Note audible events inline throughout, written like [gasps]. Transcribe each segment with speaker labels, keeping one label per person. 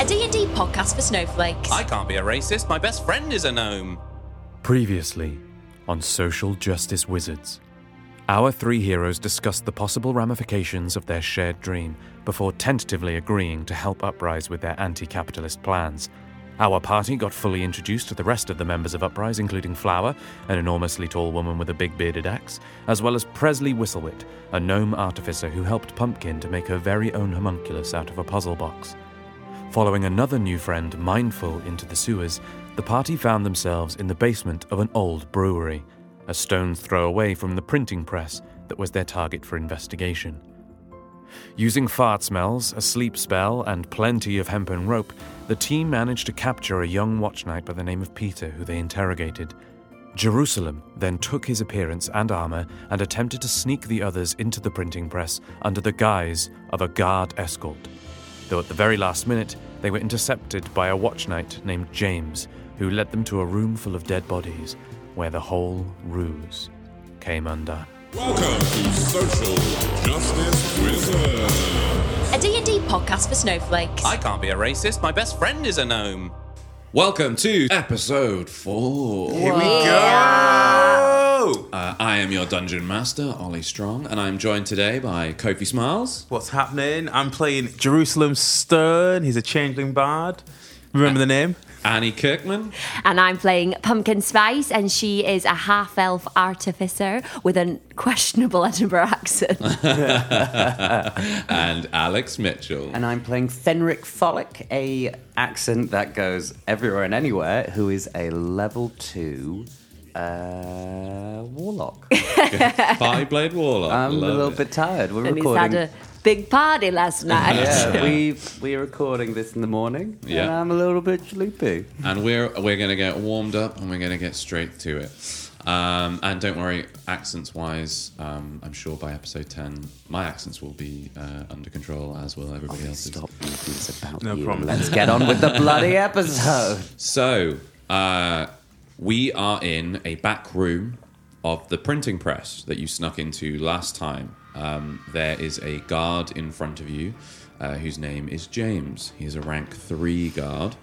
Speaker 1: podcast for snowflakes.
Speaker 2: I can't be a racist. My best friend is a gnome.
Speaker 3: Previously, on Social Justice Wizards, our three heroes discussed the possible ramifications of their shared dream before tentatively agreeing to help Uprise with their anti capitalist plans. Our party got fully introduced to the rest of the members of Uprise, including Flower, an enormously tall woman with a big bearded axe, as well as Presley Whistlewit, a gnome artificer who helped Pumpkin to make her very own homunculus out of a puzzle box. Following another new friend, Mindful, into the sewers, the party found themselves in the basement of an old brewery, a stone's throw away from the printing press that was their target for investigation. Using fart smells, a sleep spell, and plenty of hempen rope, the team managed to capture a young watch knight by the name of Peter, who they interrogated. Jerusalem then took his appearance and armor and attempted to sneak the others into the printing press under the guise of a guard escort though at the very last minute they were intercepted by a watch knight named James, who led them to a room full of dead bodies where the whole ruse came undone.
Speaker 4: Welcome to Social Justice Wizard.
Speaker 1: A D&D podcast for snowflakes.
Speaker 2: I can't be a racist. My best friend is a gnome.
Speaker 4: Welcome to episode four. Here we go. Uh, I am your dungeon master, Ollie Strong, and I'm joined today by Kofi Smiles.
Speaker 5: What's happening? I'm playing Jerusalem Stern. He's a changeling bard. Remember the name?
Speaker 4: Annie Kirkman.
Speaker 6: And I'm playing Pumpkin Spice, and she is a half elf artificer with a questionable [laughs] Edinburgh accent.
Speaker 4: and Alex Mitchell.
Speaker 7: and I'm playing Fenric Follick, a accent that goes everywhere and anywhere, who is a level two uh, [laughs] warlock.
Speaker 4: Five Blade Warlock.
Speaker 7: I'm a
Speaker 4: Love
Speaker 7: little
Speaker 4: it.
Speaker 7: bit tired. We're
Speaker 6: and he's
Speaker 7: recording.
Speaker 6: had a big party last night. [laughs]
Speaker 7: yeah, we we're recording this in the morning, and
Speaker 4: Yeah.
Speaker 7: I'm a little bit sleepy.
Speaker 4: and we're we're gonna get warmed up and we're gonna get straight to it. Um, and don't worry, accents wise, um, I'm sure by episode ten, my accents will be uh, under control as will everybody else's.
Speaker 7: Stop thinking it's about you.
Speaker 5: problem.
Speaker 7: Let's get on with the [laughs] bloody episode.
Speaker 4: So uh, we are in a back room of the printing press that you snuck into last time. Um, there is a guard in front of you, uh, whose name is James. He is a rank three guard.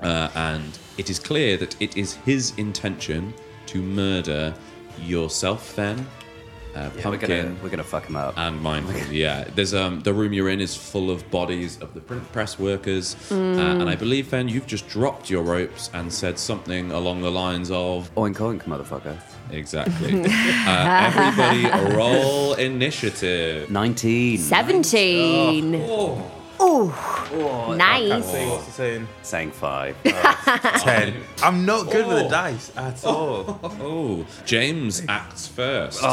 Speaker 4: uh, and it is clear that it is his intention to murder yourself, then uh,
Speaker 7: Yeah, we're
Speaker 4: pumpkin
Speaker 7: gonna we're gonna fuck him up.
Speaker 4: and mindful. yeah, there's um the room you're in is full of bodies of the print press workers, uh, and I believe Fen, you've just dropped your ropes and said something along the lines of
Speaker 7: oink oink, motherfucker.
Speaker 4: exactly. uh, everybody, roll initiative.
Speaker 7: Nineteen.
Speaker 6: 17. Oh, Ooh. Nice.
Speaker 5: See what's he saying?
Speaker 7: Sang [laughs] five.
Speaker 5: Ten. I'm not good with the dice at all.
Speaker 4: [laughs] Oh, James acts first.
Speaker 6: Oh,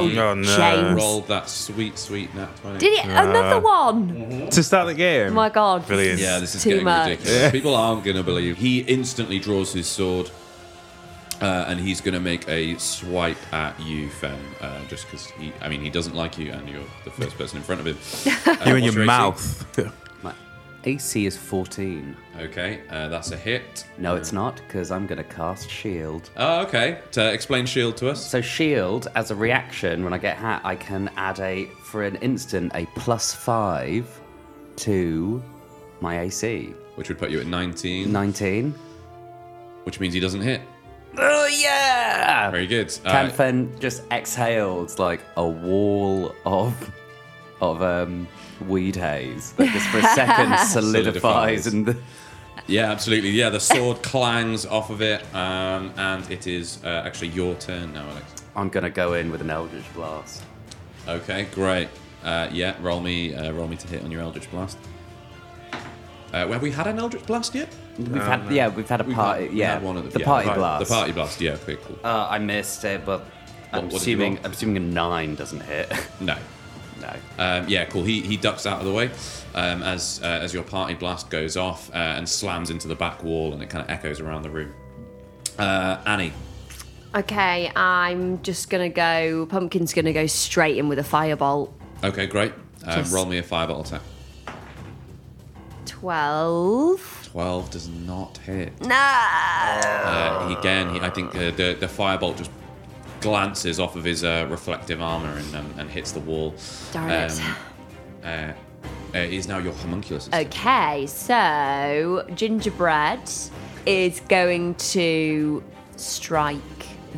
Speaker 5: Oh, no.
Speaker 6: James.
Speaker 4: Rolled that sweet, sweet nat twenty.
Speaker 6: Did he? Another one.
Speaker 5: To start the game.
Speaker 6: Oh my God.
Speaker 5: Brilliant.
Speaker 4: Yeah, this is
Speaker 6: too
Speaker 4: getting
Speaker 6: much.
Speaker 4: ridiculous. People aren't going to believe. He instantly draws his sword, uh, and he's going to make a swipe at you, Fen, uh, just because he. I mean, he doesn't like you, and you're the first person in front
Speaker 6: [laughs]
Speaker 4: of him. Uh,
Speaker 5: You in
Speaker 4: what's
Speaker 5: your
Speaker 4: AC?
Speaker 5: mouth.
Speaker 7: My AC is fourteen.
Speaker 4: Okay, uh, that's a hit.
Speaker 7: No, it's not, because I'm going to cast Shield.
Speaker 4: Oh, okay. To explain shield E to us.
Speaker 7: So Shield, as a reaction, when I get hat, I can add a, for an instant, a plus five to my AC.
Speaker 4: Which would put you at 19,
Speaker 7: 19.
Speaker 4: which means he doesn't hit.
Speaker 7: Oh, yeah!
Speaker 4: Very good. Uh,
Speaker 7: Camfen just exhales like a wall of of um, weed haze that just for a
Speaker 4: [laughs]
Speaker 7: second
Speaker 4: Solidifies.
Speaker 7: solidifies and the,
Speaker 4: yeah, absolutely. Yeah,
Speaker 6: [laughs]
Speaker 4: the sword clangs off of it, um, and it is uh, actually your turn now, Alex.
Speaker 7: I'm going to go in with an Eldritch Blast.
Speaker 4: Okay, great. Uh, yeah, roll me, uh, roll me to hit on your Eldritch Blast. Uh, have we had an Eldritch Blast yet?
Speaker 7: We've had, yeah, we've had a party.
Speaker 4: we
Speaker 7: yeah,
Speaker 4: Oh, had one of the,
Speaker 7: the
Speaker 4: yeah,
Speaker 7: party
Speaker 4: the par-
Speaker 7: blast.
Speaker 4: The party blast. Yeah, okay, cool.
Speaker 7: Uh, I missed it, but I'm
Speaker 4: what did you
Speaker 7: assuming
Speaker 4: roll?
Speaker 7: I'm assuming a nine doesn't hit.
Speaker 4: [laughs] No.
Speaker 7: no.
Speaker 4: Um, yeah, cool. He, he ducks out of the way um, as uh, as your party blast goes off uh, and slams into the back wall, and it kind of echoes around the room. Uh, Annie,
Speaker 6: Okay, I'm just going to go. Pumpkin's going to go straight in with a firebolt.
Speaker 4: okay, great. Um,
Speaker 6: Just-
Speaker 4: roll me a fireball attack.
Speaker 6: 12.
Speaker 4: Twelve does not hit.
Speaker 6: No.
Speaker 4: Uh, he- again, he, I think uh, the the firebolt just glances off of his uh, reflective armor and, um, and hits the wall.
Speaker 6: Darn it.
Speaker 4: Um, uh, uh, is now your homunculus.
Speaker 6: Uh,
Speaker 4: instead.
Speaker 6: Okay, so gingerbread is going to strike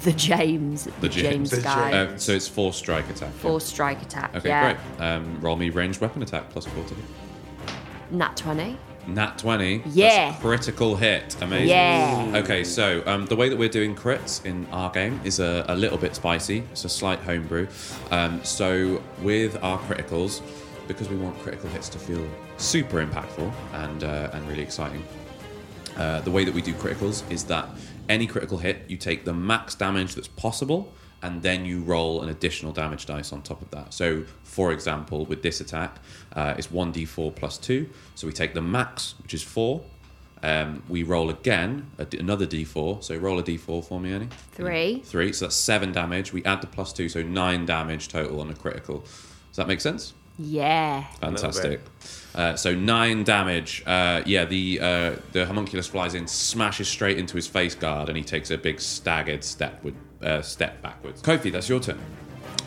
Speaker 6: the James, the, James,
Speaker 4: James.
Speaker 5: The
Speaker 6: guy.
Speaker 5: James.
Speaker 4: Uh, so it's four strike attack. yeah.
Speaker 6: Four strike attack.
Speaker 4: Okay,
Speaker 6: yeah.
Speaker 4: great. Um, roll me ranged weapon attack plus four to hit.
Speaker 6: Nat 20.
Speaker 4: Nat 20. That's
Speaker 6: Yeah.
Speaker 4: critical hit. Amazing.
Speaker 6: Yeah.
Speaker 4: Okay, so um, the way that we're doing crits in our game is a, a little bit spicy. It's a slight homebrew. Um, so with our criticals, because we want critical hits to feel super impactful and, uh, and really exciting, uh, the way that we do criticals is that any critical hit, you take the max damage that's possible, and then you roll an additional damage dice on top of that. So, for example, with this attack, uh, it's 1d4 plus 2. So we take the max, which is 4. Um, we roll again, a d- another d4. So roll a d4 for me, Annie.
Speaker 6: Three.
Speaker 4: Three. So that's 7 damage. We add the plus 2, so 9 damage total on a critical. Does that make sense?
Speaker 6: Yeah.
Speaker 4: Fantastic. Uh, so nine damage. Uh, yeah, the uh, the homunculus flies in, smashes straight into his face guard, and he takes a big staggered step with, uh, step backwards. Kofi, that's your turn.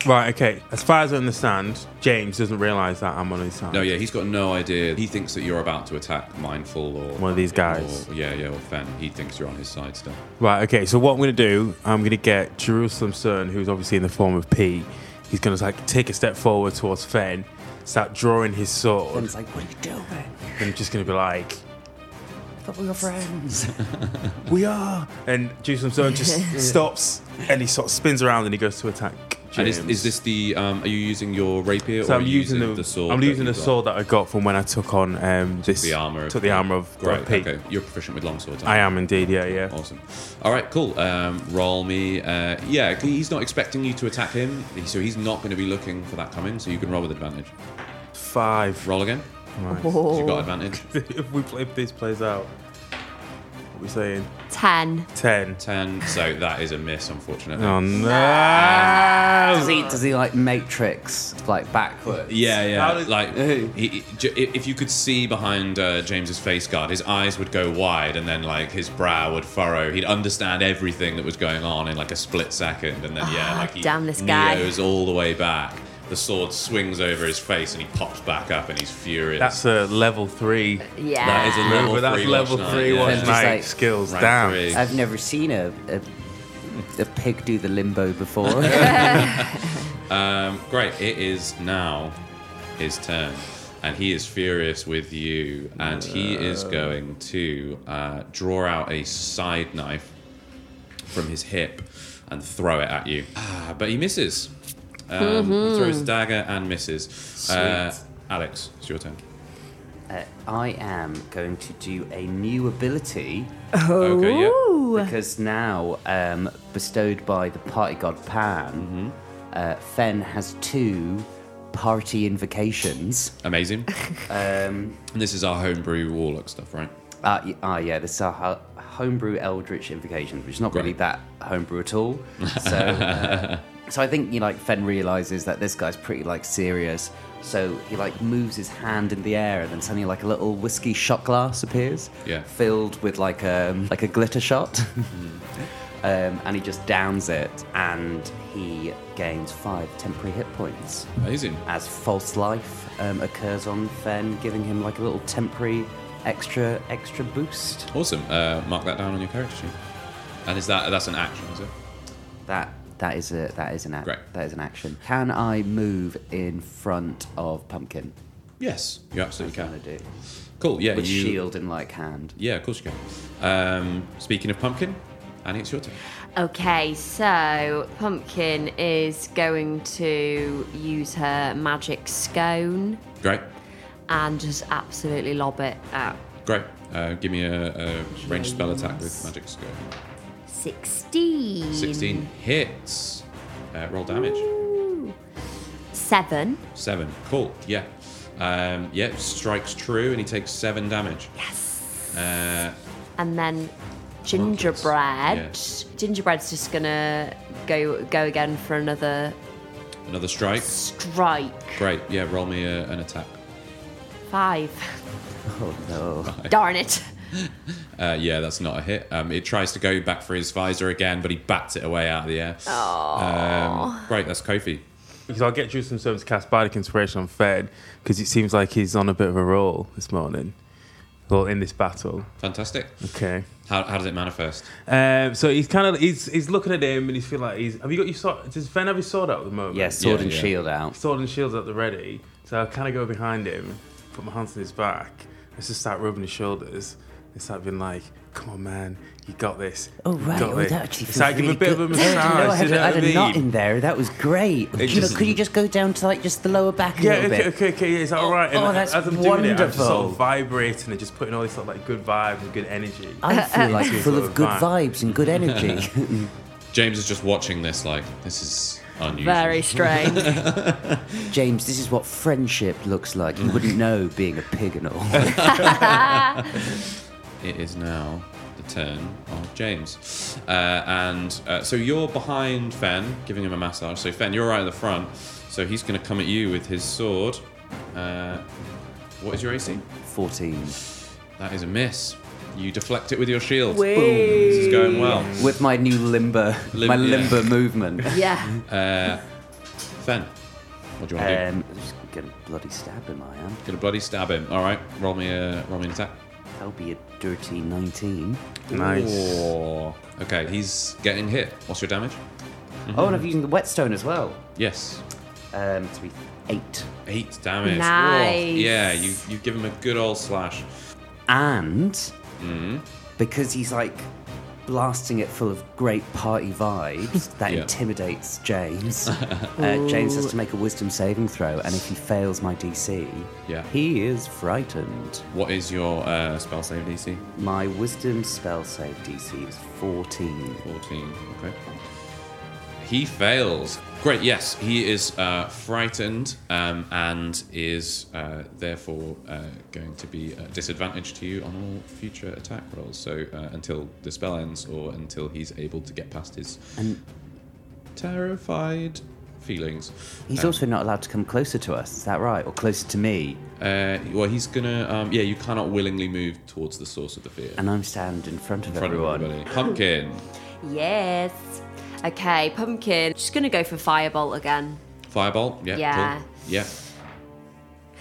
Speaker 5: Right, okay. As far as I understand, James doesn't realise that I'm on his side.
Speaker 4: No, yeah, he's got no idea. He thinks that you're about to attack Mindful or
Speaker 5: One of these guys.
Speaker 4: Or, yeah, yeah, or Fen. He thinks you're on his side still.
Speaker 5: Right, okay. So what I'm going to do, I'm going to get Jerusalem Sun, who's obviously in the form of P. He's going to like take a step forward towards Fen, start drawing his sword,
Speaker 7: It's like, what are you doing?
Speaker 5: and I'm just going to be like,
Speaker 7: I thought we were friends.
Speaker 5: [laughs] "We are." And Jerusalem Sun
Speaker 7: [laughs]
Speaker 5: just stops, and he sort of spins around, and he goes to attack. James.
Speaker 4: And is, is this the? Um, are you using your rapier
Speaker 5: So
Speaker 4: or
Speaker 5: I'm
Speaker 4: are you
Speaker 5: using the,
Speaker 4: sword?
Speaker 5: I'm
Speaker 4: that
Speaker 5: using the
Speaker 4: you've got?
Speaker 5: sword that I got from when I took on um, this.
Speaker 4: The armor.
Speaker 5: Took the armor of,
Speaker 4: Great.
Speaker 5: of P.
Speaker 4: Okay, you're proficient with longswords. aren't
Speaker 5: I
Speaker 4: you?
Speaker 5: am indeed. Yeah, yeah.
Speaker 4: Awesome. All right, cool. Um, roll me. Uh, yeah, he's not expecting you to attack him, so he's not going to be looking for that coming. So you can roll with advantage.
Speaker 5: Five.
Speaker 4: Roll again.
Speaker 5: Right.
Speaker 4: You got advantage.
Speaker 5: [laughs] if we play, if this plays out, what are we saying?
Speaker 6: Ten.
Speaker 5: Ten.
Speaker 4: Ten. So that is a miss, unfortunately.
Speaker 5: Oh no!
Speaker 7: does he, does he like matrix, like backwards?
Speaker 4: Yeah, yeah.
Speaker 5: How did-
Speaker 4: like,
Speaker 7: Hey.
Speaker 4: he, he- j- if you could see behind uh, James's face guard, his eyes would go wide, and then like his brow would furrow. He'd understand everything that was going on in like a split second, and then yeah,
Speaker 6: Ah,
Speaker 4: like he
Speaker 6: damn this guy.
Speaker 4: neos all the way back. The sword swings over his face, and he pops back up, and he's furious.
Speaker 5: That's a level three.
Speaker 6: Yeah.
Speaker 4: That is a level
Speaker 5: Remember, that's
Speaker 4: three
Speaker 5: level
Speaker 4: watch
Speaker 5: three.
Speaker 4: night,
Speaker 5: Watch
Speaker 4: yeah.
Speaker 7: Just
Speaker 5: night
Speaker 7: like-
Speaker 5: skills.
Speaker 4: Rank
Speaker 5: Damn.
Speaker 4: three.
Speaker 7: I've never seen a, a a pig do the limbo [laughs] before.
Speaker 4: Um, great. It is now his turn, and he is furious with you, and he is going to uh, draw out a side knife from his hip and throw it at you. Ah, but he misses. Um, he Throws a dagger and misses. Uh, Alex, it's your turn.
Speaker 7: Uh, I am going to do a new ability
Speaker 4: Okay, yeah.
Speaker 7: because now, um, bestowed by the party god Pan,
Speaker 4: Mm-hmm.
Speaker 7: uh, Fen has two party invocations.
Speaker 4: Amazing.
Speaker 7: Um,
Speaker 4: And this is our homebrew warlock stuff, right?
Speaker 7: ah, y- ah, yeah, this are ho- homebrew eldritch invocations, which is not really
Speaker 4: Great.
Speaker 7: that homebrew at all.
Speaker 4: [laughs]
Speaker 7: So, uh, so I think you know, like Fen realizes that this guy's pretty like serious. So he like moves his hand in the air, and then suddenly like a little whiskey shot glass appears,
Speaker 4: Yeah. Hmm.
Speaker 7: filled with like um like a glitter shot. [laughs] Um, and he just downs it, and he gains five temporary hit points
Speaker 4: Amazing.
Speaker 7: as false life um, occurs on Fen, giving him like a little temporary extra extra boost.
Speaker 4: Awesome. Uh, mark that down on your character sheet. And is that that's an action? Is it?
Speaker 7: That that is a that is an act.
Speaker 4: Great.
Speaker 7: That is an action. Can I move in front of Pumpkin?
Speaker 4: Yes, you absolutely
Speaker 7: That's what
Speaker 4: can.
Speaker 7: I do
Speaker 4: Cool. Yeah,
Speaker 7: with
Speaker 4: you,
Speaker 7: shield in like hand.
Speaker 4: Yeah, of course you can. Um, speaking of pumpkin, Annie, it's your turn.
Speaker 6: Okay, so Pumpkin is going to use her magic scone
Speaker 4: Great,
Speaker 6: and just absolutely lob it at
Speaker 4: great. Uh, give me a, a ranged spell attack with magic scope.
Speaker 6: 16.
Speaker 4: 16 hits. Uh, roll damage.
Speaker 6: Seven.
Speaker 4: Seven. Cool. Yeah. Um, yeah, strikes true, and he takes seven damage. Yes. Uh,
Speaker 6: and then gingerbread. Gingerbread's just gonna go go again for another
Speaker 4: another strike.
Speaker 6: strike.
Speaker 4: Great. Yeah, roll me a, an attack.
Speaker 6: Five.
Speaker 7: Oh
Speaker 6: [laughs]
Speaker 7: no!
Speaker 6: Darn it.
Speaker 4: Uh, yeah, that's not a hit. Um, it tries to go back for his visor again, but he bats it away out of the air. Um, great. That's Kofi.
Speaker 5: Because I'll get Jerusalem Stone to cast Bardic Inspiration on Fed because it seems like he's on a bit of a roll this morning. Well, in this battle.
Speaker 4: Fantastic.
Speaker 5: Okay.
Speaker 4: How, how does it manifest?
Speaker 5: Um, so he's kind of he's he's looking at him and he's feeling like he's. Have you got your sword? Does Fen have his sword out at the moment?
Speaker 7: Yeah, sword
Speaker 4: Yeah,
Speaker 7: and
Speaker 4: yeah.
Speaker 7: shield out.
Speaker 5: Sword and shields at the ready. So I kind of go behind him, put my hands on his back, and just start rubbing his shoulders. And start being like, "Come on, man, you got this."
Speaker 7: Oh
Speaker 5: You
Speaker 7: right,
Speaker 5: got
Speaker 7: oh,
Speaker 5: this."
Speaker 7: that actually feels
Speaker 5: Start
Speaker 7: really
Speaker 5: giving a bit
Speaker 7: good.
Speaker 5: of a massage.
Speaker 7: Yeah, [laughs] no, I had,
Speaker 5: you know
Speaker 7: I
Speaker 5: what
Speaker 7: had
Speaker 5: I
Speaker 7: a knot
Speaker 5: mean?
Speaker 7: in there. That was great. You know,
Speaker 4: just-
Speaker 7: could you just go down to like just the lower back a
Speaker 5: Yeah,
Speaker 7: little
Speaker 5: okay,
Speaker 7: bit?
Speaker 5: okay, okay, yeah, is that all right?
Speaker 7: oh, that's
Speaker 5: as I'm doing it, I'm just sort
Speaker 7: wonderful.
Speaker 5: of vibrating and just putting all this sort of like good vibes and good energy. [laughs]
Speaker 7: I feel like
Speaker 5: Into
Speaker 7: full
Speaker 5: sort
Speaker 7: of good
Speaker 5: vibe.
Speaker 7: vibes and
Speaker 5: [laughs]
Speaker 7: good energy.
Speaker 4: James is just watching this like this is unusual.
Speaker 6: Very strange.
Speaker 7: James, this is what friendship looks like. You wouldn't know being a pig and all.
Speaker 4: [laughs] It is now the turn of James. Uh, and uh, so you're behind Fen, giving him a massage. So, Fen, you're right at the front. So, he's going to come at you with his sword. Uh, what is your AC?
Speaker 7: 14.
Speaker 4: That is a miss. You deflect it with your shield. This is going well.
Speaker 7: With my new limber,
Speaker 4: Lim-
Speaker 7: my
Speaker 4: yeah.
Speaker 7: limber
Speaker 4: [laughs]
Speaker 7: movement.
Speaker 6: yeah.
Speaker 4: Fen, what do you want to do?
Speaker 7: Um, I'm just gonna bloody stab him, I am.
Speaker 4: Gonna bloody stab him. All right, roll me a roll me an attack.
Speaker 7: That'll be a dirty 19.
Speaker 5: Nice.
Speaker 4: Ooh. Okay, he's getting hit. What's your damage? Mm-hmm.
Speaker 7: Oh, and I've used the whetstone as well.
Speaker 4: Yes,
Speaker 7: Um, to be 8.
Speaker 4: eight damage. Ooh.
Speaker 6: Nice.
Speaker 4: Yeah, you you give him a good old slash.
Speaker 7: And because he's like blasting it full of great party vibes, that
Speaker 4: Yeah.
Speaker 7: intimidates James. uh, James has to make a wisdom saving throw, and if he fails my DC,
Speaker 4: Yeah.
Speaker 7: he is frightened.
Speaker 4: What is your uh, spell save DC?
Speaker 7: My wisdom spell save DC is 14.
Speaker 4: 14. Okay. He fails. Great, yes. He is uh, frightened um, and is uh, therefore uh, going to be a disadvantage to you on all future attack rolls. So uh, until the spell ends or until he's able to get past his terrified feelings.
Speaker 7: He's
Speaker 4: Uh,
Speaker 7: also not allowed to come closer to us, is that right? Or closer to me.
Speaker 4: uh, well, he's going to. Um, yeah, you cannot willingly move towards the source of the fear.
Speaker 7: And I'm standing in front of
Speaker 4: In front of
Speaker 7: everyone.
Speaker 4: everybody. Pumpkin.
Speaker 6: Yes. Okay, pumpkin. Just gonna go for firebolt again. [laughs]
Speaker 4: Firebolt. Yeah.
Speaker 6: Yeah.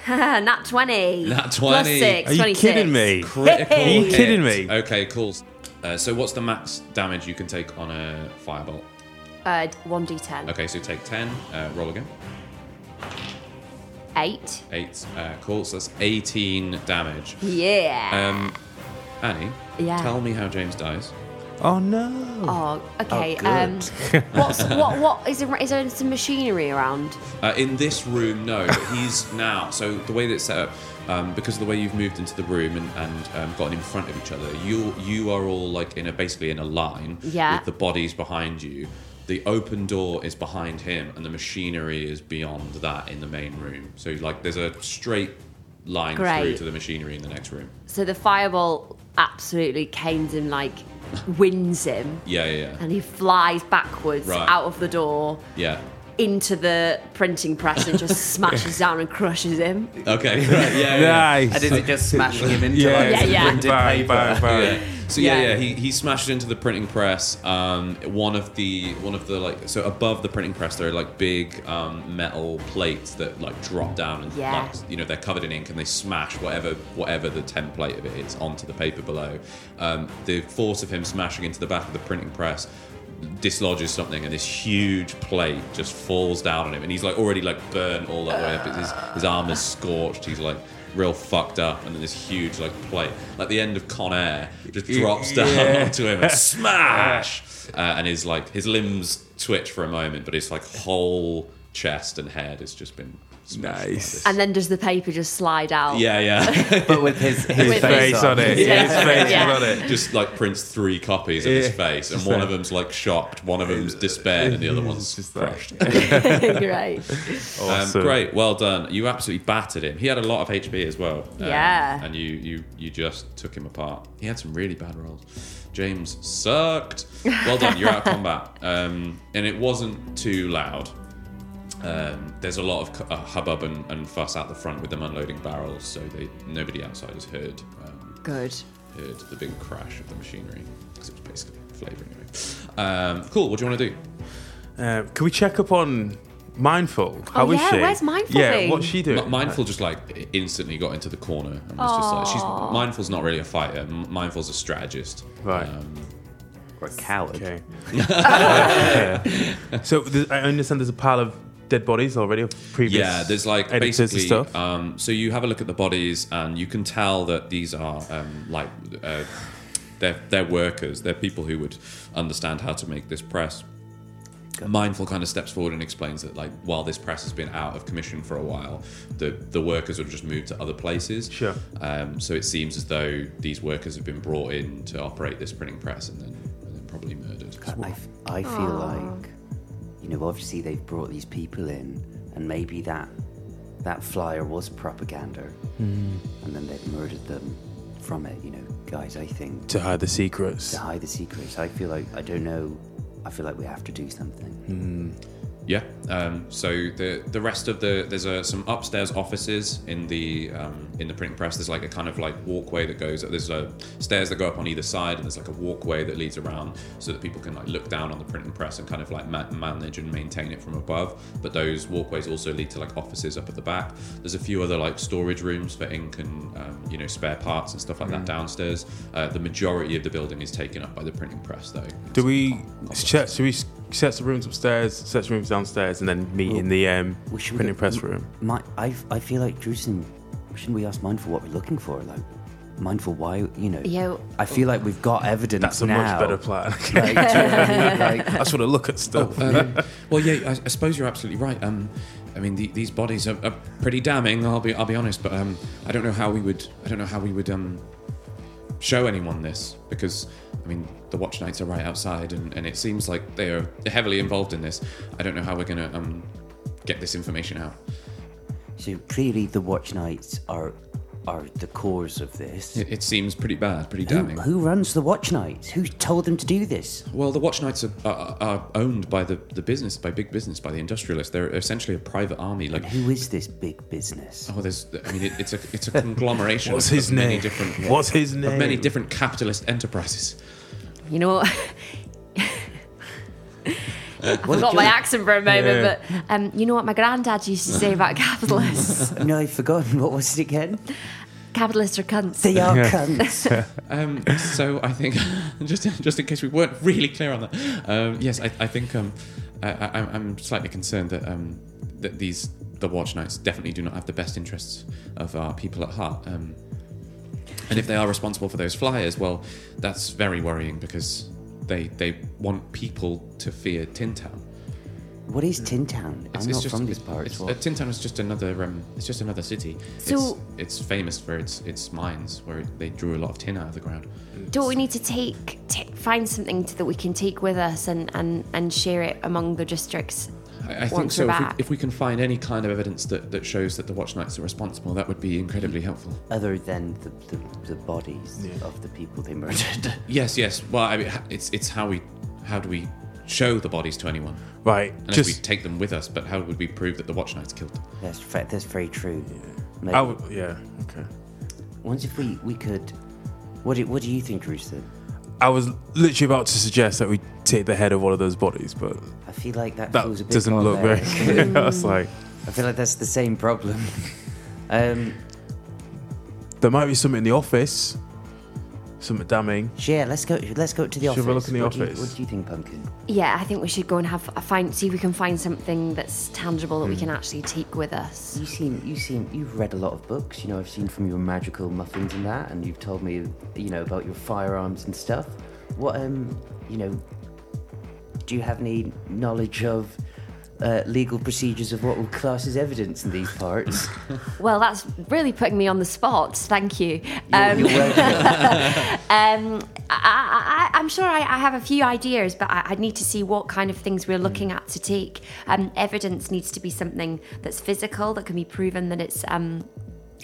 Speaker 4: cool. Yeah.
Speaker 6: Nat 20.
Speaker 4: Nat
Speaker 6: Plus
Speaker 4: 20.
Speaker 6: six,
Speaker 5: Are you
Speaker 6: 26.
Speaker 5: kidding me?
Speaker 4: Critical
Speaker 5: Are you
Speaker 4: hit.
Speaker 5: kidding me?
Speaker 4: Okay, cool. Uh, so what's the max damage you can take on a firebolt?
Speaker 6: Uh, 1d10.
Speaker 4: Okay, so take 10, uh, roll again.
Speaker 6: 8.
Speaker 4: 8, uh, cool, so that's 18 damage.
Speaker 6: Yeah.
Speaker 4: Um, Annie,
Speaker 6: Yeah.
Speaker 4: tell me how James dies.
Speaker 5: Oh no.
Speaker 6: oh, okay.
Speaker 7: good.
Speaker 6: um, what's, what, what, is there, is there some machinery around?
Speaker 4: Uh, in this room, no, but he's now, so the way that it's set up, um, because of the way you've moved into the room and, and um, gotten in front of each other, you you are all like in a basically in a line
Speaker 6: Yeah.
Speaker 4: with the bodies behind you. The open door is behind him, and the machinery is beyond that in the main room. So like, there's a straight line through
Speaker 6: Great.
Speaker 4: to the machinery in the next room.
Speaker 6: So the fireball absolutely canes him, like, wins him.
Speaker 4: Yeah, yeah, yeah.
Speaker 6: And he flies backwards
Speaker 4: Right.
Speaker 6: out of the door
Speaker 4: yeah.
Speaker 6: into the printing press and just
Speaker 4: [laughs]
Speaker 6: smashes down and crushes him.
Speaker 4: Okay, [laughs] right, yeah, yeah, yeah.
Speaker 5: Nice.
Speaker 7: And is it just smashing him into
Speaker 5: Yeah,
Speaker 7: like
Speaker 6: Yeah,
Speaker 7: some
Speaker 6: yeah.
Speaker 7: printed
Speaker 5: Bang,
Speaker 7: paper?
Speaker 5: bang, bang.
Speaker 4: Yeah. So yeah, yeah,
Speaker 6: Yeah.
Speaker 4: He, he smashed into the printing press. Um, one of the one of the like so above the printing press there are like big um, metal plates that like drop down and
Speaker 6: Yeah.
Speaker 4: like, you know they're covered in ink and they smash whatever whatever the template of it is onto the paper below. Um, the force of him smashing into the back of the printing press dislodges something and this huge plate just falls down on him and he's like already like burnt all that way up. His, his arm is scorched. He's like real fucked up and then this huge like plate like the end of Con Air just drops down onto him and smash uh, and his like his limbs twitch for a moment but his like whole chest and head has just been smashed like
Speaker 5: Nice.
Speaker 4: this.
Speaker 6: And then does the paper just slide out?
Speaker 4: [laughs] yeah yeah
Speaker 5: [laughs]
Speaker 7: But with his, his
Speaker 5: His face on it.
Speaker 6: Yeah.
Speaker 5: His face
Speaker 6: Yeah.
Speaker 5: on it.
Speaker 4: just like prints three copies of his
Speaker 5: Yeah.
Speaker 4: face and
Speaker 5: Just
Speaker 4: one
Speaker 5: that.
Speaker 4: of them's like shocked one of them's despaired and the other one's
Speaker 5: It's just that.
Speaker 4: crushed
Speaker 6: [laughs] Great.
Speaker 4: Um,
Speaker 5: Awesome.
Speaker 4: great, well done. You absolutely battered him. He had a lot of HP as well. Um,
Speaker 6: Yeah.
Speaker 4: And you, you, you just took him apart. He had some really bad rolls. James sucked. Well done.
Speaker 5: [laughs]
Speaker 4: You're out of combat. Um, and it wasn't too loud. Um, there's a lot of cu- uh, hubbub and, and fuss out the front with them unloading barrels, so they nobody outside has heard um,
Speaker 6: Good.
Speaker 4: heard the big crash of the machinery because it was
Speaker 5: Uh,
Speaker 4: basically flavouring. it. Um, cool. What do you want to do?
Speaker 5: Um, can we check up on Mindful. How is
Speaker 6: Oh, yeah,
Speaker 5: she?
Speaker 6: where's Mindful
Speaker 5: Yeah,
Speaker 6: been?
Speaker 5: what's she doing?
Speaker 4: M- Mindful just like instantly got into the corner and was just like she's mindful's not really a fighter. M- Mindful's a strategist.
Speaker 5: Right.
Speaker 4: Um,
Speaker 7: Or a coward. [laughs]
Speaker 5: Okay. Okay. So th- I understand there's a pile of dead bodies already of previous.
Speaker 4: Yeah, there's like
Speaker 5: editors and
Speaker 4: basically.
Speaker 5: stuff.
Speaker 4: Um, so you have a look at the bodies, and you can tell that these are um, like uh, they're they're workers. They're people who would understand how to make this press. Mindful kind of steps forward and explains that, like, while this press has been out of commission for a while, the the workers would have just moved to other places.
Speaker 5: Sure.
Speaker 4: Um, so it seems as though these workers have been brought in to operate this printing press and then, and then probably murdered.
Speaker 7: I, f- I feel like, you know, obviously they've brought these people in, and maybe that that flyer was propaganda,
Speaker 5: Hmm.
Speaker 7: and then they've murdered them from it. You know, guys, I think
Speaker 5: to hide the secrets.
Speaker 7: to hide the secrets. I feel like I don't know. I feel like we have to do something.
Speaker 5: Hmm.
Speaker 4: Yeah. Um, so the the rest of the there's uh some upstairs offices in the um, in the printing press. There's like a kind of like walkway that goes. There's uh stairs that go up on either side, and there's like a walkway that leads around so that people can like look down on the printing press and kind of like ma- manage and maintain it from above. But those walkways also lead to like offices up at the back. There's a few other like storage rooms for ink and um, you know spare parts and stuff like that downstairs. Uh, the majority of the building is taken up by the printing press, though.
Speaker 5: Do we set? Should we set the rooms upstairs, set the rooms downstairs, and then meet in the um,
Speaker 7: Well, should we
Speaker 5: printing
Speaker 7: go-
Speaker 5: press
Speaker 7: m-
Speaker 5: room?
Speaker 7: My, I, I feel like Drusen, shouldn't we ask Mindful what we're looking for? Like, Mindful, why, you know?
Speaker 6: Yeah.
Speaker 7: I feel like we've got evidence
Speaker 5: That's a
Speaker 7: now.
Speaker 5: much better plan. [laughs]
Speaker 7: [laughs] Like, do you know what I mean? Like,
Speaker 5: I just want to look at stuff.
Speaker 4: Um, well, yeah, I, I suppose you're absolutely right. Um, I mean, the, these bodies are, are pretty damning. I'll be, I'll be honest, but um, I don't know how we would, I don't know how we would um, show anyone this because, I mean, the Watch Knights are right outside, and, and it seems like they are heavily involved in this. I don't know how we're gonna um, get this information out.
Speaker 7: so clearly the Watch Knights are are the cause of this.
Speaker 4: It, it seems pretty bad, pretty
Speaker 7: Who,
Speaker 4: damning.
Speaker 7: who runs the Watch Knights? Who told them to do this?
Speaker 4: Well, the Watch Knights are, are, are owned by the, the business, by big business, by the industrialists. They're essentially a private army. Like
Speaker 7: Who is this big
Speaker 6: [laughs]
Speaker 7: business?
Speaker 4: Oh, there's. I mean, it, it's a it's a
Speaker 5: [laughs]
Speaker 4: conglomeration.
Speaker 5: What's
Speaker 4: of,
Speaker 5: his
Speaker 4: of Many
Speaker 5: name?
Speaker 4: different,
Speaker 5: What's his
Speaker 4: Of many
Speaker 5: name?
Speaker 4: different capitalist enterprises.
Speaker 6: You know, [laughs] I forgot my accent for a moment,
Speaker 5: Yeah.
Speaker 6: but um, you know what my granddad used to say about [laughs]
Speaker 4: [laughs]
Speaker 6: capitalists?
Speaker 7: No, I've forgotten. What was
Speaker 6: [laughs]
Speaker 7: it again?
Speaker 6: capitalists are cunts.
Speaker 7: They are
Speaker 5: Yeah.
Speaker 6: [laughs]
Speaker 7: cunts.
Speaker 4: Um, so I think, [laughs] just just in case we weren't really clear on that, um, yes, I, I think um, I, I, I'm- I'm slightly concerned that um, that these the Watch Knights definitely do not have the best interests of our people at heart. Um, and if they are responsible for those flyers, well, that's very worrying because they they want people to fear Tintown.
Speaker 7: what is Tin Town? I'm not from these parts.
Speaker 4: It's,
Speaker 7: What-
Speaker 4: uh, Tintown is just another. Um, it's just another city.
Speaker 6: So-
Speaker 4: it's, it's famous for its its mines, where they drew a lot of tin out of the ground.
Speaker 6: Don't we need to take, ta- find something to, that we can take with us and, and, and share it among the districts?
Speaker 4: I, I think
Speaker 6: Once
Speaker 4: so.
Speaker 6: we're
Speaker 4: If we,
Speaker 6: back.
Speaker 4: if we can find any kind of evidence that, that shows that the Watch Knights are responsible, that would be incredibly helpful.
Speaker 7: Other than the, the, the bodies of the people they murdered. [laughs]
Speaker 4: Yes, yes. Well, I mean, ha- it's it's how we how do we show the bodies to anyone?
Speaker 5: right.
Speaker 4: Unless we
Speaker 5: Just.
Speaker 4: take them with us, but how would we prove that the Watch Knights killed them?
Speaker 7: That's fa- that's very true. Maybe.
Speaker 5: I would, yeah. Okay.
Speaker 7: Once if we we could, what do, what do you think, Rooster?
Speaker 5: I was literally about to suggest that we take the head of one of those bodies, but
Speaker 7: I feel like that,
Speaker 5: that
Speaker 7: feels a bit
Speaker 5: doesn't look very
Speaker 7: barbaric.
Speaker 5: good. [laughs] I was like,
Speaker 7: I feel like that's the same problem. [laughs] um,
Speaker 5: there might be something in the office, something damning.
Speaker 7: so yeah, let's go. Let's go to the
Speaker 5: Should we look
Speaker 7: office.
Speaker 5: in the
Speaker 7: what Do
Speaker 5: office?
Speaker 7: you, what do you think, Pumpkin?
Speaker 6: Yeah, I think we should go and have a find, see if we can find something that's tangible that we can actually take with us.
Speaker 7: You seem you seem you've read a lot of books. You know, I've seen from your magical muffins and that, and you've told me you know about your firearms and stuff. What um you know, do you have any knowledge of? Uh, legal procedures of what will class as evidence in these
Speaker 4: [laughs]
Speaker 7: parts.
Speaker 6: Well, that's really putting me on the spot. Thank you. Um,
Speaker 7: You're welcome.
Speaker 6: Um, I, I, I- I'm sure I, I have a few ideas, but I, I need to see what kind of things we're looking at to take. Um, evidence needs to be something that's physical that can be proven that it's um,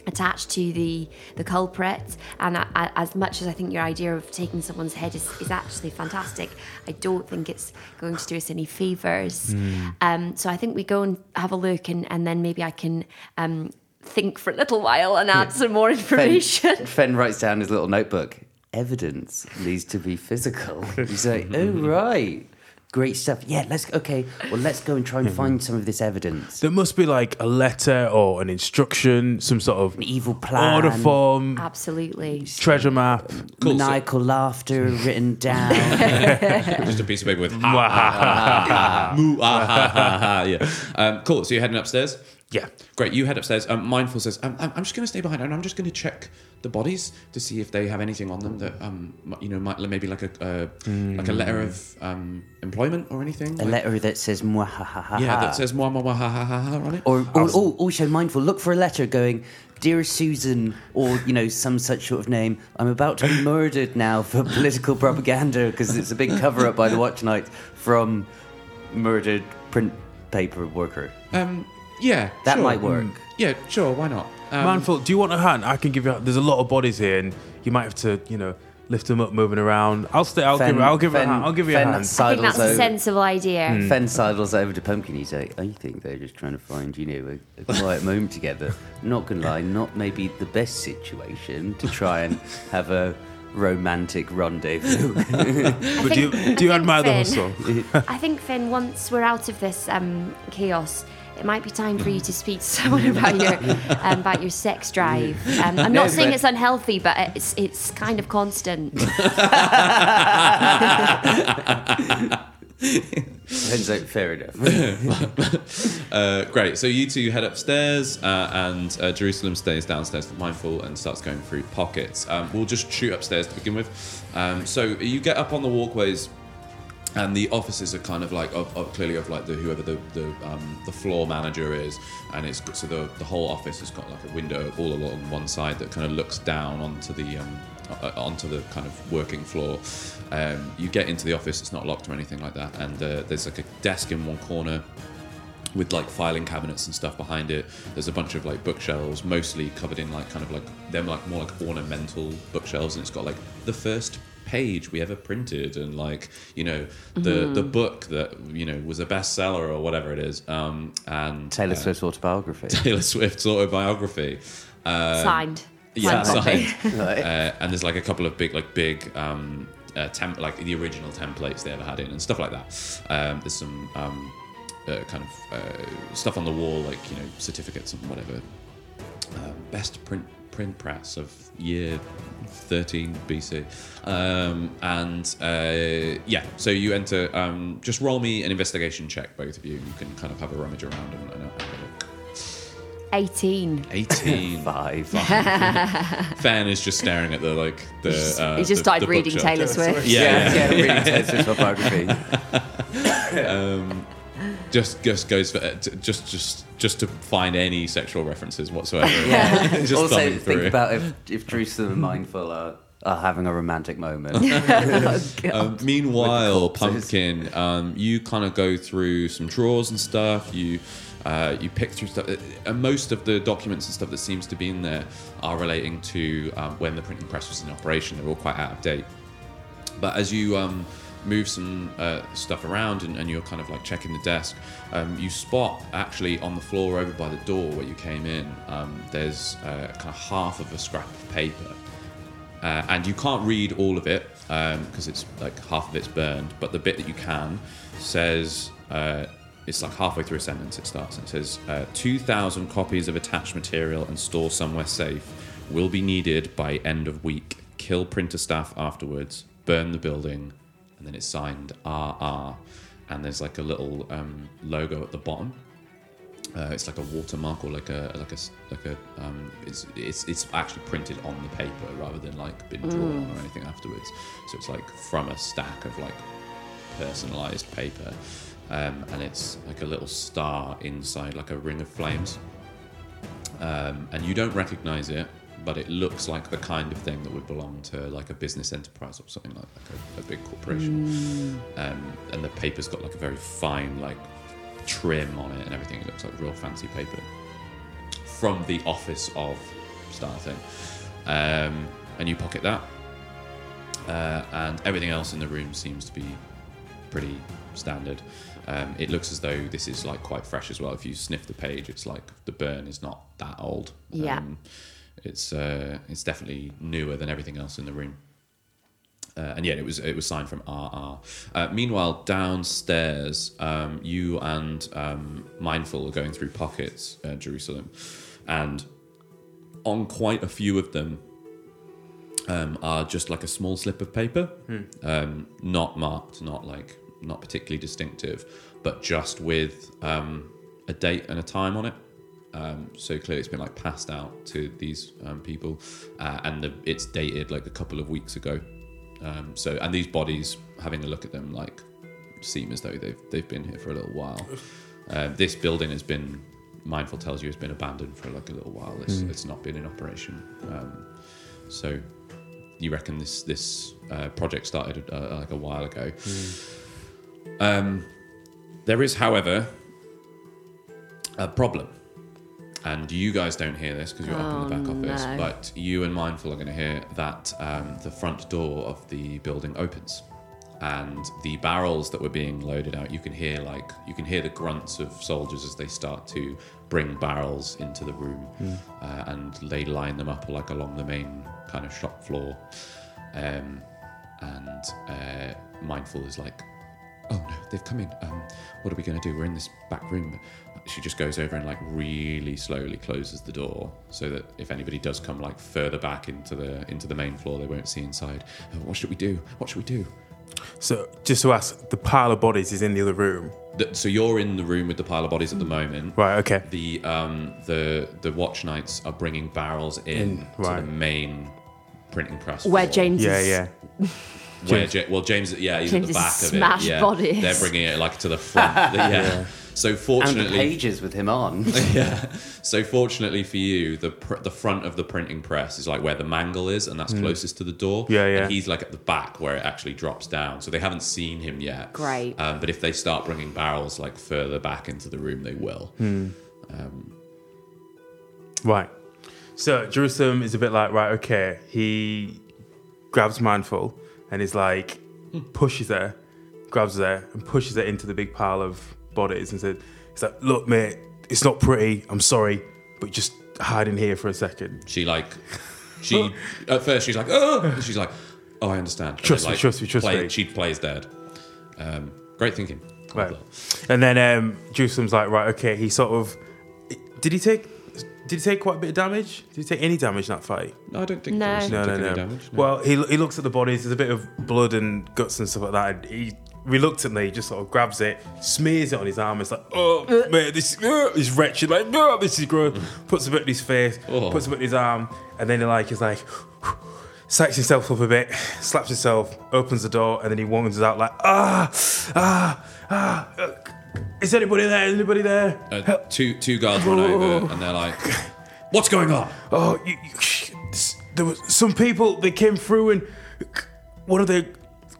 Speaker 6: attached to the the culprit. And I, I, as much as I think your idea of taking someone's head is, is actually fantastic, I don't think it's going to do us any favors. Um, so I think we go and have a look, and, and then maybe I can. Um, think for a little while and add some more information
Speaker 7: Fen, Fen writes down
Speaker 4: [laughs]
Speaker 7: his little notebook. Evidence needs to be physical. He's like, oh, right. Great stuff. Yeah, let's okay. Well, let's go and try
Speaker 4: [laughs]
Speaker 7: and find some of this evidence.
Speaker 5: There must be like a letter or an instruction, some sort of
Speaker 7: An evil plan.
Speaker 5: order form,
Speaker 6: Absolutely.
Speaker 5: treasure map.
Speaker 4: Cool, so-
Speaker 7: maniacal laughter written
Speaker 4: [laughs]
Speaker 7: down.
Speaker 4: Just a piece of paper with ha, ha, ha, ha, moo, ah, ha, ha, ha. Yeah. Um, cool. So you're heading upstairs?
Speaker 5: Yeah.
Speaker 4: Great. You head upstairs. Um, Mindful says, um, I'm, I'm just going to stay behind and I'm just going to check the bodies to see if they have anything on them that, um, m- you know, might, maybe like a, uh, like a letter of um, employment or anything.
Speaker 7: a
Speaker 4: Like-
Speaker 7: letter that says mwahahaha.
Speaker 4: Yeah, that says mwah, mwah, mwah, ha, ha, ha, ha on it.
Speaker 7: Or, or oh, also mindful. Look for a letter going, dear Susan, or you know some such sort of name. I'm
Speaker 5: [laughs]
Speaker 7: about to be murdered now for political propaganda because it's a big cover up by the Watch Night from murdered print paper worker.
Speaker 4: um, yeah.
Speaker 7: That
Speaker 4: sure. Hmm.
Speaker 7: might work.
Speaker 4: Yeah, sure. Why not? Um,
Speaker 5: Manful, do you want a hand? I can give you. a- There's a lot of bodies here, and you might have to, you know, lift them up, moving around. I'll stay. I'll give. I'll give her a hand. I'll give you a hand.
Speaker 6: I think that's a
Speaker 7: over,
Speaker 6: sensible idea.
Speaker 7: Fen sidles over to Pumpkin. He's like, I think they're just trying to find, you know, a, a quiet moment together. Not gonna lie, not maybe the best situation to try and have a romantic rendezvous. [laughs]
Speaker 5: But do you, do you admire the hustle?
Speaker 6: I think Finn, once we're out of this um, chaos, it might be time for you to speak to someone about your um, about your sex drive. Um, I'm not saying
Speaker 7: but-
Speaker 6: it's unhealthy, but it's it's kind of constant.
Speaker 7: Fen's like, fair enough.
Speaker 4: Uh, great. So you two head upstairs, uh, and uh, Jerusalem stays downstairs for mindful and starts going through pockets. Um, we'll just shoot upstairs to begin with. Um, so you get up on the walkways, and the offices are kind of like of, of clearly of like the whoever the the, um, the floor manager is, and it's got- so the the whole office has got like a window all along one side that kind of looks down onto the. Um, o- onto the kind of working floor um, you get into the office it's not locked or anything like that and uh, there's like a desk in one corner with like filing cabinets and stuff behind it. There's a bunch of like bookshelves, mostly covered in like kind of like them like more like ornamental bookshelves, and it's got like the first page we ever printed and like you know the the book that you know was a bestseller or whatever it is. Um, and [laughs]
Speaker 7: Taylor
Speaker 4: uh,
Speaker 7: Swift's autobiography.
Speaker 4: Taylor Swift's autobiography. Uh,
Speaker 6: Signed.
Speaker 4: yeah,
Speaker 6: Signed copy.
Speaker 4: signed. Uh, and there's like a couple of big, like big, um, uh, temp- like the original templates they ever had in and stuff like that. Um, there's some um, uh, kind of uh, stuff on the wall, like you know, certificates and whatever. Um, best print print press of year 13 BC. Um, and uh, yeah, so you enter. Um, just roll me an investigation check, both of you. You can kind of have a rummage around and, and have a look.
Speaker 6: 18.
Speaker 4: 18.
Speaker 7: Five.
Speaker 4: Fan is just staring at the like the. uh,
Speaker 6: he just
Speaker 4: the-
Speaker 6: died
Speaker 4: the
Speaker 6: reading
Speaker 4: bookshelf.
Speaker 6: Taylor Swift.
Speaker 4: Yeah, yeah.
Speaker 7: yeah, really Taylor Swift's autobiography.
Speaker 4: [laughs] Just just goes for uh, t- just just just to find any sexual references whatsoever.
Speaker 6: [laughs]
Speaker 7: Yeah.
Speaker 4: [laughs] Just
Speaker 7: also,
Speaker 4: thumbing
Speaker 7: think
Speaker 4: through.
Speaker 7: about if, if Jerusalem and Mindful are, are having a romantic moment.
Speaker 4: Um, meanwhile,
Speaker 7: With the corpses.
Speaker 4: pumpkin, um, you kind of go through some drawers and stuff. You uh, you pick through stuff, and most of the documents and stuff that seems to be in there are relating to um, when the printing press was in operation. They're all quite out of date. But as you um, move some uh, stuff around and, and you're kind of like checking the desk, um, you spot actually on the floor over by the door where you came in, um, there's uh, kind of half of a scrap of paper. Uh, and you can't read all of it because it's like half of it's burned, but the bit that you can says uh, it's like halfway through a sentence it starts and it says uh, 2,000 copies of attached material and store somewhere safe will be needed by end of week. Kill printer staff afterwards, burn the building, and then it's signed RR. And there's like a little um, logo at the bottom uh, it's like a watermark or like a like a s- like a um, it's it's it's actually printed on the paper rather than like been drawn on or anything afterwards. So it's like from a stack of like personalized paper, um, and it's like a little star inside like a ring of flames, um, and you don't recognize it. But it looks like the kind of thing that would belong to like a business enterprise or something like, like a, a big corporation. Um, and the paper's got like a very fine like trim on it and everything. It looks like real fancy paper from the office of Star Thing. Um, and you pocket that. Uh, and everything else in the room seems to be pretty standard. Um, it looks as though this is like quite fresh as well. If you sniff the page, it's like the burn is not that old. Um,
Speaker 6: Yeah.
Speaker 4: it's uh, it's definitely newer than everything else in the room. Uh, and yeah, it was it was signed from RR. Uh, meanwhile, downstairs, um, you and um, Mindful are going through pockets, uh, Jerusalem, and on quite a few of them um, are just like a small slip of paper, um, not marked, not like not particularly distinctive, but just with um, a date and a time on it. Um, so clearly, it's been like passed out to these um, people, uh, and the, it's dated like a couple of weeks ago. Um, so, and these bodies, having a look at them, like seem as though they've they've been here for a little while. Uh, this building has been, mindful tells you, has been abandoned for like a little while. It's, it's not been in operation. Um, so you reckon this this uh, project started uh, like a while ago. Um, there is, however, a problem, and you guys don't hear this because you're up in the back office,
Speaker 6: no.
Speaker 4: but you and Mindful are going to hear that um, the front door of the building opens. And the barrels that were being loaded out, you can hear like you can hear the grunts of soldiers as they start to bring barrels into the room, uh, and they line them up like along the main kind of shop floor. Um, and uh, mindful is like, oh no, they've come in. Um, what are we going to do? We're in this back room. She just goes over and like really slowly closes the door so that if anybody does come like further back into the into the main floor, they won't see inside. "Oh, what should we do? What should we do?
Speaker 5: So just to ask, the pile of bodies is in the other room,
Speaker 4: Th- so you're in the room with the pile of bodies at the moment.
Speaker 5: Mm. right? Okay.
Speaker 4: The um the the watch knights are bringing barrels in,
Speaker 5: In,
Speaker 4: to
Speaker 5: right.
Speaker 4: the main printing press
Speaker 6: Where
Speaker 4: floor.
Speaker 6: James
Speaker 5: yeah,
Speaker 6: is.
Speaker 5: yeah.
Speaker 4: Where Ja- well, James, yeah, he's
Speaker 6: James
Speaker 4: at
Speaker 6: is
Speaker 4: the back of
Speaker 6: smashed
Speaker 4: it. Yeah.
Speaker 6: bodies.
Speaker 4: They're bringing it like to the front. yeah. So
Speaker 7: And the
Speaker 4: fortunately,
Speaker 7: pages with him on.
Speaker 4: so fortunately for you, the pr- the front of the printing press is like where the mangle is, and that's closest to the door.
Speaker 5: Yeah, yeah.
Speaker 4: And he's like at the back where it actually drops down. So they haven't seen him yet.
Speaker 6: Great.
Speaker 4: Um, but if they start bringing barrels like further back into the room, they will.
Speaker 5: Right. So Jerusalem is a bit like, right, okay. He grabs Mindful and is like, pushes her, grabs her, and pushes her into the big pile of bodies and said, it's like, look, mate, it's not pretty. I'm sorry, but just hide in here for a second.
Speaker 4: She like she at first she's like oh and she's like oh I understand. And
Speaker 5: Trust
Speaker 4: then,
Speaker 5: me,
Speaker 4: like,
Speaker 5: trust me, trust
Speaker 4: play-
Speaker 5: me.
Speaker 4: She plays dead. Um, great thinking.
Speaker 5: Right. And then um, Jerusalem's like, right, okay. He sort of, did he take, did he take quite a bit of damage? Did he take any damage in that fight?
Speaker 4: No, I don't think
Speaker 6: No.
Speaker 4: there was-
Speaker 5: No,
Speaker 4: took
Speaker 5: no,
Speaker 4: any
Speaker 5: no.
Speaker 4: damage, no.
Speaker 5: Well, he, he looks at the bodies. There's a bit of blood and guts and stuff like that. And he reluctantly just sort of grabs it, smears it on his arm. It's like, oh, man, this uh, is wretched. Like, no, this is gross. Puts a bit in his face,
Speaker 4: Oh.
Speaker 5: puts a bit in his arm. And then he like, he's like, sacks himself up a bit, slaps himself, opens the door, and then he wanders out like, ah, ah, ah. uh, Is anybody there? Is anybody there?
Speaker 4: Uh, two two guards run over and they're like, "What's going on?"
Speaker 5: Oh, you, you, there were some people that came through, and one of the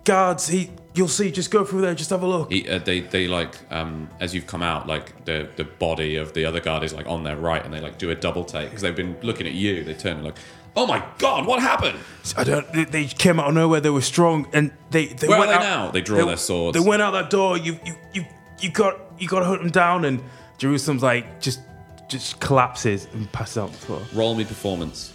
Speaker 5: guards, he, you'll see, just go through there, just have a look.
Speaker 4: He, uh, they they like um, as you've come out, like the the body of the other guard is like on their right, and they like do a double take because they've been looking at you. They turn and like, "Oh my god, what happened?"
Speaker 5: I don't. They, they came out of nowhere. They were strong, and they. they
Speaker 4: Where are
Speaker 5: went
Speaker 4: they
Speaker 5: out,
Speaker 4: now? They draw their swords.
Speaker 5: They went out that door. You, you, you, you got, you got to hunt them down. And Jerusalem's like just, just collapses and passes out on the floor.
Speaker 4: Roll me performance.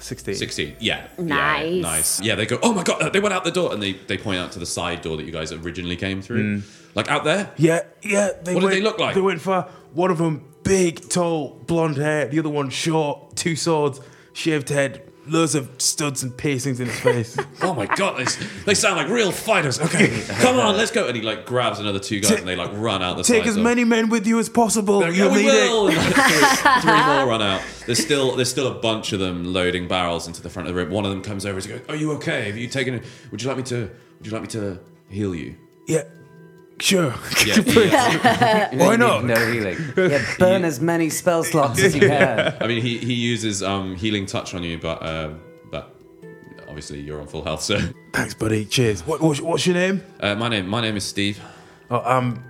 Speaker 5: Sixteen.
Speaker 4: 16 yeah Yeah,
Speaker 6: Nice.
Speaker 4: nice yeah they go oh my god uh, they went out the door and they, they point out to the side door that you guys originally came
Speaker 5: Mm.
Speaker 4: through like out there
Speaker 5: Yeah, yeah. They
Speaker 4: What did
Speaker 5: went,
Speaker 4: they look like?
Speaker 5: They went for one of them big, tall, blonde hair. The other one short, two swords, shaved head, loads of studs and piercings in his
Speaker 4: [laughs]
Speaker 5: face.
Speaker 4: oh my god they, they sound like real
Speaker 5: [laughs]
Speaker 4: fighters okay come on let's go and he like grabs another two guys
Speaker 5: Ta-
Speaker 4: and they like run out the
Speaker 5: Take
Speaker 4: side
Speaker 5: as
Speaker 4: door.
Speaker 5: many men with you as possible.
Speaker 4: Like,
Speaker 5: You'll
Speaker 4: yeah, we
Speaker 5: need it.
Speaker 4: will. And,
Speaker 5: [laughs]
Speaker 4: like, three, three more run out. There's still there's still a bunch of them loading barrels into the front of the room. One of them comes over and goes, "Are you okay? Have you taken? it? Would you like me to? Would you like me to heal you?"
Speaker 5: Yeah, sure. [laughs]
Speaker 4: Yeah, yeah.
Speaker 5: Why not?
Speaker 7: No healing. Yeah, burn as many spell slots as you can.
Speaker 4: I mean, he, he uses um, healing touch on you, but um, but obviously you're on full health. So [laughs]
Speaker 5: Thanks, buddy. Cheers. What, what's, what's your name?
Speaker 4: uh, my name my name is Steve.
Speaker 5: Oh, I'm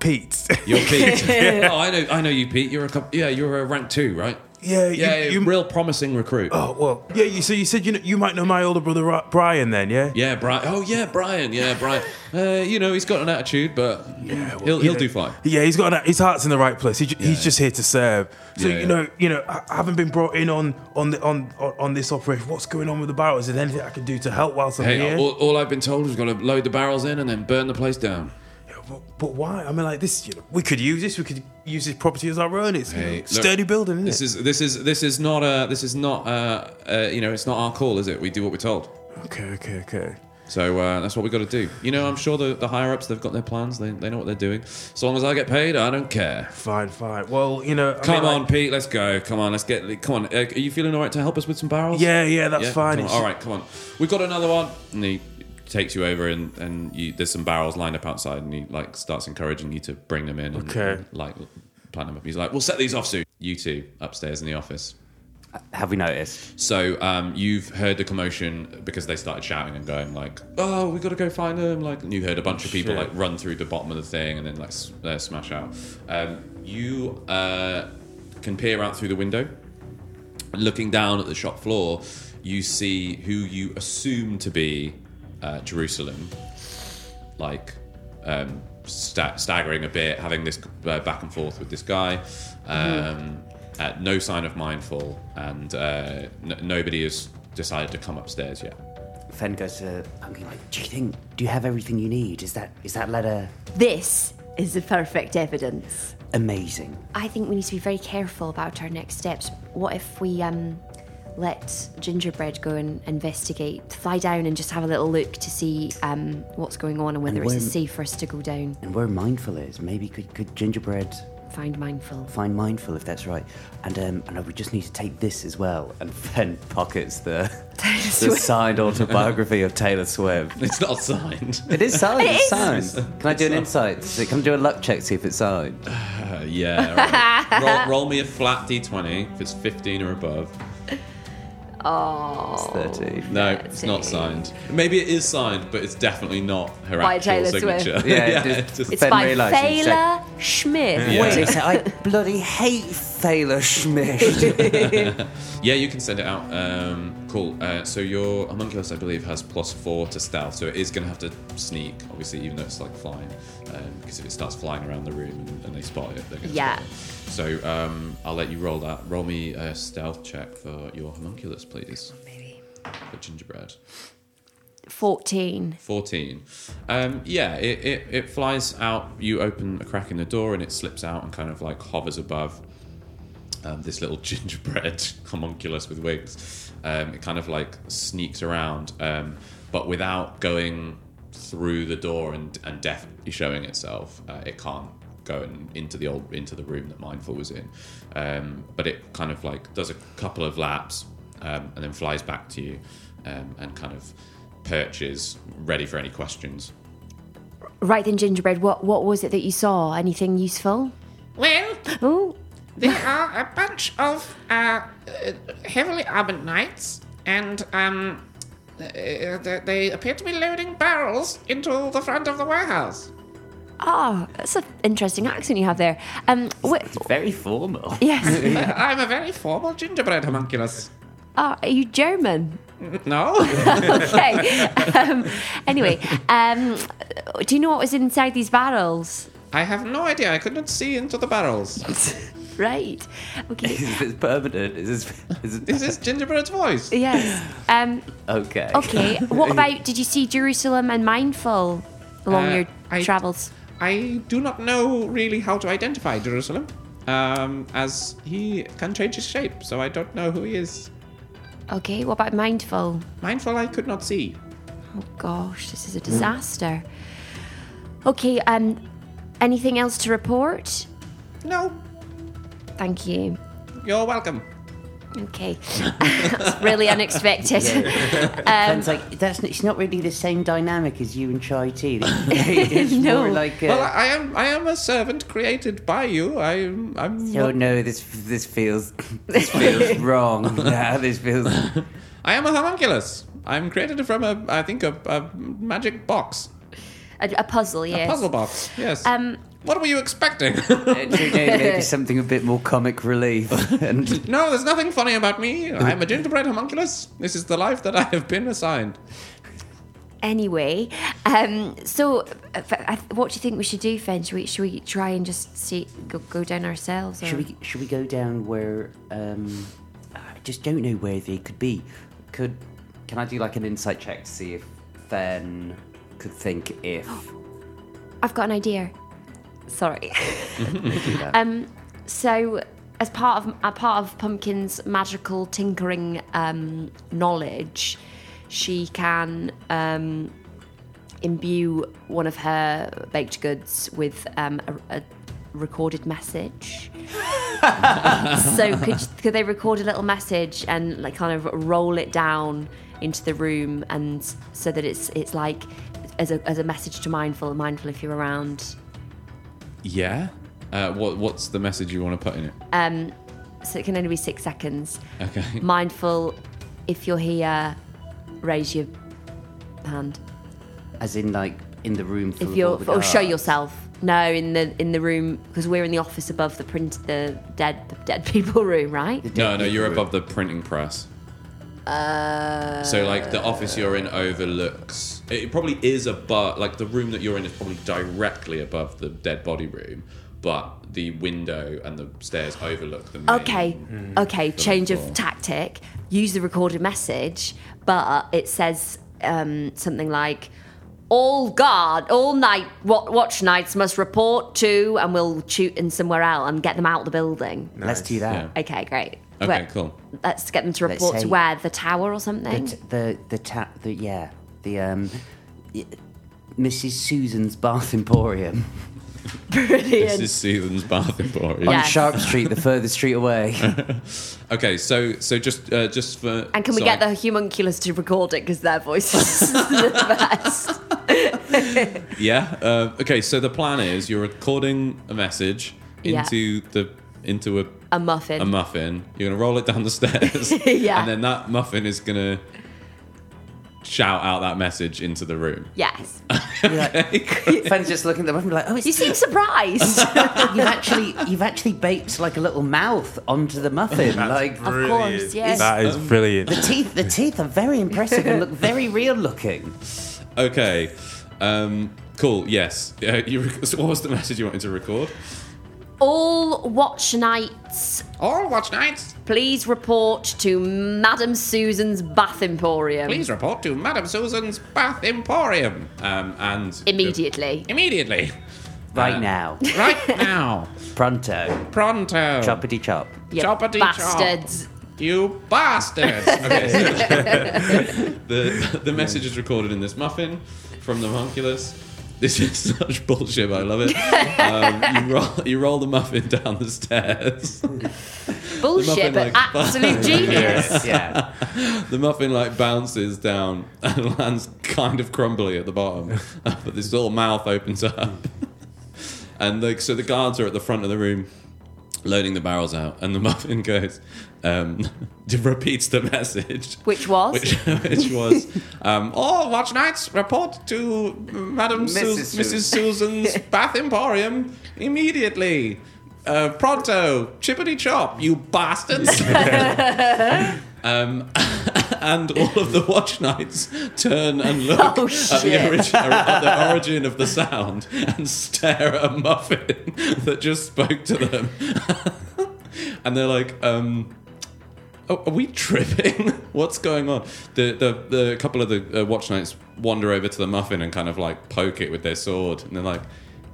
Speaker 5: Pete. [laughs]
Speaker 4: You're Pete. oh, I know I know you, Pete. You're a cou- yeah, you're a rank two, right?
Speaker 5: Yeah, you-
Speaker 4: Yeah,
Speaker 5: you,
Speaker 4: real promising recruit.
Speaker 5: Oh well, yeah. You, so you said you know, you might know my older brother Ri- Brian then, yeah?
Speaker 4: Yeah, Brian. Oh, yeah, Brian. Yeah,
Speaker 5: [laughs]
Speaker 4: Brian. Uh, you know, he's got an attitude, but
Speaker 5: well,
Speaker 4: he'll, he'll
Speaker 5: yeah.
Speaker 4: do fine.
Speaker 5: Yeah, he's got an, his heart's in the right place. He, ju- he's just here to serve. So
Speaker 4: Yeah,
Speaker 5: you
Speaker 4: yeah.
Speaker 5: know, you know, I I haven't been brought in on on the, on on on this operation. What's going on with the barrel? Is there anything I can do to help whilst I'm
Speaker 4: Hey,
Speaker 5: here?
Speaker 4: all, all I've been told is we've got to load the barrels in and then burn the place down.
Speaker 5: Yeah, but, but why? I mean, like this, you know, we could use this. We could use this property as our own. It's you know,
Speaker 4: Hey, look,
Speaker 5: sturdy building, isn't
Speaker 4: This
Speaker 5: it?
Speaker 4: is this is this is not uh this is not uh, uh you know it's not our call, is it? We do what we're told.
Speaker 5: okay, okay, okay.
Speaker 4: So uh, that's what we got to do. You know, I'm sure the, the higher ups they've got their plans. They, they know what they're doing. As long as I get paid, I don't care.
Speaker 5: Fine, fine. Well, you know, I
Speaker 4: Come
Speaker 5: mean, like-
Speaker 4: on, Pete, let's go. Come on, let's get. Come on, uh, are you feeling all right to help us with some barrels?
Speaker 5: yeah, yeah, that's
Speaker 4: Yeah,
Speaker 5: fine.
Speaker 4: come on.
Speaker 5: It's-
Speaker 4: All right, come on. We've got another one. And he takes you over, and and you, there's some barrels lined up outside, and he like starts encouraging you to bring them in. And,
Speaker 5: Okay.
Speaker 4: and, like plant them up. He's like, "We'll set these off soon." You two upstairs in the office.
Speaker 7: Have we noticed?
Speaker 4: So um, you've heard the commotion because they started shouting and going like, "Oh, we got to go find them!" Like and you heard a bunch of people
Speaker 5: Shit.
Speaker 4: like run through the bottom of the thing and then like s- uh, smash out. Um, you uh, can peer out through the window, looking down at the shop floor. You see who you assume to be uh, Jerusalem, like um, sta- staggering a bit, having this uh, back and forth with this guy. Um, uh, no sign of mindful, and uh, n- nobody has decided to come upstairs yet. [laughs]
Speaker 7: Fen goes to Pumpkin like, do you think? Do you have everything you need? Is that is that letter
Speaker 6: This is the perfect evidence.
Speaker 7: amazing?
Speaker 6: I think we need to be very careful about our next steps. What if we um, let Gingerbread go and investigate, fly down and just have a little look to see um, what's going on and whether it's
Speaker 7: when-
Speaker 6: safe for us to go down,
Speaker 7: And where mindful is, maybe could could gingerbread
Speaker 6: find Mindful.
Speaker 7: find mindful if that's right. And um, and we just need to take this as well. And Fen pockets the the
Speaker 6: Swift.
Speaker 7: signed autobiography of Taylor Swift.
Speaker 4: It's not signed.
Speaker 7: It is signed.
Speaker 6: It
Speaker 7: It's
Speaker 6: is.
Speaker 7: signed. Can I do an insight? So Can I do a luck check see if it's signed?
Speaker 4: [laughs] Uh, [laughs] yeah. all right. [laughs] roll, roll me a flat d20 if it's 15 or above.
Speaker 6: Oh.
Speaker 7: It's Thirteen.
Speaker 4: No, it's not
Speaker 6: Fancy.
Speaker 4: signed. Maybe it is signed, but it's definitely not her
Speaker 6: By
Speaker 4: actual
Speaker 6: Taylor Swift.
Speaker 4: signature.
Speaker 7: Yeah,
Speaker 4: it's
Speaker 7: just-
Speaker 4: just-
Speaker 6: It's
Speaker 7: Then
Speaker 6: by
Speaker 7: realised it's
Speaker 6: Thaler Schmidt.
Speaker 4: Yeah.
Speaker 7: Wait a sec, I bloody hate
Speaker 6: [laughs]
Speaker 7: Thaler Schmidt.
Speaker 4: Yeah, you can send it out. Um, cool. Uh, so your homunculus, I believe, has plus four to stealth, so it is going to have to sneak, obviously, even though it's like flying, um, because if it starts flying around the room and, and they spot it, they're going to
Speaker 6: Yeah.
Speaker 4: Spot it. So um, I'll let you roll that. Roll me a stealth check for your homunculus, please.
Speaker 6: Maybe.
Speaker 4: For gingerbread.
Speaker 6: 14.
Speaker 4: 14. Um, yeah, it, it, it flies out. You open a crack in the door and it slips out and kind of like hovers above um, this little [laughs] gingerbread homunculus with wings. Um, it kind of like sneaks around, um, but without going through the door and, and definitely showing itself. Uh, it can't go in, into the old into the room that Mindful was in. Um, but it kind of like does a couple of laps um, and then flies back to you um, and kind of perches, ready for any questions.
Speaker 6: Right then, Gingerbread, what, what was it that you saw? Anything useful?
Speaker 8: Well,
Speaker 6: Oh,
Speaker 8: there are a bunch of uh, uh, heavily armored knights, and um, uh, they they appear to be loading barrels into the front of the warehouse.
Speaker 6: ah, that's an interesting accent you have there. Um, wh-
Speaker 7: Very formal.
Speaker 6: [laughs] yes.
Speaker 8: I'm a very formal gingerbread homunculus.
Speaker 6: [laughs]
Speaker 8: [laughs]
Speaker 6: Ah, are you German?
Speaker 8: No?
Speaker 6: Okay. um, anyway, um, do you know what was inside these barrels?
Speaker 8: I have no idea. I could not see into the barrels.
Speaker 6: Right. Okay.
Speaker 7: If it's permanent, is this, is
Speaker 8: This
Speaker 7: this
Speaker 8: is gingerbread's voice.
Speaker 6: Yes. Um,
Speaker 7: okay?
Speaker 6: okay. What about? Did you see Jerusalem and Mindful along
Speaker 8: Uh,
Speaker 6: your
Speaker 8: I-
Speaker 6: travels?
Speaker 8: I do not know really how to identify Jerusalem, um, as he can change his shape, so I don't know who he is.
Speaker 6: Okay. What about Mindful?
Speaker 8: Mindful, I could not see.
Speaker 6: Oh gosh, this is
Speaker 8: Hmm.
Speaker 6: a disaster. Okay, um anything else to report?
Speaker 8: No,
Speaker 6: Thank you.
Speaker 8: you're welcome.
Speaker 6: Okay. [laughs] That's really unexpected.
Speaker 7: Ben's like that's not, it's not really the same dynamic as you and Chai [laughs] Tea. It's
Speaker 6: No.
Speaker 7: more like uh,
Speaker 8: Well, I am I am a servant created by you. I'm I'm
Speaker 7: oh no, this this feels this [laughs] feels wrong. Yeah, this [laughs] feels.
Speaker 8: I am a homunculus. I'm created from a I think a, a magic box.
Speaker 6: A, a puzzle, yes.
Speaker 8: Puzzle box. Yes.
Speaker 6: Um,
Speaker 8: what were you expecting? [laughs]
Speaker 7: Maybe something a bit more comic relief. [laughs] And
Speaker 8: no, there's nothing funny about me. I'm a gingerbread homunculus. This is the life that I have been assigned.
Speaker 6: Anyway, um, so uh, f- I- what do you think we should do, Finn? Should we, should we try and just see, go, go down ourselves? Or?
Speaker 7: should we should we go down where? Um, I just don't know where they could be. Could can I do like an insight check to see if Fen could think if
Speaker 6: I've got an idea.
Speaker 7: [laughs]
Speaker 6: Sorry. Um,
Speaker 7: do that?
Speaker 6: So, as part of a part of Pumpkin's magical tinkering um, knowledge, she can um, imbue one of her baked goods with um, a, a recorded message. so, could, could they record a little message and like kind of roll it down into the room, and so that it's it's like as a, as a message to mindful, mindful if you're around.
Speaker 8: Yeah. Uh, what What's the message you want to put in it?
Speaker 6: So it can only be six seconds.
Speaker 8: Okay.
Speaker 6: mindful if you're here raise your hand
Speaker 7: As in like in the room. full
Speaker 6: if
Speaker 7: of
Speaker 6: you're
Speaker 7: all the Ah.
Speaker 6: or show
Speaker 7: guards.
Speaker 6: yourself no in the in the room because we're in the office above the print the dead the dead [laughs] people room right
Speaker 8: No, no, you're above the printing press. Uh, so like the office you're in overlooks. It probably is above. Like the room that you're in is probably directly above the dead body room, but the window and the stairs overlook the. Main.
Speaker 6: okay
Speaker 8: Mm.
Speaker 6: okay change
Speaker 8: floor.
Speaker 6: of tactic use the recorded message but it says um, something like all guard all night wa- watch nights must report to and we'll shoot in somewhere else and get them out of the building
Speaker 7: Let's do that.
Speaker 8: Yeah.
Speaker 6: okay great
Speaker 8: Okay,
Speaker 6: Well,
Speaker 8: cool.
Speaker 6: let's get them to
Speaker 7: Let's
Speaker 6: report
Speaker 7: say-
Speaker 6: to where the tower or something. [laughs]
Speaker 7: The the the tap the yeah the um y- Mrs Susan's Bath Emporium
Speaker 8: This is Susan's bath emporium.
Speaker 6: Yeah.
Speaker 7: on Sharp Street, the furthest street [laughs] away.
Speaker 8: Okay, so so just uh, just for
Speaker 6: and can we
Speaker 8: so
Speaker 6: get
Speaker 8: I-
Speaker 6: the homunculus to record it because their voices
Speaker 8: [laughs]
Speaker 6: is [laughs] the best?
Speaker 8: yeah? Uh, okay, so the plan is you're recording a message
Speaker 6: Yeah.
Speaker 8: into the into a
Speaker 6: [laughs] A muffin.
Speaker 8: a muffin. You're gonna roll it down the stairs,
Speaker 6: [laughs] Yeah.
Speaker 8: and then that muffin is gonna shout out that message into the room.
Speaker 6: yes.
Speaker 7: Fen's just looking at the muffin, like, oh, it's
Speaker 6: You seem
Speaker 8: [laughs]
Speaker 6: surprised.
Speaker 7: you've actually you've actually baked like a little mouth onto the muffin. like
Speaker 5: Brilliant.
Speaker 6: course, yes.
Speaker 5: That
Speaker 4: Um,
Speaker 5: is brilliant.
Speaker 7: the teeth, the teeth are very impressive and look very real looking.
Speaker 8: Okay, um, cool. Yes, [laughs] uh, you. Rec- so what was the message you wanted to record?
Speaker 6: All watch nights,
Speaker 9: All watch nights,
Speaker 6: please report to Madam Susan's Bath Emporium
Speaker 8: Please report to Madame Susan's Bath Emporium, um, and
Speaker 6: immediately.
Speaker 8: immediately,
Speaker 7: Right
Speaker 8: Uh,
Speaker 7: now. [laughs]
Speaker 8: right now,
Speaker 7: Pronto.
Speaker 8: pronto.
Speaker 7: Choppity chop.
Speaker 6: You
Speaker 8: Choppity chop.
Speaker 6: bastards.
Speaker 8: You bastards! Okay, so the, the message is recorded in this muffin from the homunculus. This is such bullshit, but I love it. Um, you, roll, you roll the muffin down the stairs.
Speaker 6: Bullshit, but
Speaker 8: muffin, like, [laughs]
Speaker 6: absolute genius.
Speaker 7: [laughs] Yeah.
Speaker 8: The muffin like bounces down and [laughs] lands kind of crumbly at the bottom, [laughs] but this little mouth opens up. [laughs] And like so, the guards are at the front of the room, loading the barrels out, and the [laughs] muffin goes, um, [laughs] repeats the message.
Speaker 6: Which was?
Speaker 8: which, [laughs] which was um, all watch nights report to Madam Mrs.
Speaker 7: Mrs.
Speaker 8: Mrs.
Speaker 7: Susan.
Speaker 8: Susan's
Speaker 6: [laughs]
Speaker 8: Bath Emporium immediately. Uh, pronto, chippity chop,
Speaker 6: [laughs]
Speaker 8: you bastards! [laughs] um, [laughs] and all of the watch nights turn and look
Speaker 6: Oh,
Speaker 8: at, the
Speaker 6: shit. [laughs]
Speaker 8: origin, at the origin of the sound and stare at a muffin [laughs] that just spoke to them. [laughs] and they're like, um, Oh, are we tripping? [laughs] What's going on? The the, the couple of the uh, watch knights wander over to the muffin and kind of like poke it with their sword, and they're like,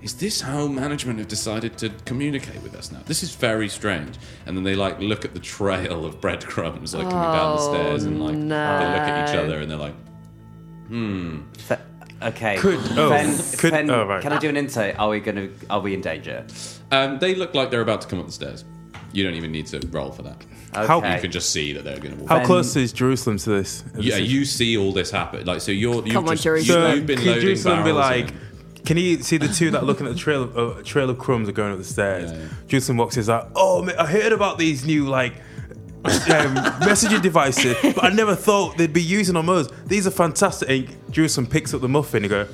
Speaker 8: "Is this how management have decided to communicate with us now? This is very strange." And then they like look at the trail of breadcrumbs like coming down the
Speaker 6: Oh,
Speaker 8: stairs, and like they look at each
Speaker 6: no.
Speaker 8: other and they're like,
Speaker 7: Fe- okay.
Speaker 5: Could- oh, could-
Speaker 7: Fen,
Speaker 5: oh, right.
Speaker 7: Can I do an insight? Are we gonna are we in danger?
Speaker 8: um, "They look like they're about to come up the stairs." You don't even need to roll for that.
Speaker 5: How-
Speaker 7: Okay.
Speaker 8: You can just see that they're going to walk.
Speaker 5: How close is Jerusalem to this?
Speaker 8: yeah, you see all this happen. Like, so you're you've,
Speaker 6: Come on,
Speaker 8: just,
Speaker 6: Jerusalem.
Speaker 5: So,
Speaker 8: you've been
Speaker 5: could
Speaker 8: loading
Speaker 5: Jerusalem be
Speaker 8: barrels
Speaker 5: like,
Speaker 8: in.
Speaker 5: can you see the two that are looking at the trail of uh, trail of crumbs are going up the stairs?
Speaker 8: Yeah, yeah.
Speaker 5: Jerusalem walks in, is like, oh, mate, I heard about these new like um, messaging devices, but I never thought they'd be using on us. These are fantastic. And Jerusalem picks up the muffin and go,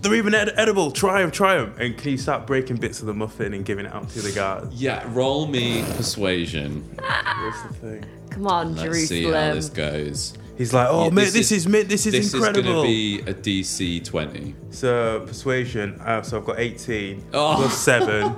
Speaker 5: they're even ed- edible. Try them, try them. And can you start breaking bits of the muffin and giving it out to the guards?
Speaker 8: Yeah, roll me persuasion.
Speaker 5: That's the thing.
Speaker 6: Come on,
Speaker 8: Let's see how
Speaker 6: Jerusalem.
Speaker 8: this goes.
Speaker 5: He's like, oh,
Speaker 8: Yeah,
Speaker 5: mate,
Speaker 8: this
Speaker 5: this,
Speaker 8: is-
Speaker 5: is mint. This is
Speaker 8: this is
Speaker 5: incredible.
Speaker 8: going to be a DC [laughs] 20.
Speaker 5: So persuasion. Uh, so I've got 18
Speaker 8: Oh.
Speaker 5: plus
Speaker 8: [laughs]
Speaker 5: seven.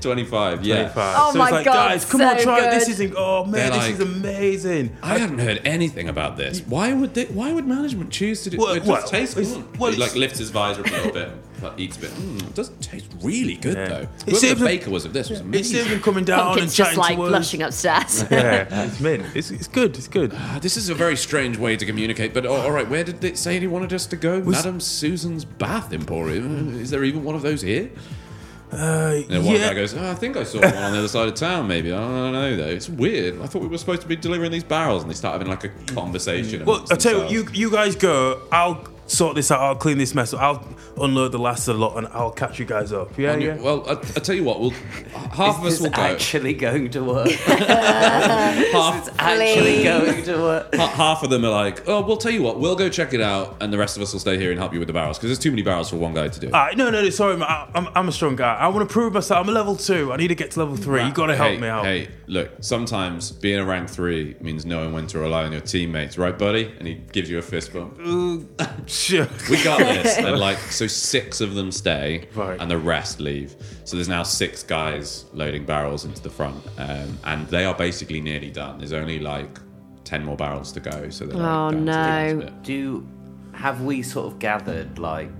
Speaker 8: 25, yeah.
Speaker 5: 25.
Speaker 6: Oh
Speaker 5: so
Speaker 6: my
Speaker 5: it's like,
Speaker 6: God,
Speaker 5: guys, come on,
Speaker 6: so
Speaker 5: try it. This
Speaker 6: good.
Speaker 5: is in- oh man,
Speaker 8: They're
Speaker 5: this is
Speaker 8: like-
Speaker 5: amazing.
Speaker 8: I hadn't heard anything about this. Why would they, why would management choose to do
Speaker 5: Well,
Speaker 8: it?
Speaker 5: well,
Speaker 8: Does taste
Speaker 5: it's-
Speaker 8: good.
Speaker 5: well,
Speaker 8: he like
Speaker 5: it's-
Speaker 8: lifts his visor up a little bit, [laughs] like, eats a bit. Mm, it does taste really good
Speaker 5: Yeah.
Speaker 8: though.
Speaker 5: It
Speaker 8: Whoever
Speaker 5: saves
Speaker 8: the
Speaker 5: a-
Speaker 8: baker was of this was
Speaker 5: It's
Speaker 8: amazing.
Speaker 5: even coming down and
Speaker 6: Pumpkin's
Speaker 5: chatting
Speaker 6: just like
Speaker 5: to us. [laughs]
Speaker 6: blushing
Speaker 8: [laughs]
Speaker 6: upstairs.
Speaker 5: Yeah, it's mint. It's, it's good. It's good.
Speaker 8: Ah, this is a very strange way to communicate. But oh, all right, where did it say he wanted us to go?
Speaker 5: Was-
Speaker 8: Madam Susan's Bath Emporium. Is there even one of those here?
Speaker 5: Uh,
Speaker 8: And one
Speaker 5: yeah.
Speaker 8: guy goes, oh, I think I saw one on the other side of town. Maybe I don't know though. It's weird. I thought we were supposed to be delivering these barrels, and they start having like a conversation.
Speaker 5: Well,
Speaker 8: amongst
Speaker 5: I tell you, what,
Speaker 8: themselves.
Speaker 5: you you guys go. I'll sort this out. I'll clean this mess up. I'll unload the last of the lot, and I'll catch you guys up. Yeah,
Speaker 8: And you-
Speaker 5: yeah.
Speaker 8: Well, I, I tell you what. We'll half of us
Speaker 7: Is
Speaker 8: will
Speaker 7: this
Speaker 8: go.
Speaker 7: actually going to work?
Speaker 8: half,
Speaker 7: actually going to work?
Speaker 8: ha- half of them are like, oh, we'll tell you what, we'll go check it out, and the rest of us will stay here and help you with the barrels because there's too many barrels for one guy to do.
Speaker 5: All right, no, no, no, sorry, man. I, I'm, I'm a strong guy. I want to prove myself. I'm a level two. I need to get to level three. You got to help
Speaker 8: hey,
Speaker 5: me out.
Speaker 8: Hey, look, sometimes being a rank three means knowing when to rely on your teammates, right, buddy? And he gives you a fist bump.
Speaker 5: [laughs] Sure.
Speaker 8: We
Speaker 6: [laughs]
Speaker 8: got this. and like, so six of them stay,
Speaker 5: Right.
Speaker 8: and the rest leave. So there's now six guys loading barrels into the front, um, and they are basically nearly done. There's only like ten more barrels to go. So they're like,
Speaker 6: Oh,
Speaker 8: down to the
Speaker 6: no.
Speaker 8: last bit.
Speaker 7: Do have we sort of gathered like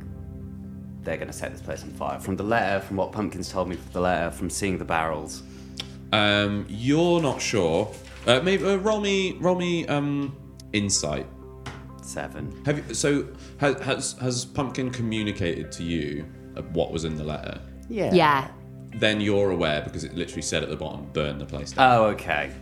Speaker 7: they're going to set this place on fire from the letter, from what Pumpkins told me, from the letter, from seeing the barrels?
Speaker 8: Um, you're not sure. Uh, maybe uh, roll me, roll me um, insight.
Speaker 7: Seven.
Speaker 8: Have you, so has, has has pumpkin communicated to you of what was in the letter?
Speaker 7: Yeah.
Speaker 6: yeah.
Speaker 8: Then you're aware because it literally said at the bottom, "Burn the place down."
Speaker 7: Oh, okay.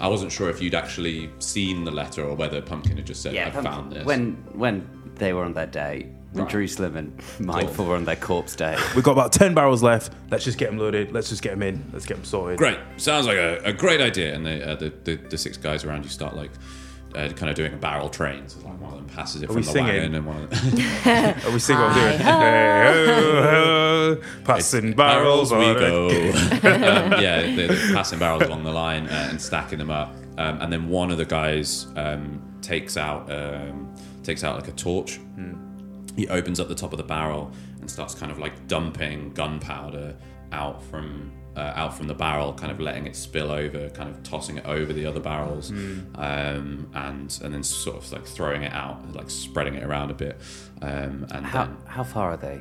Speaker 8: I wasn't sure if you'd actually seen the letter or whether pumpkin had just said,
Speaker 7: Yeah.
Speaker 8: "I
Speaker 7: Pumpkin-
Speaker 8: found this."
Speaker 7: When when they were on their day, when
Speaker 8: Right.
Speaker 7: Jerusalem and Mindful were on their corpse day.
Speaker 5: We've got about 10 barrels left. Let's just get them loaded. Let's just get them in. Let's get them sorted.
Speaker 8: great sounds like a, a great idea and the, uh, the, the the six guys around you start like uh, kind of doing a barrel train so like one of them passes it
Speaker 5: we
Speaker 8: from the
Speaker 5: singing?
Speaker 8: wagon and one of them
Speaker 5: Are we still going to do it? Hey, ho, ho, Passing barrels.
Speaker 8: we
Speaker 5: on it. [laughs]
Speaker 8: go. um, yeah, they're, they're passing barrels along the line uh, and stacking them up, um, and then one of the guys um, takes out um, takes out like a torch. He opens up the top of the barrel and starts kind of like dumping gunpowder out from. Uh, out from the barrel, kind of letting it spill over, kind of tossing it over the other barrels, um, and and then sort of like throwing it out, like spreading it around a bit. Um, and
Speaker 7: How
Speaker 8: then,
Speaker 7: how far are they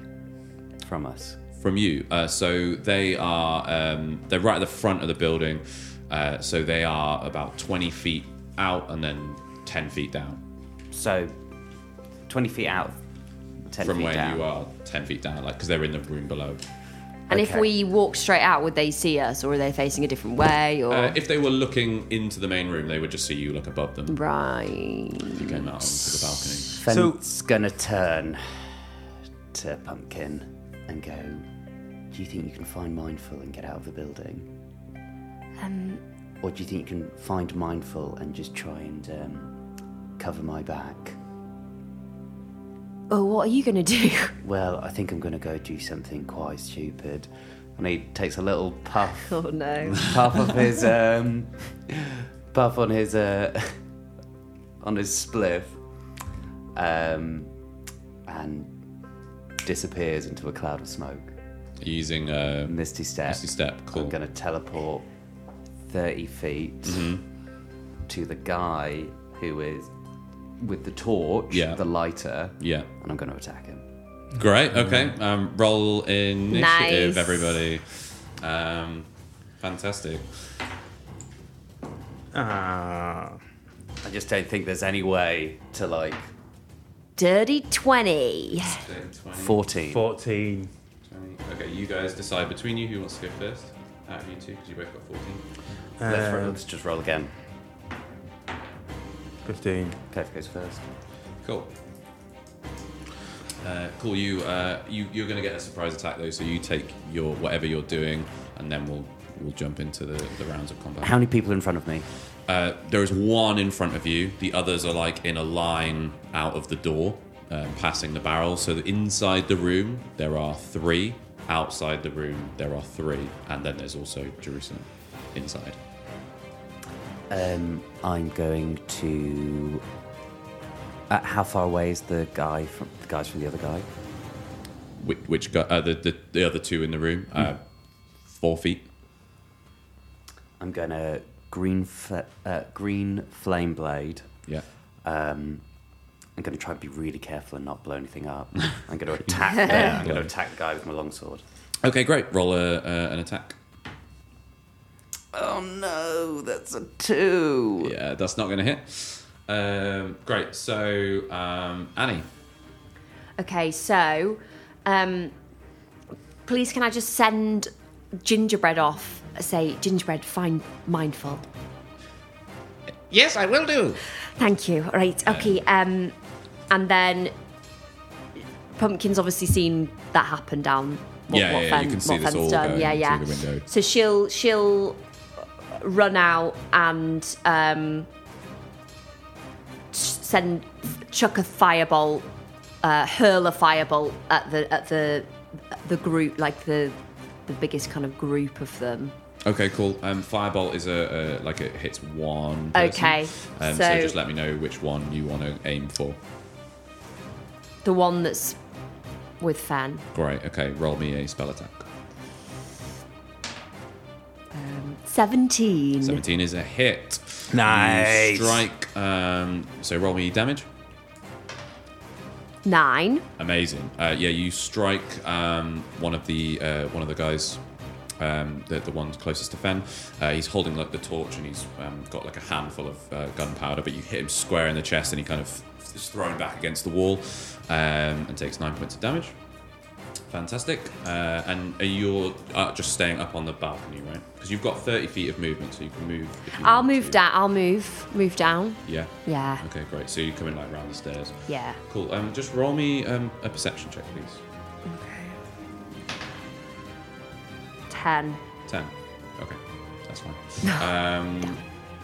Speaker 7: from us?
Speaker 8: from you. Uh, so they are um, they're right at the front of the building. Uh, so they are about twenty feet out and then ten feet down
Speaker 7: So, twenty feet out, ten
Speaker 8: from
Speaker 7: feet
Speaker 8: where
Speaker 7: down.
Speaker 8: you are. Ten feet down, like because they're in the room below.
Speaker 6: And if
Speaker 7: Okay.
Speaker 6: we walk straight out, would they see us, or are they facing a different way,
Speaker 7: Oh.
Speaker 6: or
Speaker 8: Uh, if they were looking into the main room, they would just see you look above them.
Speaker 6: right?
Speaker 8: If you came out onto the balcony.
Speaker 7: Fent's gonna turn to Pumpkin and go, Do you think you can find Mindful and get out of the building? Um, or do you think you can find Mindful and just try and um, cover my back?
Speaker 6: Oh, what are you gonna do? [laughs]
Speaker 7: Well, I think I'm gonna go do something quite stupid. And he takes a little puff,
Speaker 6: Oh
Speaker 8: [laughs]
Speaker 6: no.
Speaker 7: puff of his, um, puff on his, uh, on his spliff, um, and disappears into a cloud of smoke.
Speaker 8: Using uh,
Speaker 7: Misty step.
Speaker 8: Misty Step, cool.
Speaker 7: I'm going to teleport 30 feet
Speaker 8: Mm-hmm.
Speaker 7: to the guy who is with the torch,
Speaker 8: Yeah.
Speaker 7: the lighter,
Speaker 8: yeah,
Speaker 7: and I'm going to attack him.
Speaker 8: great. Okay,
Speaker 7: Mm.
Speaker 8: um, roll initiative,
Speaker 6: Nice.
Speaker 8: everybody. Um, fantastic.
Speaker 5: Ah.
Speaker 7: I just don't think there's any way to like
Speaker 6: Dirty 20.
Speaker 7: 14.
Speaker 5: 14.
Speaker 8: Okay, you guys decide between you who wants to go first. Out of you two, because you both got 14.
Speaker 7: Let's, roll, let's just roll again.
Speaker 5: 15.
Speaker 7: Kev goes first.
Speaker 8: Cool. Uh, cool. You, uh, you you're going to get a surprise attack though, so you take your whatever you're doing, and then we'll we'll jump into the, the rounds of combat.
Speaker 7: How many people in front of me?
Speaker 8: Uh, there is one in front of you. The others are like in a line out of the door.
Speaker 4: um, passing the barrel. So that inside the room there are three, outside the room there are three, and then there's also Jerusalem inside.
Speaker 7: Um, I'm going to. Uh, how far away is the guy from the guys from the other guy?
Speaker 4: Which, which got, uh, the, the the other two in the room, uh, four feet.
Speaker 7: I'm going to green fl- uh, green flame blade.
Speaker 4: Yeah.
Speaker 7: Um, I'm going to try and be really careful and not blow anything up. [laughs] I'm going to attack. The, I'm going to attack the guy with my longsword.
Speaker 4: Okay, great. Roll a, uh, an attack.
Speaker 7: Oh no, that's a two.
Speaker 4: Yeah, that's not going to hit. Um, great. So um, Annie,
Speaker 6: Okay, so, um, please, can I just send gingerbread off? Say, gingerbread, find mindful.
Speaker 8: Yes, I will do.
Speaker 6: Thank you. Right. Okay. Um, and then Pumpkin's obviously seen that happen down. What,
Speaker 4: Yeah,
Speaker 6: what
Speaker 4: yeah, you can see
Speaker 6: what
Speaker 4: this
Speaker 6: Fem's
Speaker 4: all
Speaker 6: done.
Speaker 4: going
Speaker 6: yeah, yeah.
Speaker 4: through the window.
Speaker 6: So she'll she'll run out and um, s- send chuck a firebolt, uh, hurl a firebolt at the at the the group, like the the biggest kind of group of them.
Speaker 4: Okay, cool. Um, Firebolt is a, a like it hits one. person.
Speaker 6: Okay,
Speaker 4: Um, so,
Speaker 6: so-
Speaker 4: just let me know which one you want to aim for.
Speaker 6: The one that's with Fan.
Speaker 4: Great. Okay, roll me a spell attack.
Speaker 6: Seventeen.
Speaker 4: Seventeen is a hit. You
Speaker 5: Nice.
Speaker 4: strike. Um, so roll me damage.
Speaker 6: Nine.
Speaker 4: Amazing. Uh, yeah, you strike um, one of the uh, one of the guys, um, the the one closest to Fen. Uh, he's holding like the torch and he's um, got like a handful of uh, gunpowder. But you hit him square in the chest and he kind of is thrown back against the wall um, and takes nine points of damage. Fantastic. Uh, and are you're uh, just staying up on the balcony, right? Because you've got thirty feet of movement, so you can move. If you
Speaker 6: I'll
Speaker 4: want
Speaker 6: move
Speaker 4: to.
Speaker 6: down. I'll move. Move down.
Speaker 4: Yeah.
Speaker 6: Yeah.
Speaker 4: Okay, great. So you come in like round the stairs.
Speaker 6: Yeah.
Speaker 4: Cool. Um, just roll me um, a perception check, please.
Speaker 6: Ten.
Speaker 4: 10. Okay, that's fine. um,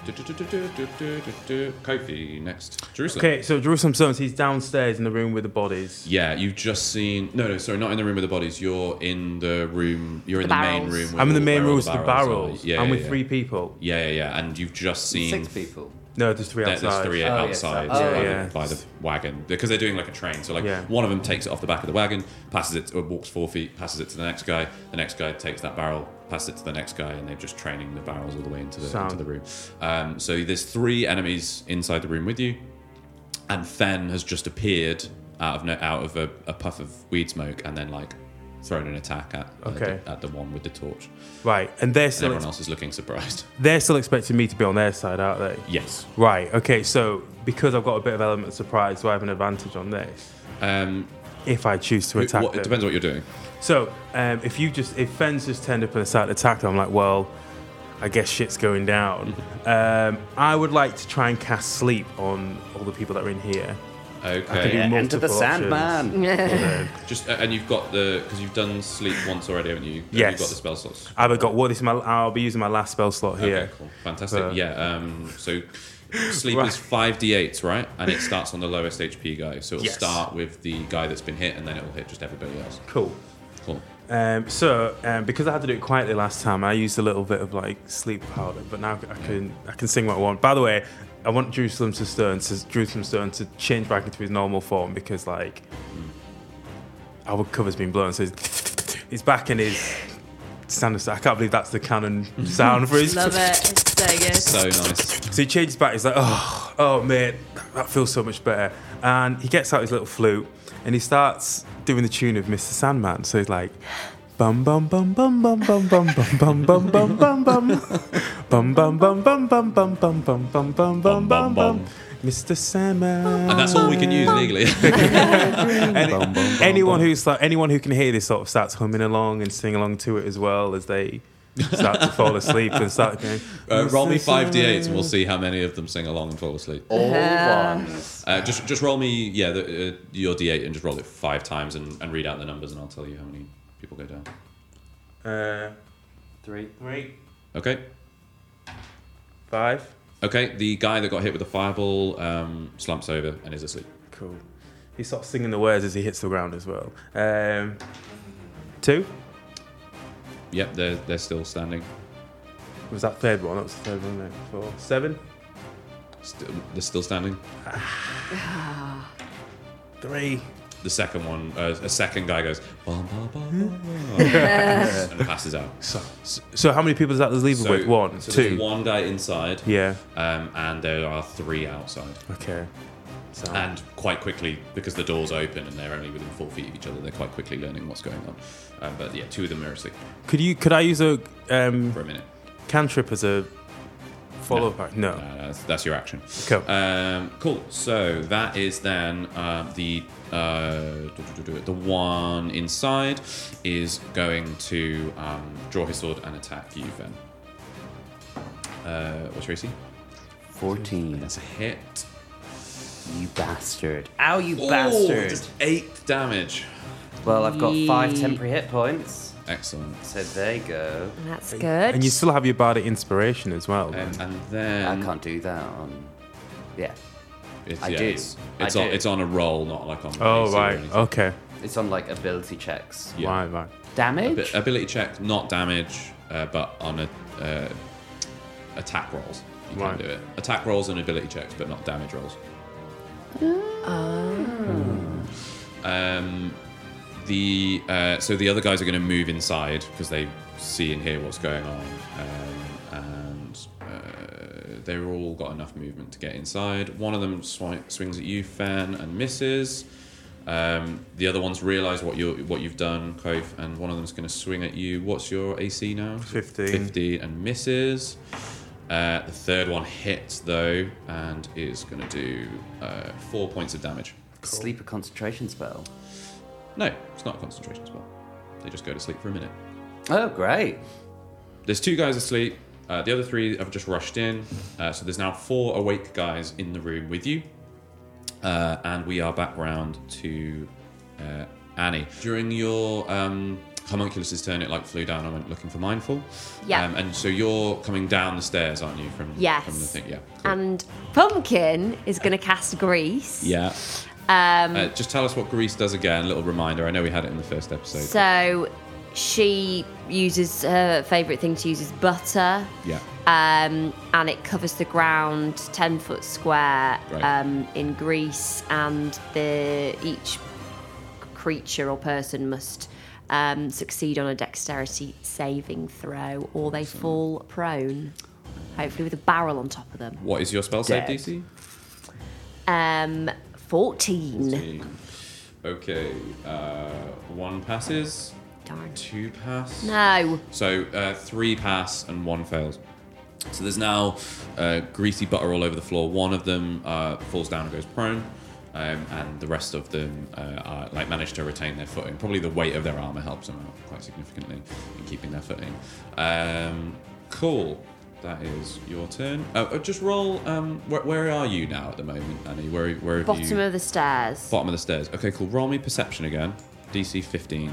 Speaker 4: du- du- du- du- du- du- du- du- du. Kofi, next. Jerusalem.
Speaker 5: Okay, so Jerusalem Stones, he's downstairs in the room with the bodies.
Speaker 4: Yeah, you've just seen. No, no, sorry, not in the room with the bodies. You're in the room. You're in the main
Speaker 6: barrels.
Speaker 4: room. where
Speaker 5: I'm in the
Speaker 4: all-
Speaker 5: main
Speaker 4: where all
Speaker 5: room with the
Speaker 4: are.
Speaker 5: barrels.
Speaker 4: Yeah,
Speaker 5: I'm
Speaker 4: yeah,
Speaker 5: with
Speaker 4: yeah.
Speaker 5: three people.
Speaker 4: Yeah, yeah, yeah. And you've just seen.
Speaker 7: Six people.
Speaker 5: No, there's three
Speaker 4: There-
Speaker 5: outside.
Speaker 4: There's three
Speaker 7: Oh, yeah, outside.
Speaker 4: outside by,
Speaker 5: Oh,
Speaker 4: the-
Speaker 5: yeah.
Speaker 4: by the wagon because they're doing like a train. So like
Speaker 5: Yeah.
Speaker 4: one of them takes it off the back of the wagon, passes it, to, walks four feet, passes it to the next guy. The next guy takes that barrel, passes it to the next guy, and they're just training the barrels all the way into the,
Speaker 5: Sound.
Speaker 4: into the room. Um, so there's three enemies inside the room with you, and Fen has just appeared out of no, out of a, a puff of weed smoke, and then like thrown an attack at uh,
Speaker 5: Okay.
Speaker 4: the, at the one with the torch.
Speaker 5: Right, and they're
Speaker 4: And
Speaker 5: still
Speaker 4: everyone else is looking surprised. [laughs]
Speaker 5: they're still expecting me to be on their side, aren't they?
Speaker 4: yes.
Speaker 5: Right. Okay. So because I've got a bit of element of surprise, do I have an advantage on this
Speaker 4: Um,
Speaker 5: if I choose to
Speaker 4: who-
Speaker 5: attack
Speaker 4: what- it
Speaker 5: them?
Speaker 4: depends what you're doing.
Speaker 5: So um, if you just if Fens just turned up and started attacking, I'm like, well, I guess shit's going
Speaker 4: [laughs]
Speaker 5: down. um, I would like to try and cast sleep on all the people that are in here.
Speaker 4: Okay.
Speaker 5: could do
Speaker 7: Yeah, enter the
Speaker 5: multiple options.
Speaker 7: Sandman.
Speaker 4: Just uh, and you've got the because you've done sleep once already, haven't you?
Speaker 5: Yes.
Speaker 4: You've got the spell slots.
Speaker 5: I've got what this is my. I'll be using my last spell slot here.
Speaker 4: Okay, cool. Fantastic.
Speaker 5: Uh,
Speaker 4: yeah. Um.
Speaker 5: [laughs]
Speaker 4: So sleep
Speaker 5: Right.
Speaker 4: is five d8s, right? And it starts on the lowest HP guy, so it'll
Speaker 5: Yes.
Speaker 4: start with the guy that's been hit, and then it'll hit just everybody else.
Speaker 5: Cool.
Speaker 4: Cool.
Speaker 5: Um, so um, because I had to do it quietly last time, I used a little bit of like sleep powder, but now I can I can sing what I want. By the way, I want Jerusalem to Stern to Jerusalem Stern to change back into his normal form because like our cover's been blown, so he's, he's back in his standard. I can't believe that's the canon sound for his.
Speaker 1: Love it. It's so
Speaker 5: [laughs]
Speaker 4: So
Speaker 1: good.
Speaker 4: nice.
Speaker 5: So he changes back. He's like, oh, oh, mate, that feels so much better. And he gets out his little flute and he starts doing the tune of Mr. Sandman. So he's like, bum bum bum bum bum bum bum bum bum bum bum bum bum bum bum bum bum bum bum bum bum bum bum bum bum bum Mr. Sandman.
Speaker 4: And that's all we can use legally.
Speaker 5: Anyone who's like anyone who can hear this sort of starts humming along and singing along to it as well as they start to fall asleep and start going.
Speaker 4: uh, roll me
Speaker 5: "Mr.
Speaker 4: five d8s, and we'll see how many of them sing along and fall asleep.
Speaker 7: All ones.
Speaker 4: Uh, just just roll me yeah the, uh, your d8 and just roll it five times and, and read out the numbers, and I'll tell you how many people go down.
Speaker 5: Sandman." Uh,
Speaker 7: Three.
Speaker 5: three,
Speaker 4: Okay.
Speaker 5: five.
Speaker 4: Okay, the guy that got hit with the fireball um, slumps over and is asleep.
Speaker 5: Cool. He's sort of singing the words as he hits the ground as well. Um, two?
Speaker 4: Yep, they're, they're still standing.
Speaker 5: Was that third one? That was the third one there. Four. Seven?
Speaker 4: Still, they're still standing.
Speaker 5: Three.
Speaker 4: The second one, uh, a second guy goes, "Bum, bum, bum, bum, bum," and passes out. So,
Speaker 5: So how many people does that leave it with? One,
Speaker 4: so
Speaker 5: two.
Speaker 4: There's one guy inside,
Speaker 5: Yeah.
Speaker 4: um, and there are three outside.
Speaker 5: Okay. So
Speaker 4: And quite quickly, because the doors open and they're only within four feet of each other, they're quite quickly learning what's going on. Um, but yeah, two of them are asleep
Speaker 5: could you could I use a um,
Speaker 4: for a minute.
Speaker 5: cantrip as a follow up? No.
Speaker 4: Uh, that's, that's your action.
Speaker 5: Cool.
Speaker 4: Um, cool. So that is then uh, the uh, do- do- do- do- the one inside is going to um, draw his sword and attack you, Ven. Uh, what's your AC?
Speaker 7: 14.
Speaker 4: That's a hit.
Speaker 7: You bastard. Ow, you
Speaker 4: Oh,
Speaker 7: bastard.
Speaker 4: Just eight damage.
Speaker 7: Well, I've got five temporary hit points.
Speaker 4: Excellent.
Speaker 7: So there you go.
Speaker 6: That's good.
Speaker 5: And you still have your bardic inspiration as well.
Speaker 4: Um, and then
Speaker 7: I can't do that on. Yeah.
Speaker 4: It's,
Speaker 7: I
Speaker 4: yeah,
Speaker 7: do.
Speaker 4: It's,
Speaker 7: I
Speaker 4: it's on,
Speaker 7: do.
Speaker 4: it's on a roll, not like on.
Speaker 5: oh
Speaker 4: AC or
Speaker 5: right.
Speaker 4: anything.
Speaker 5: Okay.
Speaker 7: It's on like ability checks.
Speaker 4: Yeah.
Speaker 5: Right, right.
Speaker 7: Damage?
Speaker 4: Abi- ability check, not damage, uh, but on a uh, attack rolls. You
Speaker 5: Right.
Speaker 4: can do it. Attack rolls and ability checks, but not damage rolls. Um, the uh, so the other guys are going to move inside because they see and hear what's going on, um, and uh, they've all got enough movement to get inside. One of them swi- swings at you, Fan, and misses. Um, the other ones realise what you what you've done, Cove, and one of them's going to swing at you. What's your AC now?
Speaker 5: 15.
Speaker 4: Fifteen and misses. Uh, the third one hits though, and is going to do uh, four points of damage.
Speaker 7: Sleep a concentration spell.
Speaker 4: No, it's not a concentration spell. They just go to sleep for a minute.
Speaker 7: Oh, great.
Speaker 4: There's two guys asleep. Uh, the other three have just rushed in. Uh, so there's now four awake guys in the room with you. Uh, and we are back round to uh, Annie. During your um, homunculus's turn, it like flew down and went looking for mindful.
Speaker 6: Yeah.
Speaker 4: Um, and so you're coming down the stairs, aren't you? From
Speaker 6: Yes. Um,
Speaker 4: From the thing, yeah. cool.
Speaker 6: and Pumpkin is going to cast Grease.
Speaker 4: yeah.
Speaker 6: Um,
Speaker 4: Uh, just tell us what Grease does again. A little reminder. I know we had it in the first episode.
Speaker 6: so she uses her favourite thing to use is butter.
Speaker 4: yeah.
Speaker 6: um, and it covers the ground 10 foot square
Speaker 4: Right.
Speaker 6: um, in Greece, and the each creature or person must um, succeed on a dexterity saving throw or they fall prone, hopefully with a barrel on top of them.
Speaker 4: What is your spell
Speaker 7: Dead.
Speaker 4: save DC?
Speaker 6: Um, 14.
Speaker 4: Okay, uh, one passes,
Speaker 6: Darn.
Speaker 4: two pass.
Speaker 6: No.
Speaker 4: So uh, three pass and one fails. So there's now uh, greasy butter all over the floor. One of them uh, falls down and goes prone, um, and the rest of them uh, are, like manage to retain their footing. Probably the weight of their armor helps them out quite significantly in keeping their footing. Um, cool. That is your turn. Uh, uh, just roll. Um, where, where are you now at the moment, Annie? Where, where have you?
Speaker 6: Bottom of the stairs.
Speaker 4: Bottom of the stairs. Okay, cool. Roll me perception again. DC 15.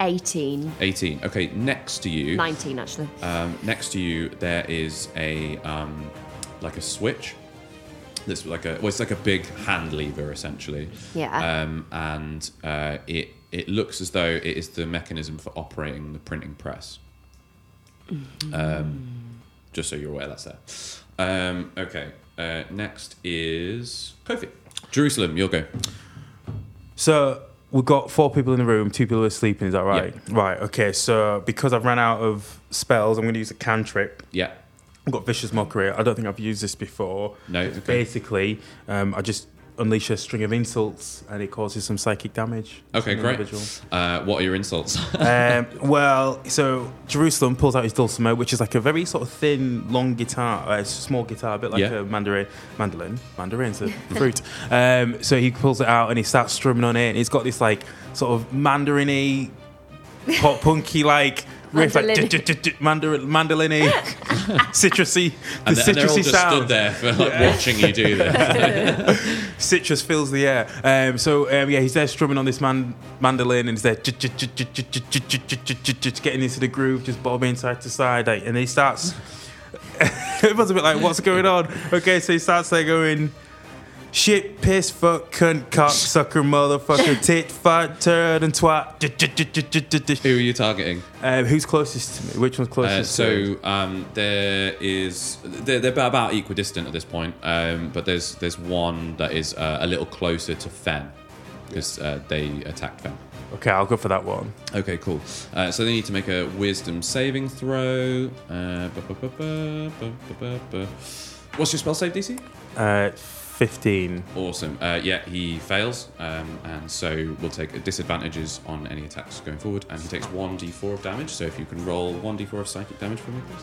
Speaker 6: 18.
Speaker 4: 18. Okay, next to you.
Speaker 6: 19, actually.
Speaker 4: Um, next to you, there is a um, like a switch. This like a well, it's like a big hand lever essentially.
Speaker 6: Yeah.
Speaker 4: Um, and uh, it it looks as though it is the mechanism for operating the printing press. Um, just so you're aware, that's there. Um, okay. Uh, next is Kofi. Jerusalem, you'll go.
Speaker 5: So we've got four people in the room, two people are sleeping, is that right? Right, okay. So because I've run out of spells, I'm gonna use a cantrip.
Speaker 4: Yeah.
Speaker 5: I've got vicious mockery. I don't think I've used this before.
Speaker 4: No,
Speaker 5: It's
Speaker 4: okay.
Speaker 5: Basically, um, I just unleash a string of insults, and it causes some psychic damage. to
Speaker 4: Okay,
Speaker 5: an individual.
Speaker 4: great. Uh, what are your insults? [laughs]
Speaker 5: um, well, so Jerusalem pulls out his dulcimer, which is like a very sort of thin, long guitar, uh, small guitar, a bit like
Speaker 4: Yeah.
Speaker 5: a mandarin, mandolin, mandarin's a fruit. Um, so he pulls it out and he starts strumming on it, and he's got this like sort of mandarin-y, pop punky like. Riff, like
Speaker 6: Mandolin.
Speaker 5: mandarin, mandolin-y, citrusy, the
Speaker 4: and, they- and they're all
Speaker 5: citrusy
Speaker 4: just
Speaker 5: sound
Speaker 4: stood there for like, watching you do
Speaker 5: [laughs]
Speaker 4: this.
Speaker 5: citrus fills the air. Um, so um, yeah, he's there strumming on this man- mandolin, and he's there ch- ch- ch- ch- ch- ch- ch- ch- ch- ch- ch- getting into the groove, just bobbing side to side, like, and he [laughs] starts. Everyone's a bit like, "What's going on?" Okay, so he starts there going. Shit, piss, fuck, cunt, cock, sucker,
Speaker 4: [laughs]
Speaker 5: motherfucker, tit, fat, turd, and twat. D- d- d- d- d- d- d-
Speaker 4: Who are you targeting?
Speaker 5: Uh, who's closest to me? Which one's
Speaker 4: Uh,
Speaker 5: closest? to me?
Speaker 4: so um, there is they're, they're about equidistant at this point, um, but there's there's one that is uh, a little closer to Fen because uh, they attacked Fen.
Speaker 5: okay, I'll go for that one.
Speaker 4: Okay, cool. Uh, so they need to make a wisdom saving throw. Uh, bu- bu- bu- bu- bu- bu- bu- bu. What's your spell save DC?
Speaker 5: Uh, Fifteen.
Speaker 4: Awesome. Uh, yeah, he fails, um, and so we'll take disadvantages on any attacks going forward. And he takes 1d4 of damage, so if you can roll 1d4 of psychic damage for me, please.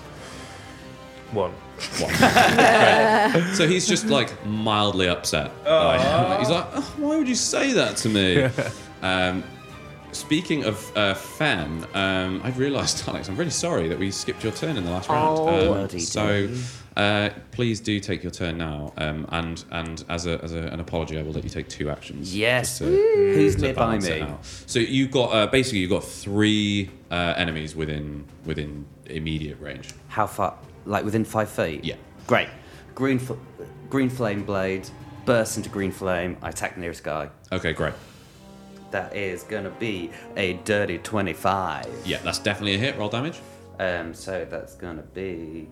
Speaker 5: One.
Speaker 4: So
Speaker 7: [laughs]
Speaker 4: he's just like mildly upset. Like, he's like, "Oh, why would you say that
Speaker 7: [laughs]
Speaker 4: to me? um, speaking of uh, Fan, um, I've realised, [laughs] Alex, I'm really sorry that we skipped your turn in the last round. Um,
Speaker 7: Oh, bloody
Speaker 4: so uh, please do take your turn now. Um, and and as, a, as a, an apology, I will let you take two actions.
Speaker 7: Yes.
Speaker 4: just to-
Speaker 7: Who's
Speaker 4: to
Speaker 7: nearby
Speaker 4: balance it
Speaker 7: me?
Speaker 4: out. So you got uh, basically you got three uh, enemies within within immediate range.
Speaker 7: How far? Like within five feet?
Speaker 4: Yeah.
Speaker 7: Great. Green, fl- green flame blade bursts into green flame. I attack the nearest guy.
Speaker 4: Okay, great.
Speaker 7: That is going to be a dirty 25.
Speaker 4: Yeah, that's definitely a hit. Roll damage.
Speaker 7: Um, so that's going to be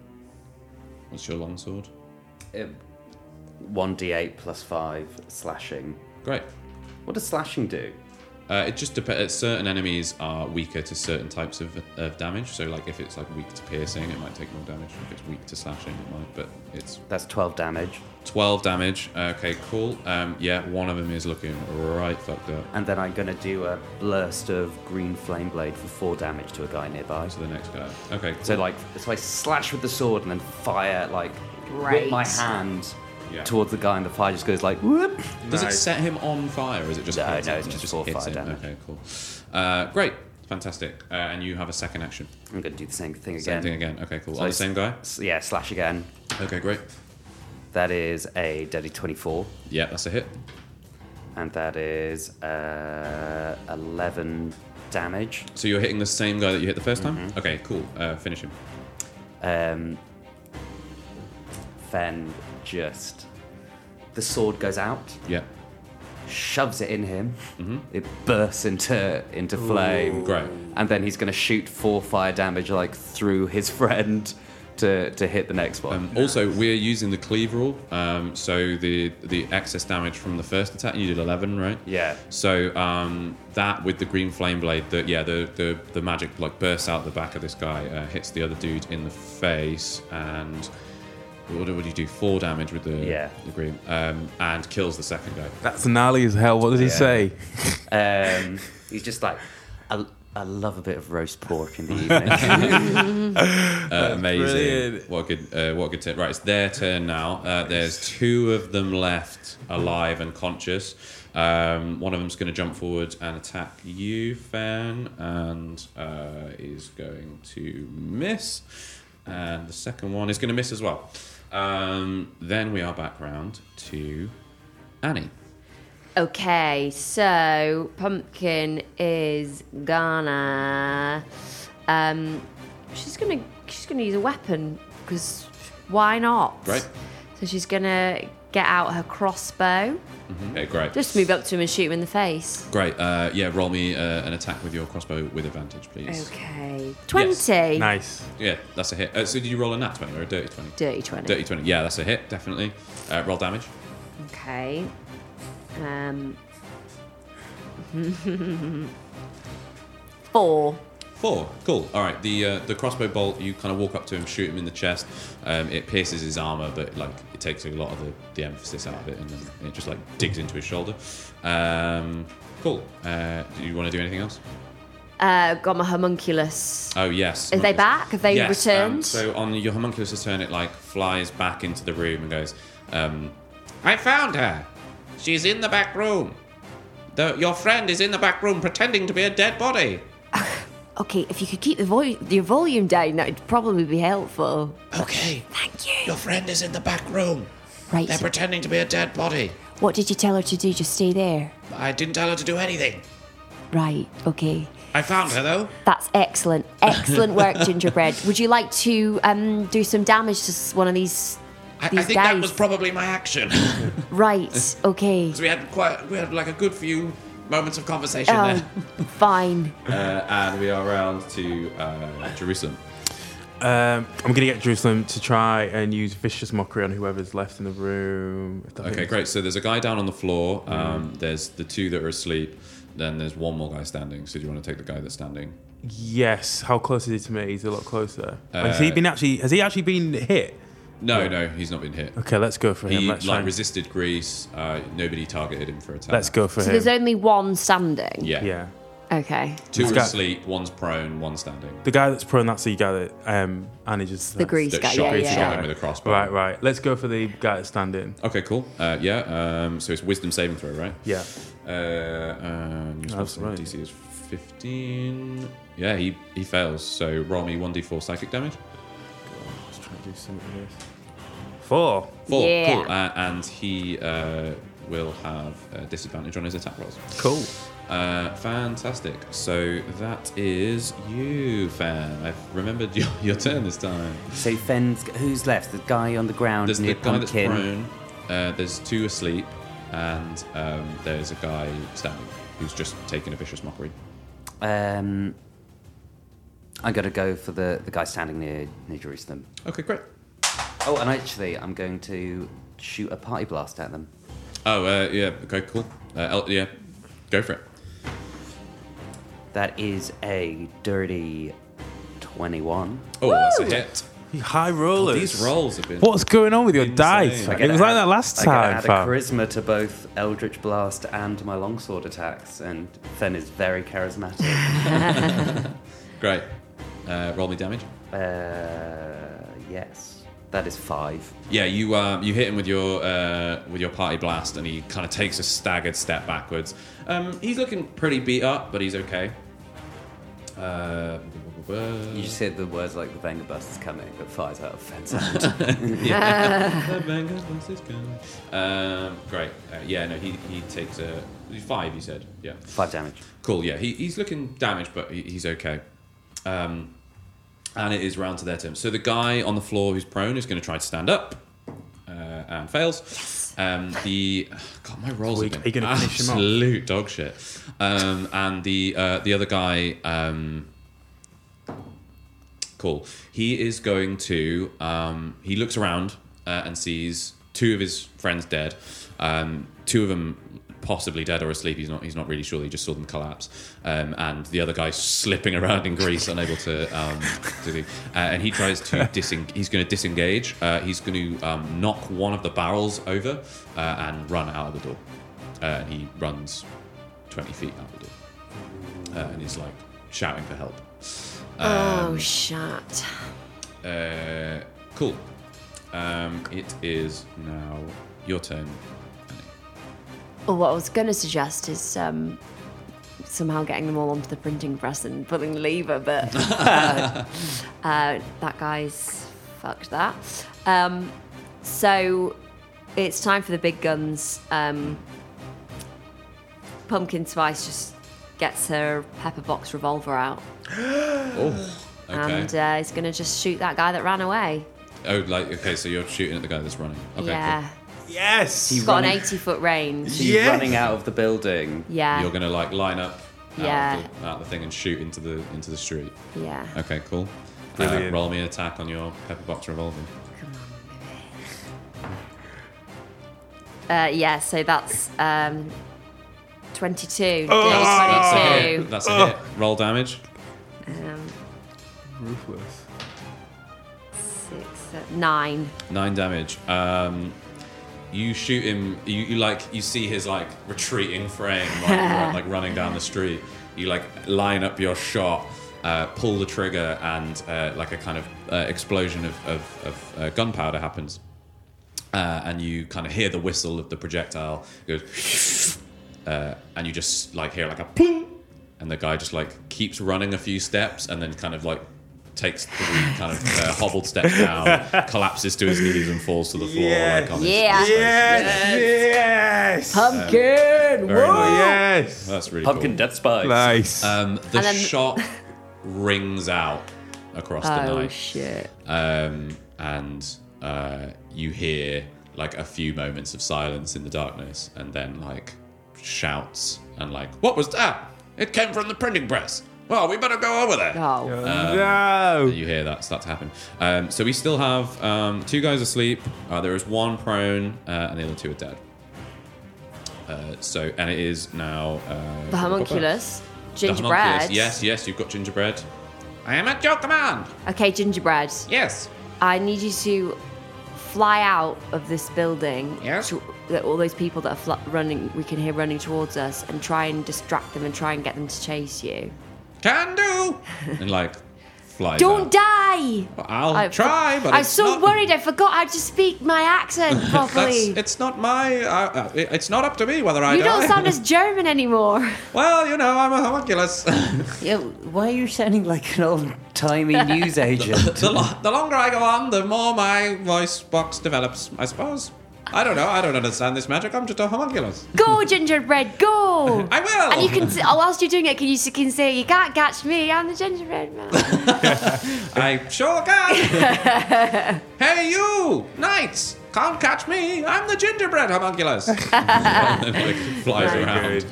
Speaker 4: What's your longsword?
Speaker 7: uh, 1d8 plus 5 slashing.
Speaker 4: Great.
Speaker 7: What does slashing do?
Speaker 4: Uh, it just depends. Certain enemies are weaker to certain types of, of damage. So, like, if it's like weak to piercing, it might take more damage. If it's weak to slashing, it might. But it's
Speaker 7: That's 12 damage.
Speaker 4: 12 damage. Okay, cool. Um, yeah, one of them is looking right fucked up.
Speaker 7: And then I'm going to do a burst of green flame blade for 4 damage to a guy nearby.
Speaker 4: So the next guy. Okay.
Speaker 7: So like, so I slash with the sword and then fire like with
Speaker 6: Right.
Speaker 7: my hand
Speaker 4: Yeah.
Speaker 7: towards the guy, and the fire just goes like whoop.
Speaker 4: Does it
Speaker 5: Nice.
Speaker 4: set him on fire, or is it just?
Speaker 7: No,
Speaker 4: hits
Speaker 7: no,
Speaker 4: him?
Speaker 7: it's
Speaker 4: It
Speaker 7: just four
Speaker 4: hits
Speaker 7: fire
Speaker 4: him.
Speaker 7: damage.
Speaker 4: Okay, cool. Uh, great, fantastic. Uh, and you have a second action.
Speaker 7: I'm gonna do the same thing again.
Speaker 4: Same thing again. Okay, cool.
Speaker 7: So
Speaker 4: on
Speaker 7: I
Speaker 4: the
Speaker 7: s-
Speaker 4: same guy.
Speaker 7: s- Yeah, slash again.
Speaker 4: Okay, great.
Speaker 7: That is a dirty twenty-four,
Speaker 4: Yeah, that's a hit.
Speaker 7: and that is uh, eleven damage.
Speaker 4: So you're hitting the same guy that you hit the first time. Okay, cool. Uh, finish him.
Speaker 7: Um, Fen just the sword goes out,
Speaker 4: Yeah. Mm-hmm.
Speaker 7: shoves it in him. It bursts into into flame.
Speaker 4: Great.
Speaker 7: and then he's going to shoot four fire damage like through his [laughs] friend to to hit the next one.
Speaker 4: Um, also, we're using the cleave rule, um, so the the excess damage from the first attack you did eleven, right?
Speaker 7: Yeah.
Speaker 4: So um, that with the green flame blade, the, yeah, the, the the magic like bursts out the back of this guy, uh, hits the other dude in the face, and what do what do you do? Four damage with the
Speaker 7: Yeah.
Speaker 4: the green, um, and kills the second guy.
Speaker 5: That's gnarly as hell. What does he say?
Speaker 7: Um, he's just like, I, I love a bit of roast pork
Speaker 4: [laughs]
Speaker 7: in the evening.
Speaker 4: Uh, amazing!
Speaker 5: brilliant.
Speaker 4: What a good uh, what a good tip. Right, it's their turn now. Uh, there's two of them left, alive and conscious. Um, one of them's going to jump forward and attack you, Fan, and uh, is going to miss. And the second one is going to miss as well. Um, then we are back round to Annie.
Speaker 6: Okay, so pumpkin is gonna. Um, she's gonna she's gonna use a weapon because why not?
Speaker 4: Right.
Speaker 6: So she's gonna get out her crossbow.
Speaker 4: Okay, great.
Speaker 6: Just move up to him and shoot him in the face.
Speaker 4: Great. Uh, yeah, roll me uh, an attack with your crossbow with advantage, please.
Speaker 6: Okay, twenty.
Speaker 5: Nice.
Speaker 4: Yeah, that's a hit. Uh, so did you roll a nat 20 or a dirty 20?
Speaker 6: Dirty twenty.
Speaker 4: Dirty 20. Yeah, that's a hit, definitely. Uh, roll damage.
Speaker 6: Okay. Um. [laughs] Four.
Speaker 4: Four. Cool. All right. The uh, the crossbow bolt, you kind of walk up to him, shoot him in the chest. Um, it pierces his armor, but like it takes a lot of the, the emphasis out of it and then it just like digs into his shoulder. Um, cool. Uh, do you want to do anything else?
Speaker 6: Uh, got my homunculus.
Speaker 4: Oh, yes.
Speaker 6: Are they
Speaker 4: Homunculus.
Speaker 6: back? Have they
Speaker 4: Yes, um,
Speaker 6: returned?
Speaker 4: so on your homunculus' turn, it like flies back into the room and goes, um,
Speaker 8: I found her. She's in the back room. The, your friend is in the back room pretending to be a dead body.
Speaker 6: Okay, if you could keep the vo- your volume down, that would probably be helpful.
Speaker 8: Okay,
Speaker 6: Thank you.
Speaker 8: your friend is in the back room.
Speaker 6: Right.
Speaker 8: They're
Speaker 6: so
Speaker 8: pretending to be a dead body.
Speaker 6: what did you tell her to do? Just stay there.
Speaker 8: I didn't tell her to do anything.
Speaker 6: Right. Okay.
Speaker 8: I found her though.
Speaker 6: That's
Speaker 8: [laughs]
Speaker 6: excellent. Excellent work, Gingerbread. Would you like to um, do some damage to s- one of these these
Speaker 8: I think
Speaker 6: guys.
Speaker 8: that was probably my action. [laughs]
Speaker 6: right. Okay.
Speaker 8: So we had quite we had like a good few moments of conversation
Speaker 6: Oh,
Speaker 8: there.
Speaker 6: [laughs] fine.
Speaker 4: Uh, and we are round to uh, Jerusalem.
Speaker 5: Um, I'm gonna get Jerusalem to try and use vicious mockery on whoever's left in the room. if that
Speaker 4: Okay,
Speaker 5: makes-
Speaker 4: great. So there's a guy down on the floor. Um, There's the two that are asleep. Then there's one more guy standing. So do you want to take the guy that's standing?
Speaker 5: Yes. How close is he to me? He's a lot closer. has he
Speaker 4: Uh,
Speaker 5: been actually? Has he actually been hit?
Speaker 4: No, no, he's not been hit.
Speaker 5: Okay, let's go for him.
Speaker 4: He
Speaker 5: Let's, try
Speaker 4: like
Speaker 5: and-
Speaker 4: resisted Greece. Uh, nobody targeted him for attack.
Speaker 5: let's go for
Speaker 6: So
Speaker 5: him.
Speaker 8: Um,
Speaker 6: there's only one standing.
Speaker 4: Yeah.
Speaker 5: yeah.
Speaker 6: Okay.
Speaker 4: Two
Speaker 5: This
Speaker 4: are
Speaker 5: guy-
Speaker 4: asleep. One's prone. One's standing.
Speaker 5: The guy that's prone, that's the guy that um, Annie just
Speaker 6: The Greece
Speaker 4: That
Speaker 6: guy.
Speaker 4: shot,
Speaker 6: Yeah,
Speaker 4: shot
Speaker 6: yeah.
Speaker 4: him with a crossbow.
Speaker 5: Right, right. Let's go for the guy that's standing.
Speaker 4: Okay, cool. Uh, yeah. Um, so it's wisdom saving throw, right?
Speaker 5: Yeah.
Speaker 4: Uh, and your spell
Speaker 5: That's
Speaker 4: save
Speaker 5: right.
Speaker 4: DC is 15. Yeah, he, he fails. So roll me 1d4 psychic damage.
Speaker 5: Let's try and do something with this. Four.
Speaker 4: Four.
Speaker 6: Yeah.
Speaker 4: Cool. Uh, and he uh, will have a disadvantage on his attack rolls.
Speaker 5: Cool.
Speaker 4: Uh, fantastic. So that is you, Fan. I've remembered [laughs] your, your turn this time.
Speaker 7: So Fenn's who's left? The guy on the ground
Speaker 4: There's
Speaker 7: near
Speaker 4: the guy that's
Speaker 7: pumpkin.
Speaker 4: prone. Uh, there's two asleep, and um, there's a guy standing who's just taking a vicious mockery.
Speaker 7: um, I gotta go for the, the guy standing near near Jerusalem.
Speaker 4: Okay, great.
Speaker 7: Oh, and actually, I'm going to shoot a party blast at them.
Speaker 4: Oh, uh, yeah. Okay, cool. Uh, El- yeah, go for it.
Speaker 7: That is a dirty twenty-one.
Speaker 4: Oh, that's a hit.
Speaker 5: You High rollers.
Speaker 4: Oh, These rolls have been.
Speaker 5: What's going on with your
Speaker 4: Insane.
Speaker 5: dice?
Speaker 4: I
Speaker 5: It
Speaker 7: I gotta
Speaker 5: was like
Speaker 7: add-
Speaker 5: that last
Speaker 7: I gotta
Speaker 5: time.
Speaker 7: add
Speaker 5: fam.
Speaker 7: a charisma to both Eldritch Blast and my longsword attacks, and Fen is very
Speaker 5: [laughs]
Speaker 7: charismatic.
Speaker 4: Great. Uh, roll me damage.
Speaker 7: uh, yes, that is five.
Speaker 4: Yeah, you uh, you hit him with your uh, with your party blast, and he kind of takes a staggered step backwards. Um, he's looking pretty beat up, but he's okay. Uh, [laughs]
Speaker 7: You just hear the words like the banger bus is coming that flies out of
Speaker 5: [laughs]
Speaker 7: Fen's hand.
Speaker 4: um, great. Uh, yeah, no, he, he takes a he's five. You said, yeah.
Speaker 7: Five damage.
Speaker 4: Cool. Yeah, he, he's looking damaged, but he, he's okay. Um, and it is round to their turn. So the guy on the floor who's prone is going to try to stand up uh, and fails. Um, the [sighs] God, my rolls
Speaker 5: Are you-
Speaker 4: have been
Speaker 5: are you gonna finish him off?
Speaker 4: absolute dog shit. Um, and the uh, the other guy, um, cool. He is going to. Um, he looks around uh, and sees two of his friends dead. Um, two of them possibly dead or asleep. He's not. He's not really sure. He just saw them collapse. Um, and the other guy slipping around in Greece, unable to. Um, to do. Uh, and he tries to diseng- He's going to disengage. Uh, he's going to um, knock one of the barrels over uh, and run out of the door. Uh, and he runs twenty feet out the door, uh, and he's like shouting for help.
Speaker 6: Oh,
Speaker 8: um,
Speaker 6: shit.
Speaker 4: Uh, cool. Um, it is now your turn.
Speaker 6: Well, what I was going to suggest is um, somehow getting them all onto the printing press and pulling the lever,
Speaker 4: [laughs]
Speaker 6: but uh, uh, that guy's fucked that. Um, so it's time for the big guns. Um, Pumpkin Spice just gets her pepper box revolver out
Speaker 4: [gasps] Oh, okay.
Speaker 6: and uh, is going to just shoot that guy that ran away.
Speaker 4: oh, like okay. So you're shooting at the guy that's running. Okay.
Speaker 6: yeah.
Speaker 5: Yes.
Speaker 6: He's got an 80 foot range.
Speaker 7: So you're
Speaker 5: Yes!
Speaker 7: running out of the building.
Speaker 6: Yeah.
Speaker 4: Cool. You're gonna like line up. Out
Speaker 6: Yeah.
Speaker 4: Of the, out of the thing and shoot into the into the street.
Speaker 6: yeah.
Speaker 4: Okay. Cool. Uh,
Speaker 5: Brilliant.
Speaker 4: roll me an attack on your pepper box revolver.
Speaker 6: Uh, yeah, so that's um, 22.
Speaker 4: That's a
Speaker 6: Day 22.
Speaker 4: hit. That's a hit. Roll damage.
Speaker 6: Um,
Speaker 5: Ruthless.
Speaker 6: six, seven, nine.
Speaker 4: Nine damage. Um, you shoot him. You, you like you see his like retreating frame, like, run- like running down the street. You like line up your shot, uh, pull the trigger, and uh, like a kind of uh, explosion of, of, of uh, gunpowder happens. Uh, and you kind of hear the whistle of the projectile. It goes, [laughs] uh, and you just like hear like a pling, and the guy just like keeps running a few steps, and then kind of like takes three kind of uh, hobbled steps down, collapses to his knees, and falls to the floor. Like, on his-
Speaker 6: Yeah.
Speaker 4: his face.
Speaker 5: Yes. Yes.
Speaker 6: Pumpkin!
Speaker 4: Very nice.
Speaker 5: yes.
Speaker 4: That's really
Speaker 7: Pumpkin
Speaker 4: cool.
Speaker 7: Death Spice.
Speaker 5: Nice.
Speaker 4: Um, the
Speaker 6: And then-
Speaker 4: shot rings out across the
Speaker 6: Oh,
Speaker 4: night,
Speaker 6: shit.
Speaker 4: um, and uh, you hear like a few moments of silence in the darkness and then like shouts and like, What was that? It came from the printing press. Well, we better go over there.
Speaker 6: Oh.
Speaker 5: no.
Speaker 4: You hear that start to happen. Um, so we still have um, two guys asleep. Uh, there is one prone, uh, and the other two are dead. Uh, so and it is now uh,
Speaker 6: The homunculus.
Speaker 4: The homunculus.
Speaker 6: Gingerbread.
Speaker 4: Yes, yes, you've got gingerbread.
Speaker 8: I am at your command.
Speaker 6: Okay, gingerbread.
Speaker 8: Yes.
Speaker 6: I need you to fly out of this building.
Speaker 8: Yes.
Speaker 6: To, that all those people that are fl- running, we can hear running towards us, and try and distract them and try and get them to chase you.
Speaker 8: Can do.
Speaker 4: and like flies
Speaker 6: Don't
Speaker 4: out.
Speaker 6: die! Oh,
Speaker 4: I'll
Speaker 6: I-
Speaker 4: try, but
Speaker 6: I'm
Speaker 4: it's
Speaker 6: so
Speaker 4: not-
Speaker 6: worried. I forgot how to speak my accent
Speaker 4: [laughs] That's,
Speaker 6: properly.
Speaker 4: it's not my. Uh, uh, it- it's not up to me whether I
Speaker 6: you
Speaker 4: die.
Speaker 6: don't sound as German [laughs] anymore.
Speaker 4: well, you know, I'm a homunculus.
Speaker 7: Yeah, why are you sounding like an old timey news agent?
Speaker 4: the, lo- the longer I go on, the more my voice box develops. I suppose. I don't know. I don't understand this magic. I'm just a homunculus.
Speaker 6: Go, gingerbread, go!
Speaker 4: [laughs] I will.
Speaker 6: And you can, s- oh, whilst you're doing it, can you, s- can say, you can't catch me, I'm the gingerbread
Speaker 4: [laughs]
Speaker 6: man.
Speaker 4: I sure can. hey, you knights! Can't catch me. I'm the gingerbread homunculus. Like, flies
Speaker 5: Very
Speaker 4: around.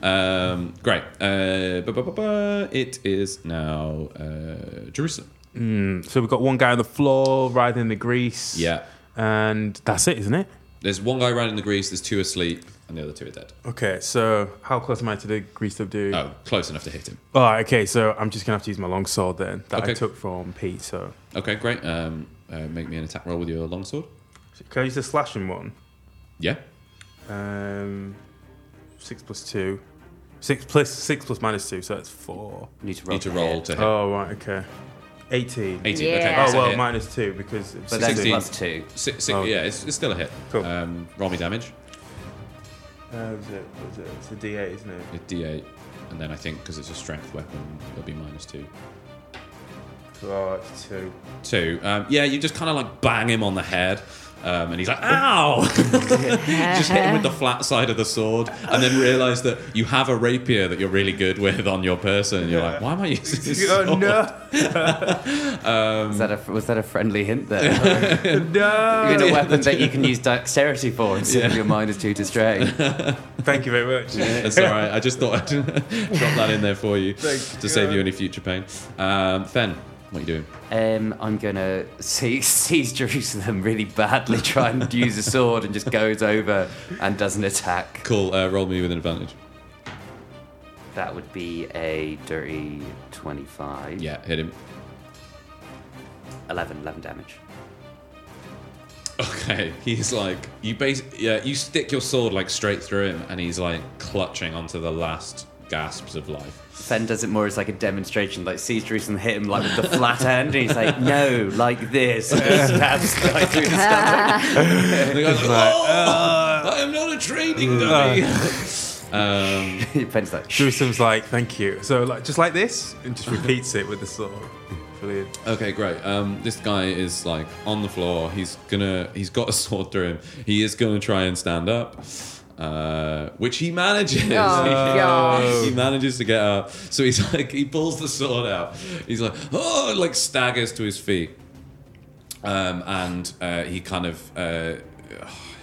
Speaker 5: good.
Speaker 4: Um, great. Uh, bu- bu- bu- bu- it is now uh, Jerusalem.
Speaker 5: So we've got one guy on the floor writhing in the grease.
Speaker 4: Yeah.
Speaker 5: And that's it, isn't it?
Speaker 4: There's one guy running the grease. There's two asleep, and the other two are dead.
Speaker 5: Okay, so how close am I to the grease up dude?
Speaker 4: Oh, close enough to hit him.
Speaker 5: All right, okay, so I'm just going to have to use my long sword then that
Speaker 4: Okay.
Speaker 5: I took from Pete. So
Speaker 4: Okay, great. Um, uh, make me an attack roll with your longsword.
Speaker 5: can I use the slashing one?
Speaker 4: Yeah.
Speaker 5: Um, six plus two. Six plus six plus minus two, so that's four.
Speaker 7: need to roll.
Speaker 4: Need to roll
Speaker 7: hit.
Speaker 4: to hit.
Speaker 5: Oh right, okay. Eighteen.
Speaker 4: 18. Okay.
Speaker 6: Yeah.
Speaker 5: Oh
Speaker 4: it's a
Speaker 5: well,
Speaker 4: hit.
Speaker 5: minus two because it's
Speaker 7: But then
Speaker 4: 16.
Speaker 7: plus two.
Speaker 4: Si- si-
Speaker 5: Oh.
Speaker 4: Yeah, it's, it's still a hit.
Speaker 5: Cool.
Speaker 4: Um, roll me damage.
Speaker 5: Uh, was it, was it, it's a D eight, isn't it?
Speaker 4: a d8, and then I think because it's a strength weapon, it'll be minus two.
Speaker 5: Oh, it's two.
Speaker 4: Two. Um, yeah, you just kind of like bang him on the head, um, and he's like, "Ow!" [laughs] just hit him with the flat side of the sword, and then realize that you have a rapier that you're really good with on your person, and you're like, "Why am
Speaker 5: [laughs]
Speaker 4: I using this?" Sword?
Speaker 5: Oh no,
Speaker 7: Was that, a, was that a friendly hint there?
Speaker 5: no!
Speaker 7: You're in a weapon that you can use dexterity for instead of your minus two to strength.
Speaker 5: Thank you very much.
Speaker 4: That's all right. I just thought I'd [laughs] drop that in there for you
Speaker 5: Thank
Speaker 4: to save you
Speaker 5: God.
Speaker 4: any future pain. Um, Fen, what are you doing?
Speaker 7: Um, I'm gonna seize, seize Jerusalem really badly, try and use a sword, and just goes over and does an attack.
Speaker 4: Cool. Uh, roll me with an advantage.
Speaker 7: That would be a dirty 25.
Speaker 4: Yeah, hit him.
Speaker 7: 11, 11 damage.
Speaker 4: Okay, he's like you. Base, yeah, you stick your sword like straight through him, and he's like clutching onto the last gasps of life.
Speaker 7: Fen does it more as like a demonstration, like sees Jerusalem hit him like with the flat end, and he's like, no, like
Speaker 4: [laughs]
Speaker 7: this. And he stabs right through the stomach.
Speaker 4: And the guy's like, "Oh, I am not a training dummy." [laughs] um,
Speaker 7: [laughs] Fen's like, "Shh."
Speaker 5: Jerusalem's like, thank you. So like just like this, and just repeats it with the sword. Brilliant.
Speaker 4: Okay, great. Um, this guy is like on the floor. He's gonna. He's got a [laughs] sword through him. He is gonna try and stand up, uh, which [laughs] he manages.
Speaker 6: gosh.
Speaker 4: he manages to get up. So he's [laughs] like, he pulls the sword out. He's like, oh, and, like staggers to his feet, um, and uh, he kind of. Uh,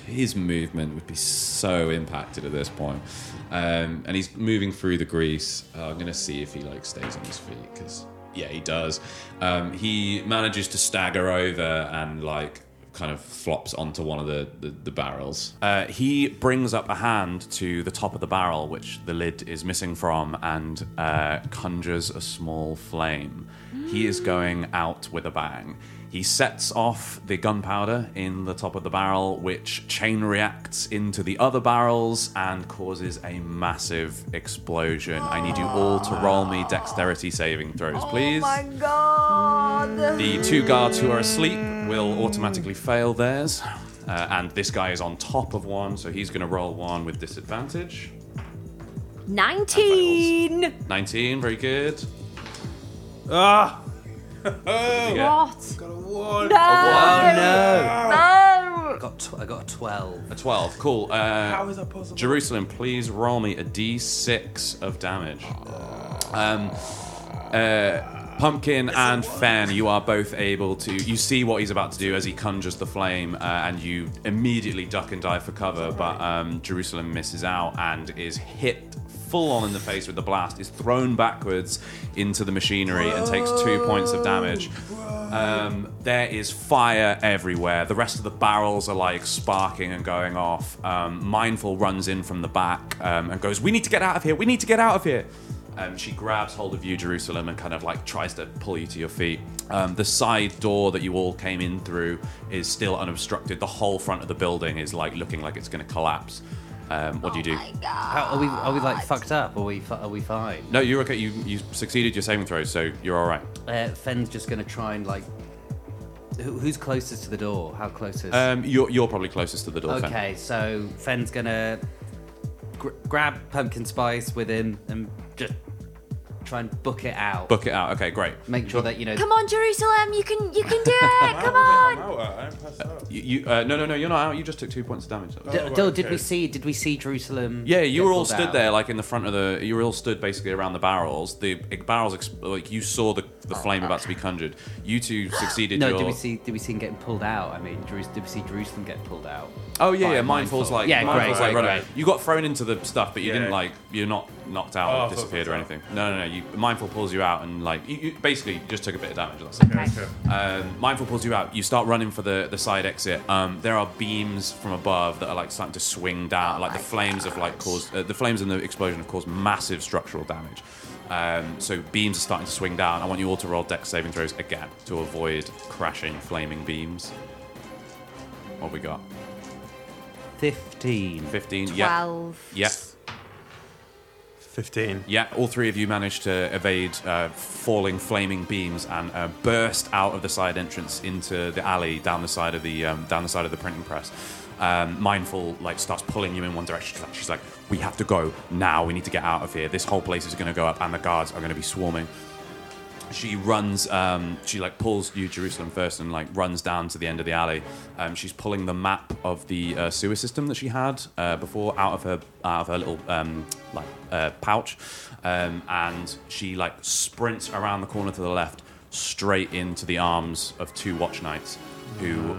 Speaker 4: his movement would be so impacted at this point, um, and he's moving through the grease. Uh, I'm gonna see if he like stays on his feet because yeah, he does. Um, he manages to stagger over and like kind of flops onto one of the the, the barrels. Uh, he brings up a hand to the top of the barrel, which the lid is missing from, and uh, conjures a small flame. He is going out with a bang. He sets off the gunpowder in the top of the barrel, which chain reacts into the other barrels and causes a massive explosion. I need you all to roll me dexterity saving throws, please. The two guards who are asleep will automatically fail theirs. Uh, and this guy is on top of one, so he's going to roll one with disadvantage.
Speaker 6: 19!
Speaker 4: 19, very good.
Speaker 5: Ah,
Speaker 6: What?
Speaker 5: got a one.
Speaker 6: No! Oh, No!
Speaker 7: I got, tw- I got a 12.
Speaker 4: A 12, cool. Uh,
Speaker 5: How is that possible?
Speaker 4: Jerusalem, please roll me a d6 of damage. Um, uh, Pumpkin and Fen, you are both able to. You see what he's about to do as he conjures the flame, uh, and you immediately duck and dive for cover. But um, Jerusalem misses out and is hit full on in the face with the blast. Is thrown backwards into the machinery and takes two points of damage.
Speaker 5: Oh.
Speaker 4: Um, there is fire everywhere. The rest of the barrels are like sparking and going off. Um, Mindful runs in from the back um, and goes, "We need to get out of here. We need to get out of here." Um, she grabs hold of you, Jerusalem, and kind of like tries to pull you to your feet. Um, the side door that you all came in through is still unobstructed. The whole front of the building is like looking like it's going to collapse. Um, what do you do?
Speaker 7: How, are we are we like fucked up? Are we fu- are we fine?
Speaker 4: No, you're okay. You you succeeded your saving throw, so you're all right.
Speaker 7: Uh, Fenn's just gonna try and like. Who, who's closest to the door? How close is?
Speaker 4: Um, you're you're probably closest to the door. Fen.
Speaker 7: okay, so Fenn's gonna gr- grab pumpkin spice with him and just try and book it out.
Speaker 4: Book it out. Okay, great.
Speaker 7: Make sure that you know.
Speaker 6: Come on, Jerusalem, you can you can do it.
Speaker 5: [laughs]
Speaker 6: Come on.
Speaker 4: You, you uh, no no no. You're not out. You just took two points of damage. That was-
Speaker 7: D-
Speaker 5: right,
Speaker 7: Dill, did
Speaker 5: okay.
Speaker 7: we see? Did we see Jerusalem?
Speaker 4: Yeah, you
Speaker 7: get
Speaker 4: were all
Speaker 7: pulled
Speaker 4: stood
Speaker 7: out?
Speaker 4: there, like in the front of the. You were all stood basically around the barrels. The ex- barrels, ex- like you saw the the flame about to be conjured.
Speaker 7: [gasps]
Speaker 4: You two succeeded.
Speaker 7: Oh, No,
Speaker 4: your...
Speaker 7: did we see? Did we see him getting pulled out? I mean, Jerus- did we see Jerusalem get pulled out?
Speaker 4: Oh yeah,
Speaker 7: Fine,
Speaker 4: yeah. Mindful's
Speaker 7: Mindful.
Speaker 4: like
Speaker 7: Yeah,
Speaker 4: Mindful's
Speaker 7: great,
Speaker 4: like,
Speaker 7: great,
Speaker 4: right,
Speaker 7: great.
Speaker 4: You got thrown into the stuff, but you
Speaker 5: Yeah.
Speaker 4: didn't like. You're not knocked out
Speaker 5: Oh, I
Speaker 4: or
Speaker 5: thought
Speaker 4: disappeared
Speaker 5: so.
Speaker 4: or anything. No, no, no. You, Mindful pulls you out and like you, you basically you just took a bit of damage. That's it.
Speaker 6: Okay.
Speaker 4: Um, Mindful pulls you out. You start running for the, the side exit. Um, there are beams from above that are like starting to swing down. like the flames have like caused uh, the flames and the explosion have caused massive structural damage. Um, so beams are starting to swing down. I want you all to roll deck saving throws again to avoid crashing flaming beams. What we got?
Speaker 7: Fifteen.
Speaker 4: Fifteen.
Speaker 6: Twelve.
Speaker 4: Yeah. Yeah.
Speaker 5: 15.
Speaker 4: Yeah, all three of you managed to evade uh, falling flaming beams and uh, burst out of the side entrance into the alley down the side of the um, down the side of the printing press. Um, mindful like starts pulling you in one direction. She's like- She's like, "We have to go now. We need to get out of here. This whole place is going to go up, and the guards are going to be swarming." she runs um, she like pulls you jerusalem first and like runs down to the end of the alley um, she's pulling the map of the uh, sewer system that she had uh, before out of her out of her little um, like uh, pouch um, and she like sprints around the corner to the left straight into the arms of two watch knights who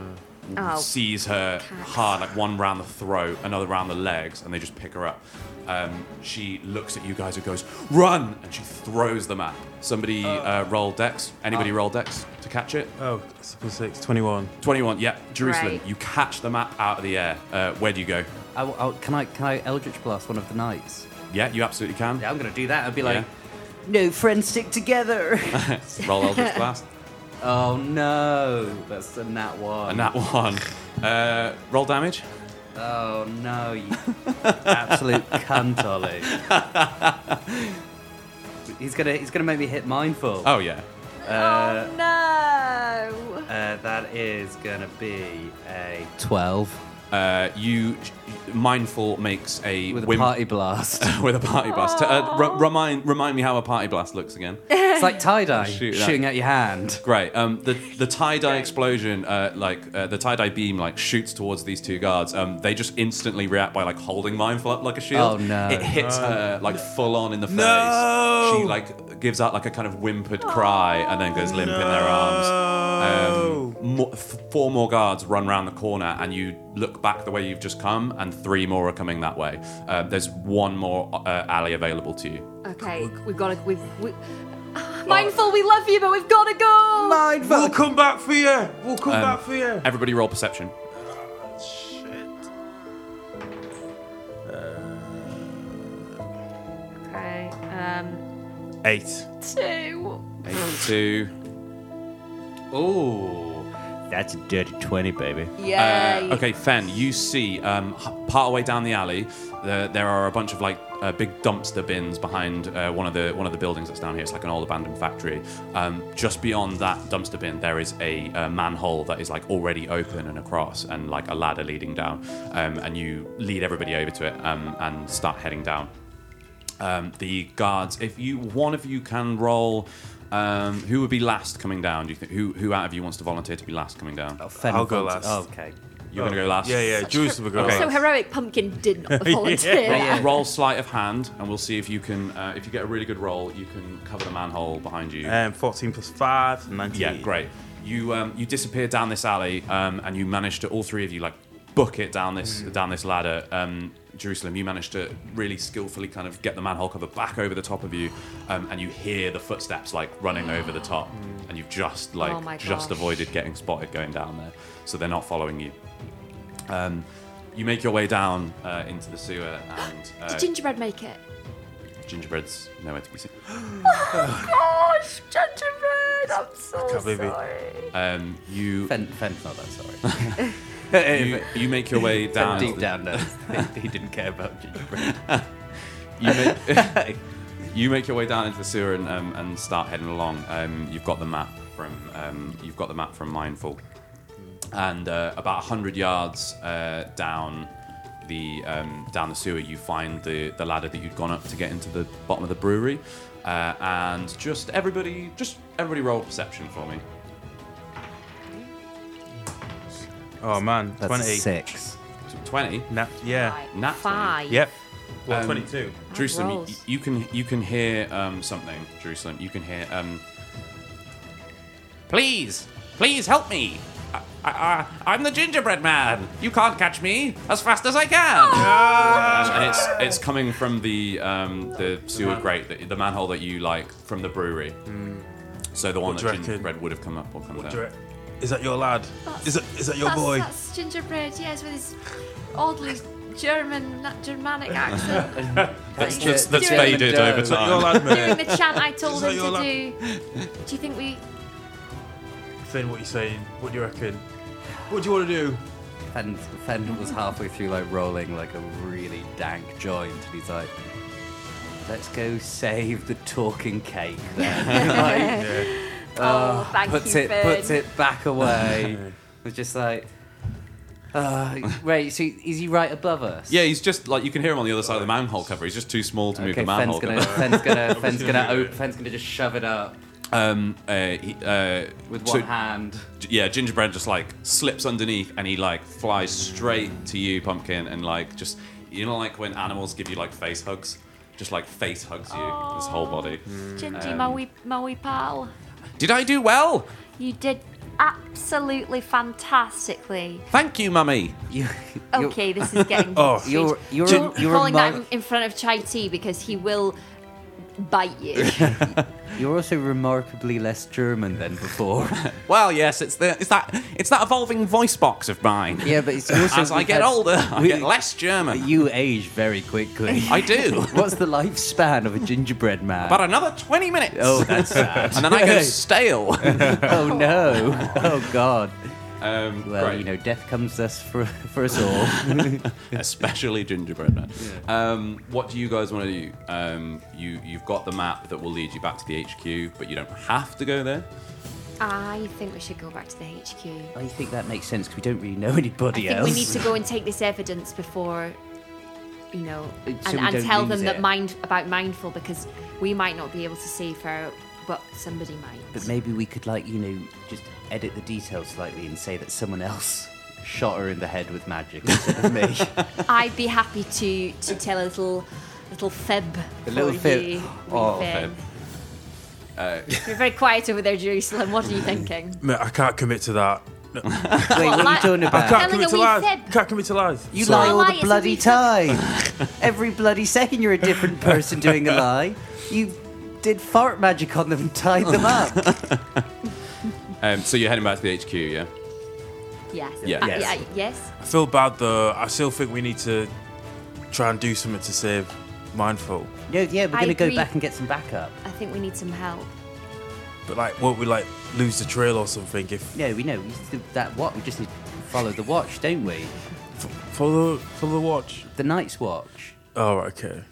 Speaker 6: Oh.
Speaker 4: sees her hard like one round the throat another round the legs and they just pick her up um, she looks at you guys and goes run and she throws the map somebody uh, roll dex anybody roll dex to catch it
Speaker 5: Oh, 6, 6 21.
Speaker 4: 21 yeah jerusalem
Speaker 6: Right.
Speaker 4: you catch the map out of the air uh, where do you go
Speaker 7: I, I, can I can I Eldritch blast one of the knights?
Speaker 4: yeah you absolutely can
Speaker 7: Yeah, I'm gonna do that. I'd be
Speaker 4: Yeah.
Speaker 7: like, no friends stick together. [laughs]
Speaker 4: roll [laughs] eldritch blast
Speaker 7: oh no, that's a nat one.
Speaker 4: and that [laughs] one uh, roll damage
Speaker 7: Oh no, you [laughs] absolute cunt, [laughs] Ollie. he's gonna he's gonna make me hit mindful.
Speaker 4: oh yeah
Speaker 6: oh no.
Speaker 7: Uh, that is gonna be a twelve
Speaker 4: uh, you mindful makes a
Speaker 7: with a
Speaker 4: whim-
Speaker 7: party blast. [laughs]
Speaker 4: [laughs] with a party blast. T- Uh, r- remind remind me how a party blast looks again.
Speaker 7: it's like tie dye
Speaker 4: Shoot that.
Speaker 7: shooting at your hand.
Speaker 4: Great. Um, the the tie dye explosion, uh, like uh, the tie dye beam, like shoots towards these two guards. Um, they just instantly react by like holding mindful up like a shield.
Speaker 7: Oh, no.
Speaker 4: It hits her like full on in the face.
Speaker 5: No.
Speaker 4: She like gives out like a kind of whimpered cry and then goes limp in their arms. Um, mo- f- four more guards run round the corner, and you look back the way you've just come, and three more are coming that way. Uh, there's one more uh, alley available to you.
Speaker 6: Okay, we've got to. We've, we, mindful, we love you, but we've got to go.
Speaker 5: We'll come back for you. We'll come
Speaker 4: Um,
Speaker 5: back for you.
Speaker 4: Everybody roll perception.
Speaker 6: Okay, um,
Speaker 5: Eight.
Speaker 6: two.
Speaker 4: Eight, two.
Speaker 7: Ooh, that's a dirty twenty, baby.
Speaker 6: Yeah.
Speaker 4: Uh, okay, Fen, you see um, h- part away down the alley, there there are a bunch of like uh, big dumpster bins behind uh, one of the one of the buildings that's down here. It's like an old abandoned factory. Um, just beyond that dumpster bin, there is a, uh manhole that is like already open and across, and like a ladder leading down. Um, and you lead everybody over to it um, and start heading down. Um, the guards, if you one of you can roll. Um, who would be last coming down? Do you think who who out of you wants to volunteer to be last coming down?
Speaker 7: Oh, Fen
Speaker 5: I'll go
Speaker 7: Fonz-
Speaker 5: last.
Speaker 7: okay.
Speaker 4: You're going to go last.
Speaker 5: Yeah, yeah. Jerusalem will go
Speaker 4: Okay.
Speaker 5: last.
Speaker 10: So heroic pumpkin did
Speaker 4: [laughs]
Speaker 10: not volunteer.
Speaker 4: Roll, roll sleight of hand, and we'll see if you can. Uh, if you get a really good roll, you can cover the manhole behind you.
Speaker 5: Um, 14 plus 5, 19.
Speaker 4: Yeah, great. You um, you disappear down this alley, um, and you manage to all three of you like book it down this down this ladder. Um, Jerusalem, you manage to really skillfully kind of get the manhole cover back over the top of you, um, and you hear the footsteps like running over the top, and you've just
Speaker 10: Oh
Speaker 4: like
Speaker 6: my
Speaker 4: just
Speaker 6: gosh.
Speaker 4: avoided getting spotted going down there, so they're not following you. Um, you make your way down uh, into the sewer,
Speaker 6: [laughs]
Speaker 4: and uh,
Speaker 10: Did gingerbread make it?
Speaker 4: gingerbread's nowhere to be seen.
Speaker 6: Gosh, gingerbread, I'm so
Speaker 5: Can't believe it.
Speaker 4: Um,
Speaker 7: [laughs]
Speaker 4: you
Speaker 7: Fen, Fen's not that sorry.
Speaker 4: you, you make
Speaker 7: [laughs]
Speaker 4: your way
Speaker 7: Fen
Speaker 4: down
Speaker 7: deep down knows that he didn't care about gingerbread.
Speaker 4: you
Speaker 7: [laughs]
Speaker 4: make, [laughs] you make your way down into the sewer and, um, and start heading along. Um, you've got the map from um, you've got the map from Mindful, and uh, about hundred yards uh, down the um, down the sewer, you find the the ladder that you'd gone up to get into the bottom of the brewery. Uh, and just everybody, just everybody, roll perception for me.
Speaker 5: Oh, man.
Speaker 7: That's
Speaker 5: 20.
Speaker 7: a six.
Speaker 4: Twenty.
Speaker 5: Na- yeah.
Speaker 4: Nat
Speaker 6: Five.
Speaker 5: Yep.
Speaker 4: Um,
Speaker 5: Well, 22.
Speaker 4: Jerusalem, you,
Speaker 6: rolls.
Speaker 4: you can you can hear um, something. Jerusalem, you can hear. Um, please, please help me. I, I, I, I'm the gingerbread man. You can't catch me as fast as I can.
Speaker 8: Ah!
Speaker 4: Um, and it's it's coming from the um, the sewer grate, the, the manhole that you like from the brewery. So the
Speaker 5: Hmm. What do you
Speaker 4: one that
Speaker 5: reckon?
Speaker 4: gingerbread would have come up or come down.
Speaker 5: Direct- Is that your lad? Is that, is that your
Speaker 10: That's,
Speaker 5: boy?
Speaker 10: that's gingerbread, yes, with his oddly German, Germanic accent.
Speaker 4: That's,
Speaker 10: Like,
Speaker 4: that's, that's
Speaker 10: doing-
Speaker 4: faded
Speaker 7: Doing-
Speaker 4: over
Speaker 5: Is that your
Speaker 4: time.
Speaker 5: lad,
Speaker 10: Doing
Speaker 5: mate?
Speaker 10: the chant I told
Speaker 5: Is that
Speaker 10: him
Speaker 5: your
Speaker 10: to
Speaker 5: lad?
Speaker 10: do. Do you think we.
Speaker 5: Finn, what you saying? What do you reckon? What do you want to do?
Speaker 7: Fen, Fen was halfway through like rolling like a really dank joint, and he's like, "Let's go save the talking cake."
Speaker 4: [laughs]
Speaker 7: Then. Like,
Speaker 10: Oh, thank
Speaker 7: puts
Speaker 10: you,
Speaker 7: it
Speaker 10: Finn.
Speaker 7: puts it back away. was just like, uh, wait, so is he right above us?
Speaker 4: Yeah, he's just like you can hear him on the other side of the manhole cover. He's just too small to move
Speaker 7: Okay,
Speaker 4: the manhole
Speaker 7: Fen's gonna,
Speaker 4: cover.
Speaker 7: Fen's gonna, Fen's
Speaker 5: gonna
Speaker 7: gonna,
Speaker 5: move
Speaker 7: op- Fen's gonna just shove it up
Speaker 4: Um, uh, he, uh,
Speaker 7: with
Speaker 4: so-
Speaker 7: one hand.
Speaker 4: G- yeah, gingerbread just like slips underneath and he like flies straight to you, pumpkin, and like just you know like when animals give you like face hugs, just like face hugs you his whole body.
Speaker 10: Gingy, my wee, my wee pal.
Speaker 4: Did I do well?
Speaker 10: You did absolutely fantastically.
Speaker 4: Thank you, mummy.
Speaker 7: [laughs] You, you-
Speaker 10: Okay, this
Speaker 4: [laughs]
Speaker 10: is getting.
Speaker 5: Oh.
Speaker 10: strange.
Speaker 7: You're, you're,
Speaker 10: Don't
Speaker 7: you're,
Speaker 10: calling that
Speaker 7: remar-
Speaker 10: in- in front of Chai Tea because he will bite you.
Speaker 7: [laughs] you're also remarkably less German than before.
Speaker 4: Well, yes, it's the it's that it's that evolving voice box of mine.
Speaker 7: [laughs] yeah, but it's also
Speaker 4: [laughs] As I
Speaker 7: we've
Speaker 4: get
Speaker 7: had-
Speaker 4: older, I
Speaker 7: we-
Speaker 4: get less German.
Speaker 7: You age very [laughs] quickly.
Speaker 4: I do.
Speaker 7: What's the lifespan of a gingerbread man?
Speaker 4: About another twenty minutes.
Speaker 7: oh, that's
Speaker 4: [laughs]
Speaker 7: sad.
Speaker 4: And then
Speaker 7: [laughs]
Speaker 4: I go [laughs] stale.
Speaker 7: oh no! Oh god!
Speaker 4: Um,
Speaker 7: Well,
Speaker 4: right.
Speaker 7: you know, death comes us for for us all.
Speaker 4: especially gingerbread man. Um, what do you guys want to do? Um, you you've got the map that will lead you back to the HQ, but you don't have to go there.
Speaker 6: I think we should go back to the HQ.
Speaker 7: I think that makes sense because we don't really know anybody
Speaker 6: I think
Speaker 7: else.
Speaker 6: we need to go and take this evidence before, you know,
Speaker 7: Uh, So we
Speaker 6: and, and
Speaker 7: don't
Speaker 6: tell them
Speaker 7: lose
Speaker 6: that
Speaker 7: it.
Speaker 6: mind about mindful because we might not be able to see for what somebody might.
Speaker 7: But maybe we could, like, you know, just edit the details slightly and say that someone else shot her in the head with magic instead of me.
Speaker 6: I'd be happy to to tell a little little fib.
Speaker 7: A little
Speaker 6: for
Speaker 7: fib.
Speaker 6: you,
Speaker 7: Oh, Uh,
Speaker 6: Finn. You're very quiet over there, Jerusalem. What are you
Speaker 7: [laughs]
Speaker 6: thinking?
Speaker 5: Mate, I can't commit to that.
Speaker 7: Wait, what are
Speaker 6: like-
Speaker 7: you talking
Speaker 5: I can't
Speaker 7: about?
Speaker 6: Telling
Speaker 5: commit
Speaker 6: a
Speaker 5: to
Speaker 6: wee
Speaker 5: lies.
Speaker 6: fib.
Speaker 5: Can't commit to lies.
Speaker 7: You
Speaker 5: Sorry.
Speaker 7: lie all
Speaker 6: Lie
Speaker 7: the
Speaker 6: is a
Speaker 7: bloody
Speaker 6: wee fib.
Speaker 7: time. Every bloody second, you're a different person doing a lie. You did fart magic on them and tied them up.
Speaker 4: Um, so you're heading back to the HQ, yeah?
Speaker 6: Yes.
Speaker 4: Yeah.
Speaker 6: Uh,
Speaker 4: Yes.
Speaker 6: yeah, yes.
Speaker 5: I feel bad though. I still think we need to try and do something to save Mindful.
Speaker 7: No, yeah, we're
Speaker 6: I
Speaker 7: going to go
Speaker 6: agree.
Speaker 7: back and get some backup.
Speaker 6: I think we need some help. [laughs]
Speaker 5: But like, won't we like lose the trail or something if
Speaker 7: No, we know. We just did that what? We just need to follow the watch, don't we?
Speaker 5: follow follow the watch?
Speaker 7: The night's watch.
Speaker 5: Oh, right, okay.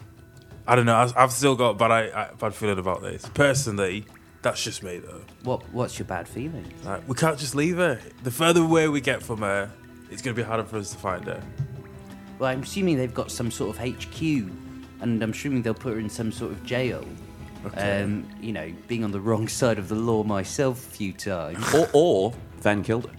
Speaker 5: I don't know. I've, I've still got bad I, I, bad feeling about this. Personally, that's just me though.
Speaker 7: What? What's your bad feeling?
Speaker 5: Like, we can't just leave her. The further away we get from her, it's gonna be harder for us to find her.
Speaker 7: Well, I'm assuming they've got some sort of HQ, and I'm assuming they'll put her in some sort of jail. Um, you know, being on the wrong side of the law myself a few times.
Speaker 4: Or, or Van killed her.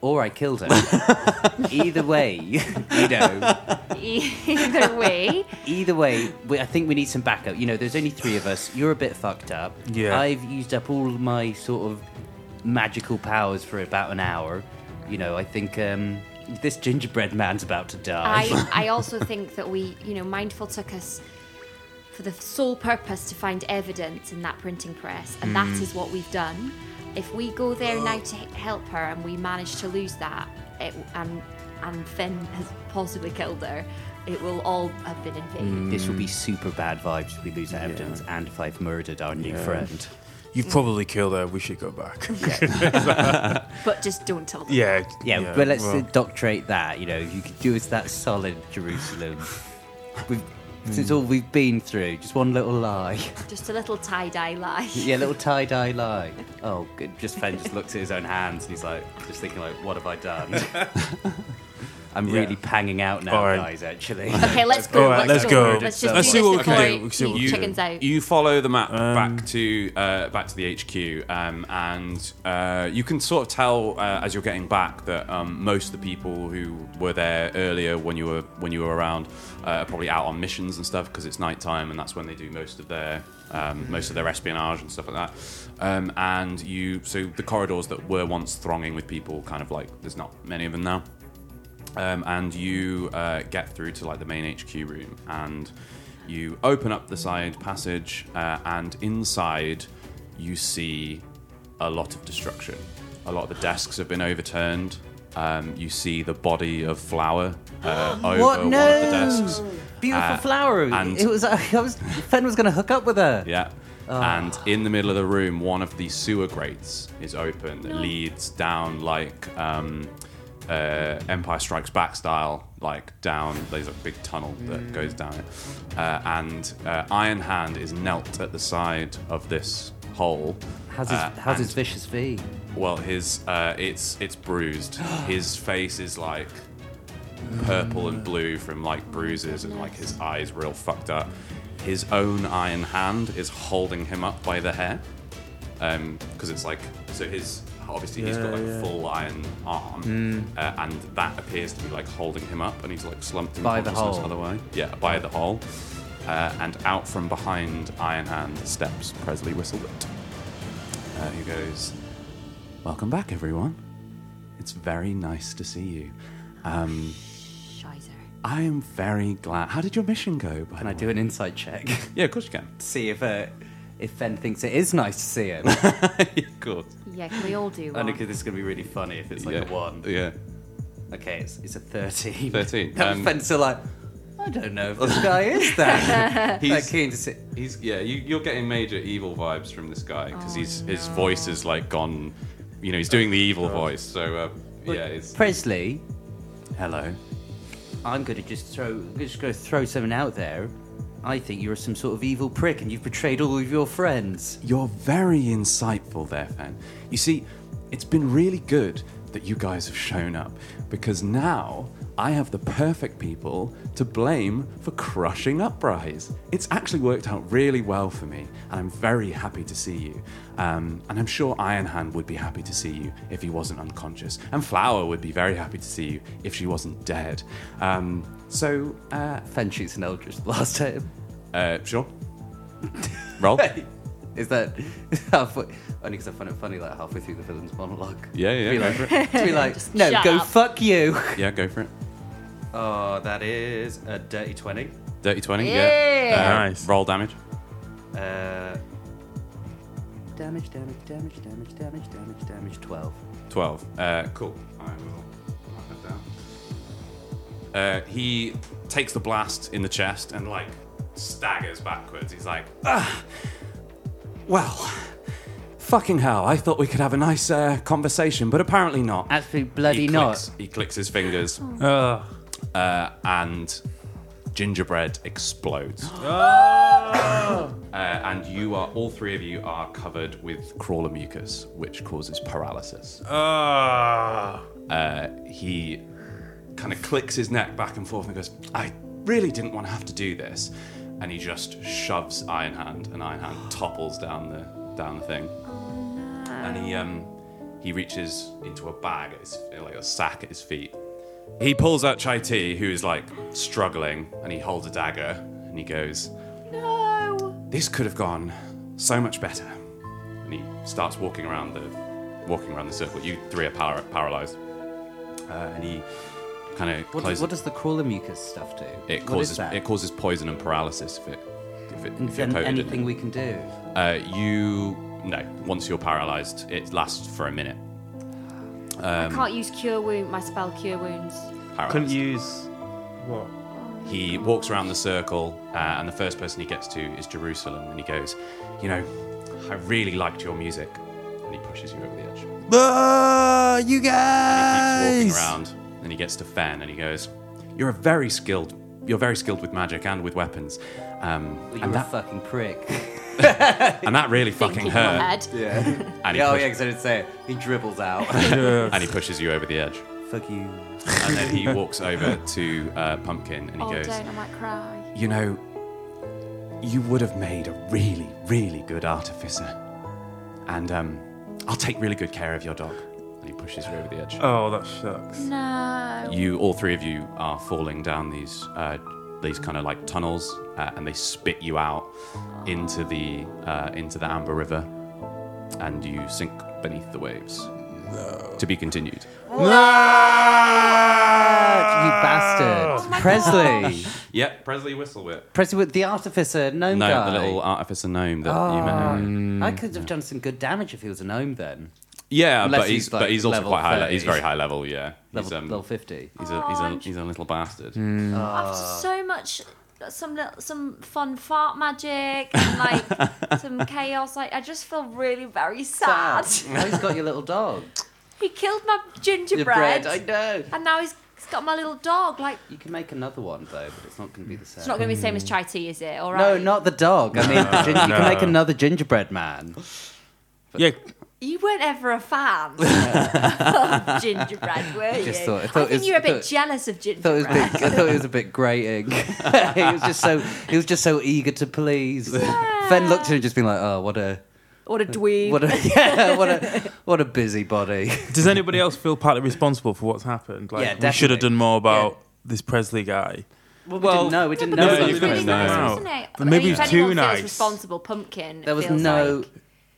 Speaker 7: or I killed her. Either way, you know,
Speaker 10: Either way,
Speaker 7: either way, we, I think we need some backup. You know, there's only three of us. You're a bit fucked up.
Speaker 5: Yeah.
Speaker 7: I've used up all my sort of magical powers for about an hour. You know, I think um, this gingerbread man's about to die.
Speaker 10: I, I also think that we, you know, Mindful took us for the sole purpose to find evidence in that printing press, and
Speaker 5: Mm.
Speaker 10: that is what we've done. If we go there now to h- help her and we manage to lose that, it, and, and Finn has possibly killed her, it will all have been in vain.
Speaker 5: Mm.
Speaker 7: this will be
Speaker 4: Hmm.
Speaker 7: super bad vibes if we lose that evidence and if I've murdered our new friend.
Speaker 5: You've probably killed her. We should go
Speaker 7: [laughs]
Speaker 5: back.
Speaker 10: But just don't tell them.
Speaker 5: yeah.
Speaker 7: Yeah, but let's uh,
Speaker 5: well,
Speaker 7: indoctrinate that. You know, you could do us that solid,
Speaker 4: [laughs]
Speaker 7: Jerusalem. We've,
Speaker 4: Hmm.
Speaker 7: Since all we've been through, just one little
Speaker 4: [laughs]
Speaker 7: lie.
Speaker 10: Just a little tie dye lie.
Speaker 7: Yeah, little tie dye lie. Oh, good. Just Fen just looks at his own hands and he's like, just thinking like, what have I
Speaker 4: [laughs]
Speaker 7: done? I'm really panging out now,
Speaker 5: All right.
Speaker 7: guys.
Speaker 4: [laughs]
Speaker 7: Actually, [laughs]
Speaker 10: Okay, let's go.
Speaker 5: All right, let's go.
Speaker 10: Let's just
Speaker 5: Let's see
Speaker 10: do this
Speaker 5: what we
Speaker 10: before
Speaker 5: can do. We'll see what
Speaker 10: he
Speaker 5: we can do.
Speaker 10: chickens out.
Speaker 4: You follow the map back to uh, back to the HQ, um, and uh, you can sort of tell uh, as you're getting back that um, most of the people who were there earlier when you were when you were around uh, are probably out on missions and stuff because it's nighttime and that's when they do most of their um, most of their espionage and stuff like that. Um, and you so the corridors that were once thronging with people, kind of like there's not many of them now um, and you uh, get through to like the main HQ room, and you open up the side passage, uh, and inside you see a lot of destruction. A lot of the desks have been overturned. Um, you see the body of Flower uh, over one of the desks.
Speaker 7: beautiful
Speaker 4: Uh,
Speaker 7: flower.
Speaker 4: and-
Speaker 7: it was. I was. Fen was going to hook up with her.
Speaker 4: Yeah. And in the middle of the room, one of the sewer grates is open that leads down like um, uh, Empire Strikes Back style, like down. There's a big tunnel that goes down it. Uh, and uh, Iron Hand is knelt at the side of this hole.
Speaker 7: How's his,
Speaker 4: uh,
Speaker 7: how's his
Speaker 4: and-
Speaker 7: vicious V?
Speaker 4: well, his uh, it's it's bruised. his face is like purple and blue from like bruises, and like his eyes real fucked up. His own iron hand is holding him up by the hair, because it's like so. His obviously he's got like a full iron arm, uh, and that appears to be like holding him up, and he's like slumped in
Speaker 7: By the
Speaker 4: consciousness
Speaker 7: hole.
Speaker 4: Otherwise, yeah, by the hole. Uh, and out from behind Iron Hand steps Presley Whistlewood, uh, who goes, Welcome back, everyone. It's very nice to see you. Um,
Speaker 10: Shizer.
Speaker 4: I am very glad. How did your mission go? By
Speaker 7: Can I do an insight check? [laughs]
Speaker 4: Yeah, of course you [laughs] can.
Speaker 7: see if uh, if Fen thinks it is nice to see
Speaker 4: [laughs]
Speaker 7: him.
Speaker 4: of course.
Speaker 10: Yeah, can we all do
Speaker 7: I
Speaker 10: one?
Speaker 7: think this is going to be really funny if it's like
Speaker 4: yeah.
Speaker 7: a one.
Speaker 4: Yeah.
Speaker 7: Okay, it's, it's a 13. [laughs]
Speaker 4: [laughs] 13,
Speaker 7: That
Speaker 4: um,
Speaker 7: Fen's still like, I don't know if this
Speaker 4: [laughs]
Speaker 7: guy is that. like
Speaker 4: He's,
Speaker 7: keen to see.
Speaker 4: he's yeah. You, you're getting major evil vibes from this guy because he's his voice is like gone. You know, he's doing the evil voice. So uh, yeah, it's
Speaker 7: Presley,
Speaker 4: hello.
Speaker 7: I'm going to just throw just go throw something out there. I think you're some sort of evil prick and you've betrayed all of your friends.
Speaker 4: You're very insightful there, Fan. You see, it's been really good that you guys have shown up because now I have the perfect people to blame for crushing Uprise. It's actually worked out really well for me, and I'm very happy to see you. Um, and I'm sure Iron Hand would be happy to see you if he wasn't unconscious, and Flower would be very happy to see you if she wasn't dead. Um, so, uh,
Speaker 7: Fen shoots an Eldritch blast at him.
Speaker 4: uh, sure. [laughs] Roll.
Speaker 7: [laughs] Is that halfway? Only because I find it funny, like halfway through the villain's monologue.
Speaker 4: Yeah, yeah,
Speaker 7: To be
Speaker 4: go
Speaker 7: like,
Speaker 4: for
Speaker 10: [laughs]
Speaker 7: to be like, no,
Speaker 10: shut
Speaker 7: go
Speaker 10: up."
Speaker 7: fuck you.
Speaker 4: Yeah, go for it.
Speaker 7: [laughs] Oh, that is a dirty twenty.
Speaker 4: Dirty 20, yeah.
Speaker 10: Yeah.
Speaker 4: Uh,
Speaker 5: Nice.
Speaker 4: Roll damage.
Speaker 7: Uh, damage, damage, damage, damage, damage, damage, damage. Twelve.
Speaker 4: 12. Uh, cool. I will mark that down. Uh, he takes the blast in the chest and, like, staggers backwards. He's like, ah, well, fucking hell. I thought we could have a nice uh, conversation, but apparently not.
Speaker 7: Absolutely bloody
Speaker 4: he
Speaker 7: not.
Speaker 4: Clicks, he clicks his fingers
Speaker 5: Ugh.
Speaker 4: uh, and gingerbread explodes. Uh, and you are, all three of you are covered with crawler mucus, which causes paralysis.
Speaker 7: [laughs]
Speaker 5: Ah.
Speaker 4: he kind of clicks his neck back and forth and goes, I really didn't want to have to do this. And he just shoves Iron Hand, and Iron Hand topples down the down the thing. And he um
Speaker 8: He reaches into a bag, at his, like a sack at his feet. He pulls out Chai Tea, who is like struggling, and he holds a dagger and he goes, No! This could have gone so much better. And he starts walking around the walking around the circle. You three are power, paralyzed. Uh, and he kind of
Speaker 7: What,
Speaker 8: closes.
Speaker 7: does, what does the crawler mucus stuff do?
Speaker 8: it
Speaker 7: What is
Speaker 8: causes
Speaker 7: that?
Speaker 8: it causes poison and paralysis if it if, it,
Speaker 7: And
Speaker 8: if you're
Speaker 7: then
Speaker 8: coated in it.
Speaker 7: anything we can do.
Speaker 8: Uh, you no. Once you're paralysed, it lasts for a minute.
Speaker 10: I can't use cure wound, my spell cure wounds.
Speaker 8: Paralysed.
Speaker 5: Couldn't use what?
Speaker 8: He walks around the circle, uh, and the first person he gets to is Jerusalem, and he goes, "You know, I really liked your music," and he pushes you over the edge.
Speaker 3: you
Speaker 8: He
Speaker 3: guys!
Speaker 8: keeps walking around, and he gets to Fen, and he goes, "You're a very skilled. You're very skilled with magic and with weapons, um,
Speaker 7: Well, you're
Speaker 8: and,
Speaker 7: a
Speaker 8: that,
Speaker 7: fucking prick.
Speaker 8: and that really fucking hurt."
Speaker 10: Ed,
Speaker 8: And
Speaker 7: [laughs]
Speaker 8: he,
Speaker 7: yeah, [laughs] oh
Speaker 8: push-
Speaker 7: yeah, because I didn't say it. He dribbles out.
Speaker 8: and he pushes you over the edge,
Speaker 7: [laughs] Fuck you.
Speaker 8: and then he walks over to uh, Pumpkin, and he
Speaker 10: oh,
Speaker 8: goes,
Speaker 10: don't, I might cry.
Speaker 8: You know, you would have made a really, really good artificer. And um, I'll take really good care of your dog. And he pushes you over the edge.
Speaker 5: Oh, that sucks.
Speaker 10: No.
Speaker 8: You, all three of you, are falling down these uh, these kind of like tunnels, uh, and they spit you out into the uh, into the Amber River, and you sink beneath the waves. To be continued.
Speaker 7: you
Speaker 10: Oh
Speaker 7: bastard. Presley.
Speaker 8: Yep, Presley Whistlewit.
Speaker 7: Presley with the artificer, gnome
Speaker 8: No,
Speaker 7: guy.
Speaker 8: the little artificer gnome that you met.
Speaker 5: Ah.
Speaker 8: earlier.
Speaker 5: Mm.
Speaker 7: I could have done some good damage if he was a gnome then.
Speaker 8: Yeah,
Speaker 7: Unless
Speaker 8: but he's,
Speaker 7: he's,
Speaker 8: but
Speaker 7: like,
Speaker 8: he's also
Speaker 7: level
Speaker 8: quite high. Le-
Speaker 7: 30.
Speaker 8: he's very high level. Yeah,
Speaker 7: Level,
Speaker 8: he's, um,
Speaker 7: level 50.
Speaker 8: he's a he's a he's a little bastard.
Speaker 5: Mm.
Speaker 7: Uh,
Speaker 10: After so much, some little, some fun fart magic and
Speaker 7: [laughs]
Speaker 10: like some chaos. Like I just feel really very sad.
Speaker 7: Now he's got your little
Speaker 10: [laughs]
Speaker 7: dog.
Speaker 10: He killed my
Speaker 7: Your
Speaker 10: gingerbread,
Speaker 7: I know.
Speaker 10: and now he's, he's got my little dog. Like
Speaker 7: You can make another one though, but it's not going to be the same.
Speaker 10: it's not gonna be the same as chai tea, is it? All right.
Speaker 7: Hmm. no, not the dog. I mean, the gin- you can make another gingerbread man.
Speaker 5: Yeah,
Speaker 10: You weren't ever
Speaker 7: [laughs]
Speaker 10: a fan of gingerbread, were you?
Speaker 7: Just thought- I
Speaker 10: I,
Speaker 7: thought it
Speaker 10: think
Speaker 7: was-
Speaker 10: you were a bit
Speaker 7: thought-
Speaker 10: jealous of
Speaker 7: I thought it
Speaker 10: gingerbread.
Speaker 7: was a bit, I thought it was a bit grating. [laughs] he was just so he was just so eager to please. Fen looked at him, just being like, "Oh, what a [laughs]
Speaker 10: What a dweeb. [laughs]
Speaker 7: what a yeah, what a what a busybody." [laughs]
Speaker 5: Does anybody else feel partly responsible for what's happened? Like,
Speaker 7: Yeah,
Speaker 5: we should
Speaker 7: definitely.
Speaker 5: have done more about this Presley guy.
Speaker 7: Well, we didn't know. We didn't
Speaker 10: No,
Speaker 7: know.
Speaker 10: but
Speaker 7: about
Speaker 10: it's
Speaker 5: you
Speaker 7: this.
Speaker 10: really
Speaker 5: don't
Speaker 10: nice,
Speaker 5: know.
Speaker 10: wasn't it?
Speaker 5: But maybe
Speaker 10: If
Speaker 5: it's too
Speaker 10: anyone feels
Speaker 5: nice.
Speaker 10: Responsible pumpkin. it
Speaker 7: There was
Speaker 10: feels
Speaker 7: no.
Speaker 10: like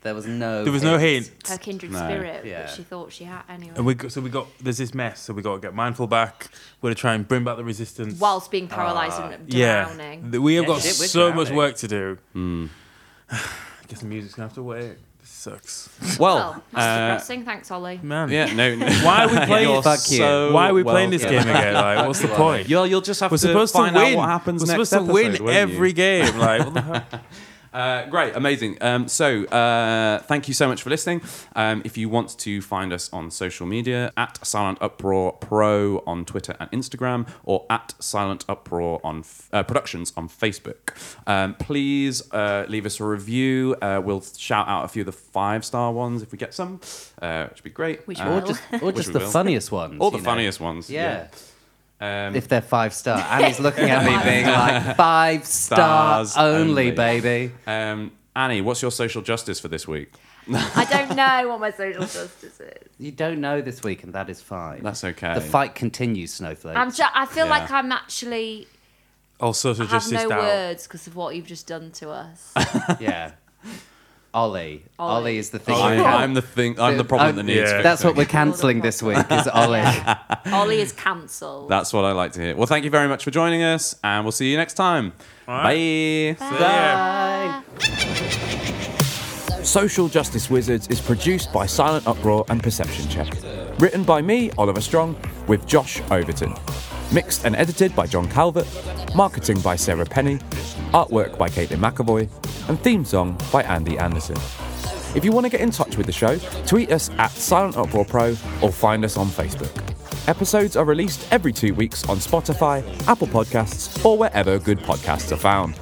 Speaker 7: There was no.
Speaker 5: There was no hint,
Speaker 10: her kindred spirit,
Speaker 7: Yeah.
Speaker 10: which she thought she had anyway.
Speaker 5: and we got, so we got there's this mess. So we got to get mindful back. We're gonna try and bring back the resistance.
Speaker 10: Whilst being paralysed and
Speaker 5: yeah,
Speaker 10: drowning.
Speaker 5: Th- we have
Speaker 7: Yeah,
Speaker 5: got
Speaker 7: shit, we're
Speaker 5: so much
Speaker 7: drowning.
Speaker 5: work to do. [sighs] I guess the music's gonna have to wait. This sucks,
Speaker 10: Well, that's depressing. Thanks, Ollie.
Speaker 5: man.
Speaker 8: yeah, no. no.
Speaker 5: [laughs] Why are
Speaker 8: [laughs]
Speaker 5: we playing?
Speaker 8: You're
Speaker 5: this-
Speaker 7: you.
Speaker 8: so
Speaker 5: Why are we playing this
Speaker 8: welcome.
Speaker 5: game again? Like,
Speaker 8: [laughs]
Speaker 5: what's the point?
Speaker 8: You'll, you'll just have
Speaker 5: We're
Speaker 8: to
Speaker 5: supposed to
Speaker 8: find
Speaker 5: win.
Speaker 8: out what happens
Speaker 5: We're supposed
Speaker 8: next
Speaker 5: to
Speaker 8: episode,
Speaker 5: win
Speaker 8: won't you?
Speaker 5: every game. Like, what the [laughs] hell?
Speaker 8: Uh, great, amazing. Um, so, uh, thank you so much for listening. Um, if you want to find us on social media, at Silent Uproar Pro on Twitter and Instagram, or at Silent Uproar on f- uh, Productions on Facebook, um, please uh, leave us a review. Uh, we'll shout out a few of the five star ones if we get some, uh, which would be great.
Speaker 10: Which
Speaker 8: Uh,
Speaker 10: will.
Speaker 7: Or just, or
Speaker 8: [laughs] Which
Speaker 7: just
Speaker 8: we
Speaker 7: the
Speaker 8: will.
Speaker 7: funniest ones.
Speaker 8: all the
Speaker 7: you know.
Speaker 8: funniest ones.
Speaker 7: Yeah.
Speaker 8: Um,
Speaker 7: If they're five star, and
Speaker 10: [laughs]
Speaker 7: he's looking at me being
Speaker 8: [laughs]
Speaker 7: like five star
Speaker 8: Stars
Speaker 7: only,
Speaker 8: only.
Speaker 7: baby.
Speaker 8: um, Annie, what's your social justice for this week?
Speaker 10: I don't know what my social justice is.
Speaker 7: You don't know this week, and that is fine.
Speaker 8: That's okay.
Speaker 7: The fight continues, Snowflake.
Speaker 10: I'm ju- I feel
Speaker 8: Yeah.
Speaker 10: like I'm actually
Speaker 5: All sorts
Speaker 10: I
Speaker 5: of
Speaker 10: have
Speaker 5: justice
Speaker 10: no
Speaker 5: down.
Speaker 10: words because of what you've just done to us.
Speaker 7: yeah. Ollie. Ollie.
Speaker 10: Ollie.
Speaker 7: is the thing.
Speaker 8: I,
Speaker 7: we're can-
Speaker 8: am the thing. I'm the problem that needs.
Speaker 5: Yeah.
Speaker 8: fixing.
Speaker 7: That's what we're cancelling this week. Is Ollie.
Speaker 10: [laughs] Ollie is cancelled.
Speaker 8: That's what I like to hear. Well, thank you very much for joining us, and we'll see you next time. Bye.
Speaker 3: Social Justice Wizards is produced by Silent Uproar and Perception Check. Written by me, Oliver Strong, with Josh Overton. Mixed and edited by John Calvert. Marketing by Sarah Penny. Artwork by Caitlin McAvoy. And theme song by Andy Anderson. If you want to get in touch with the show, tweet us at Silent Uproar Pro or find us on Facebook. Episodes are released every two weeks on Spotify, Apple Podcasts, or wherever good podcasts are found.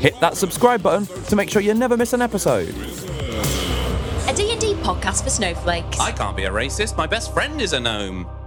Speaker 3: Hit that subscribe button to make sure you never miss an episode.
Speaker 11: A D&D podcast for snowflakes.
Speaker 1: I can't be a racist. My best friend is a gnome.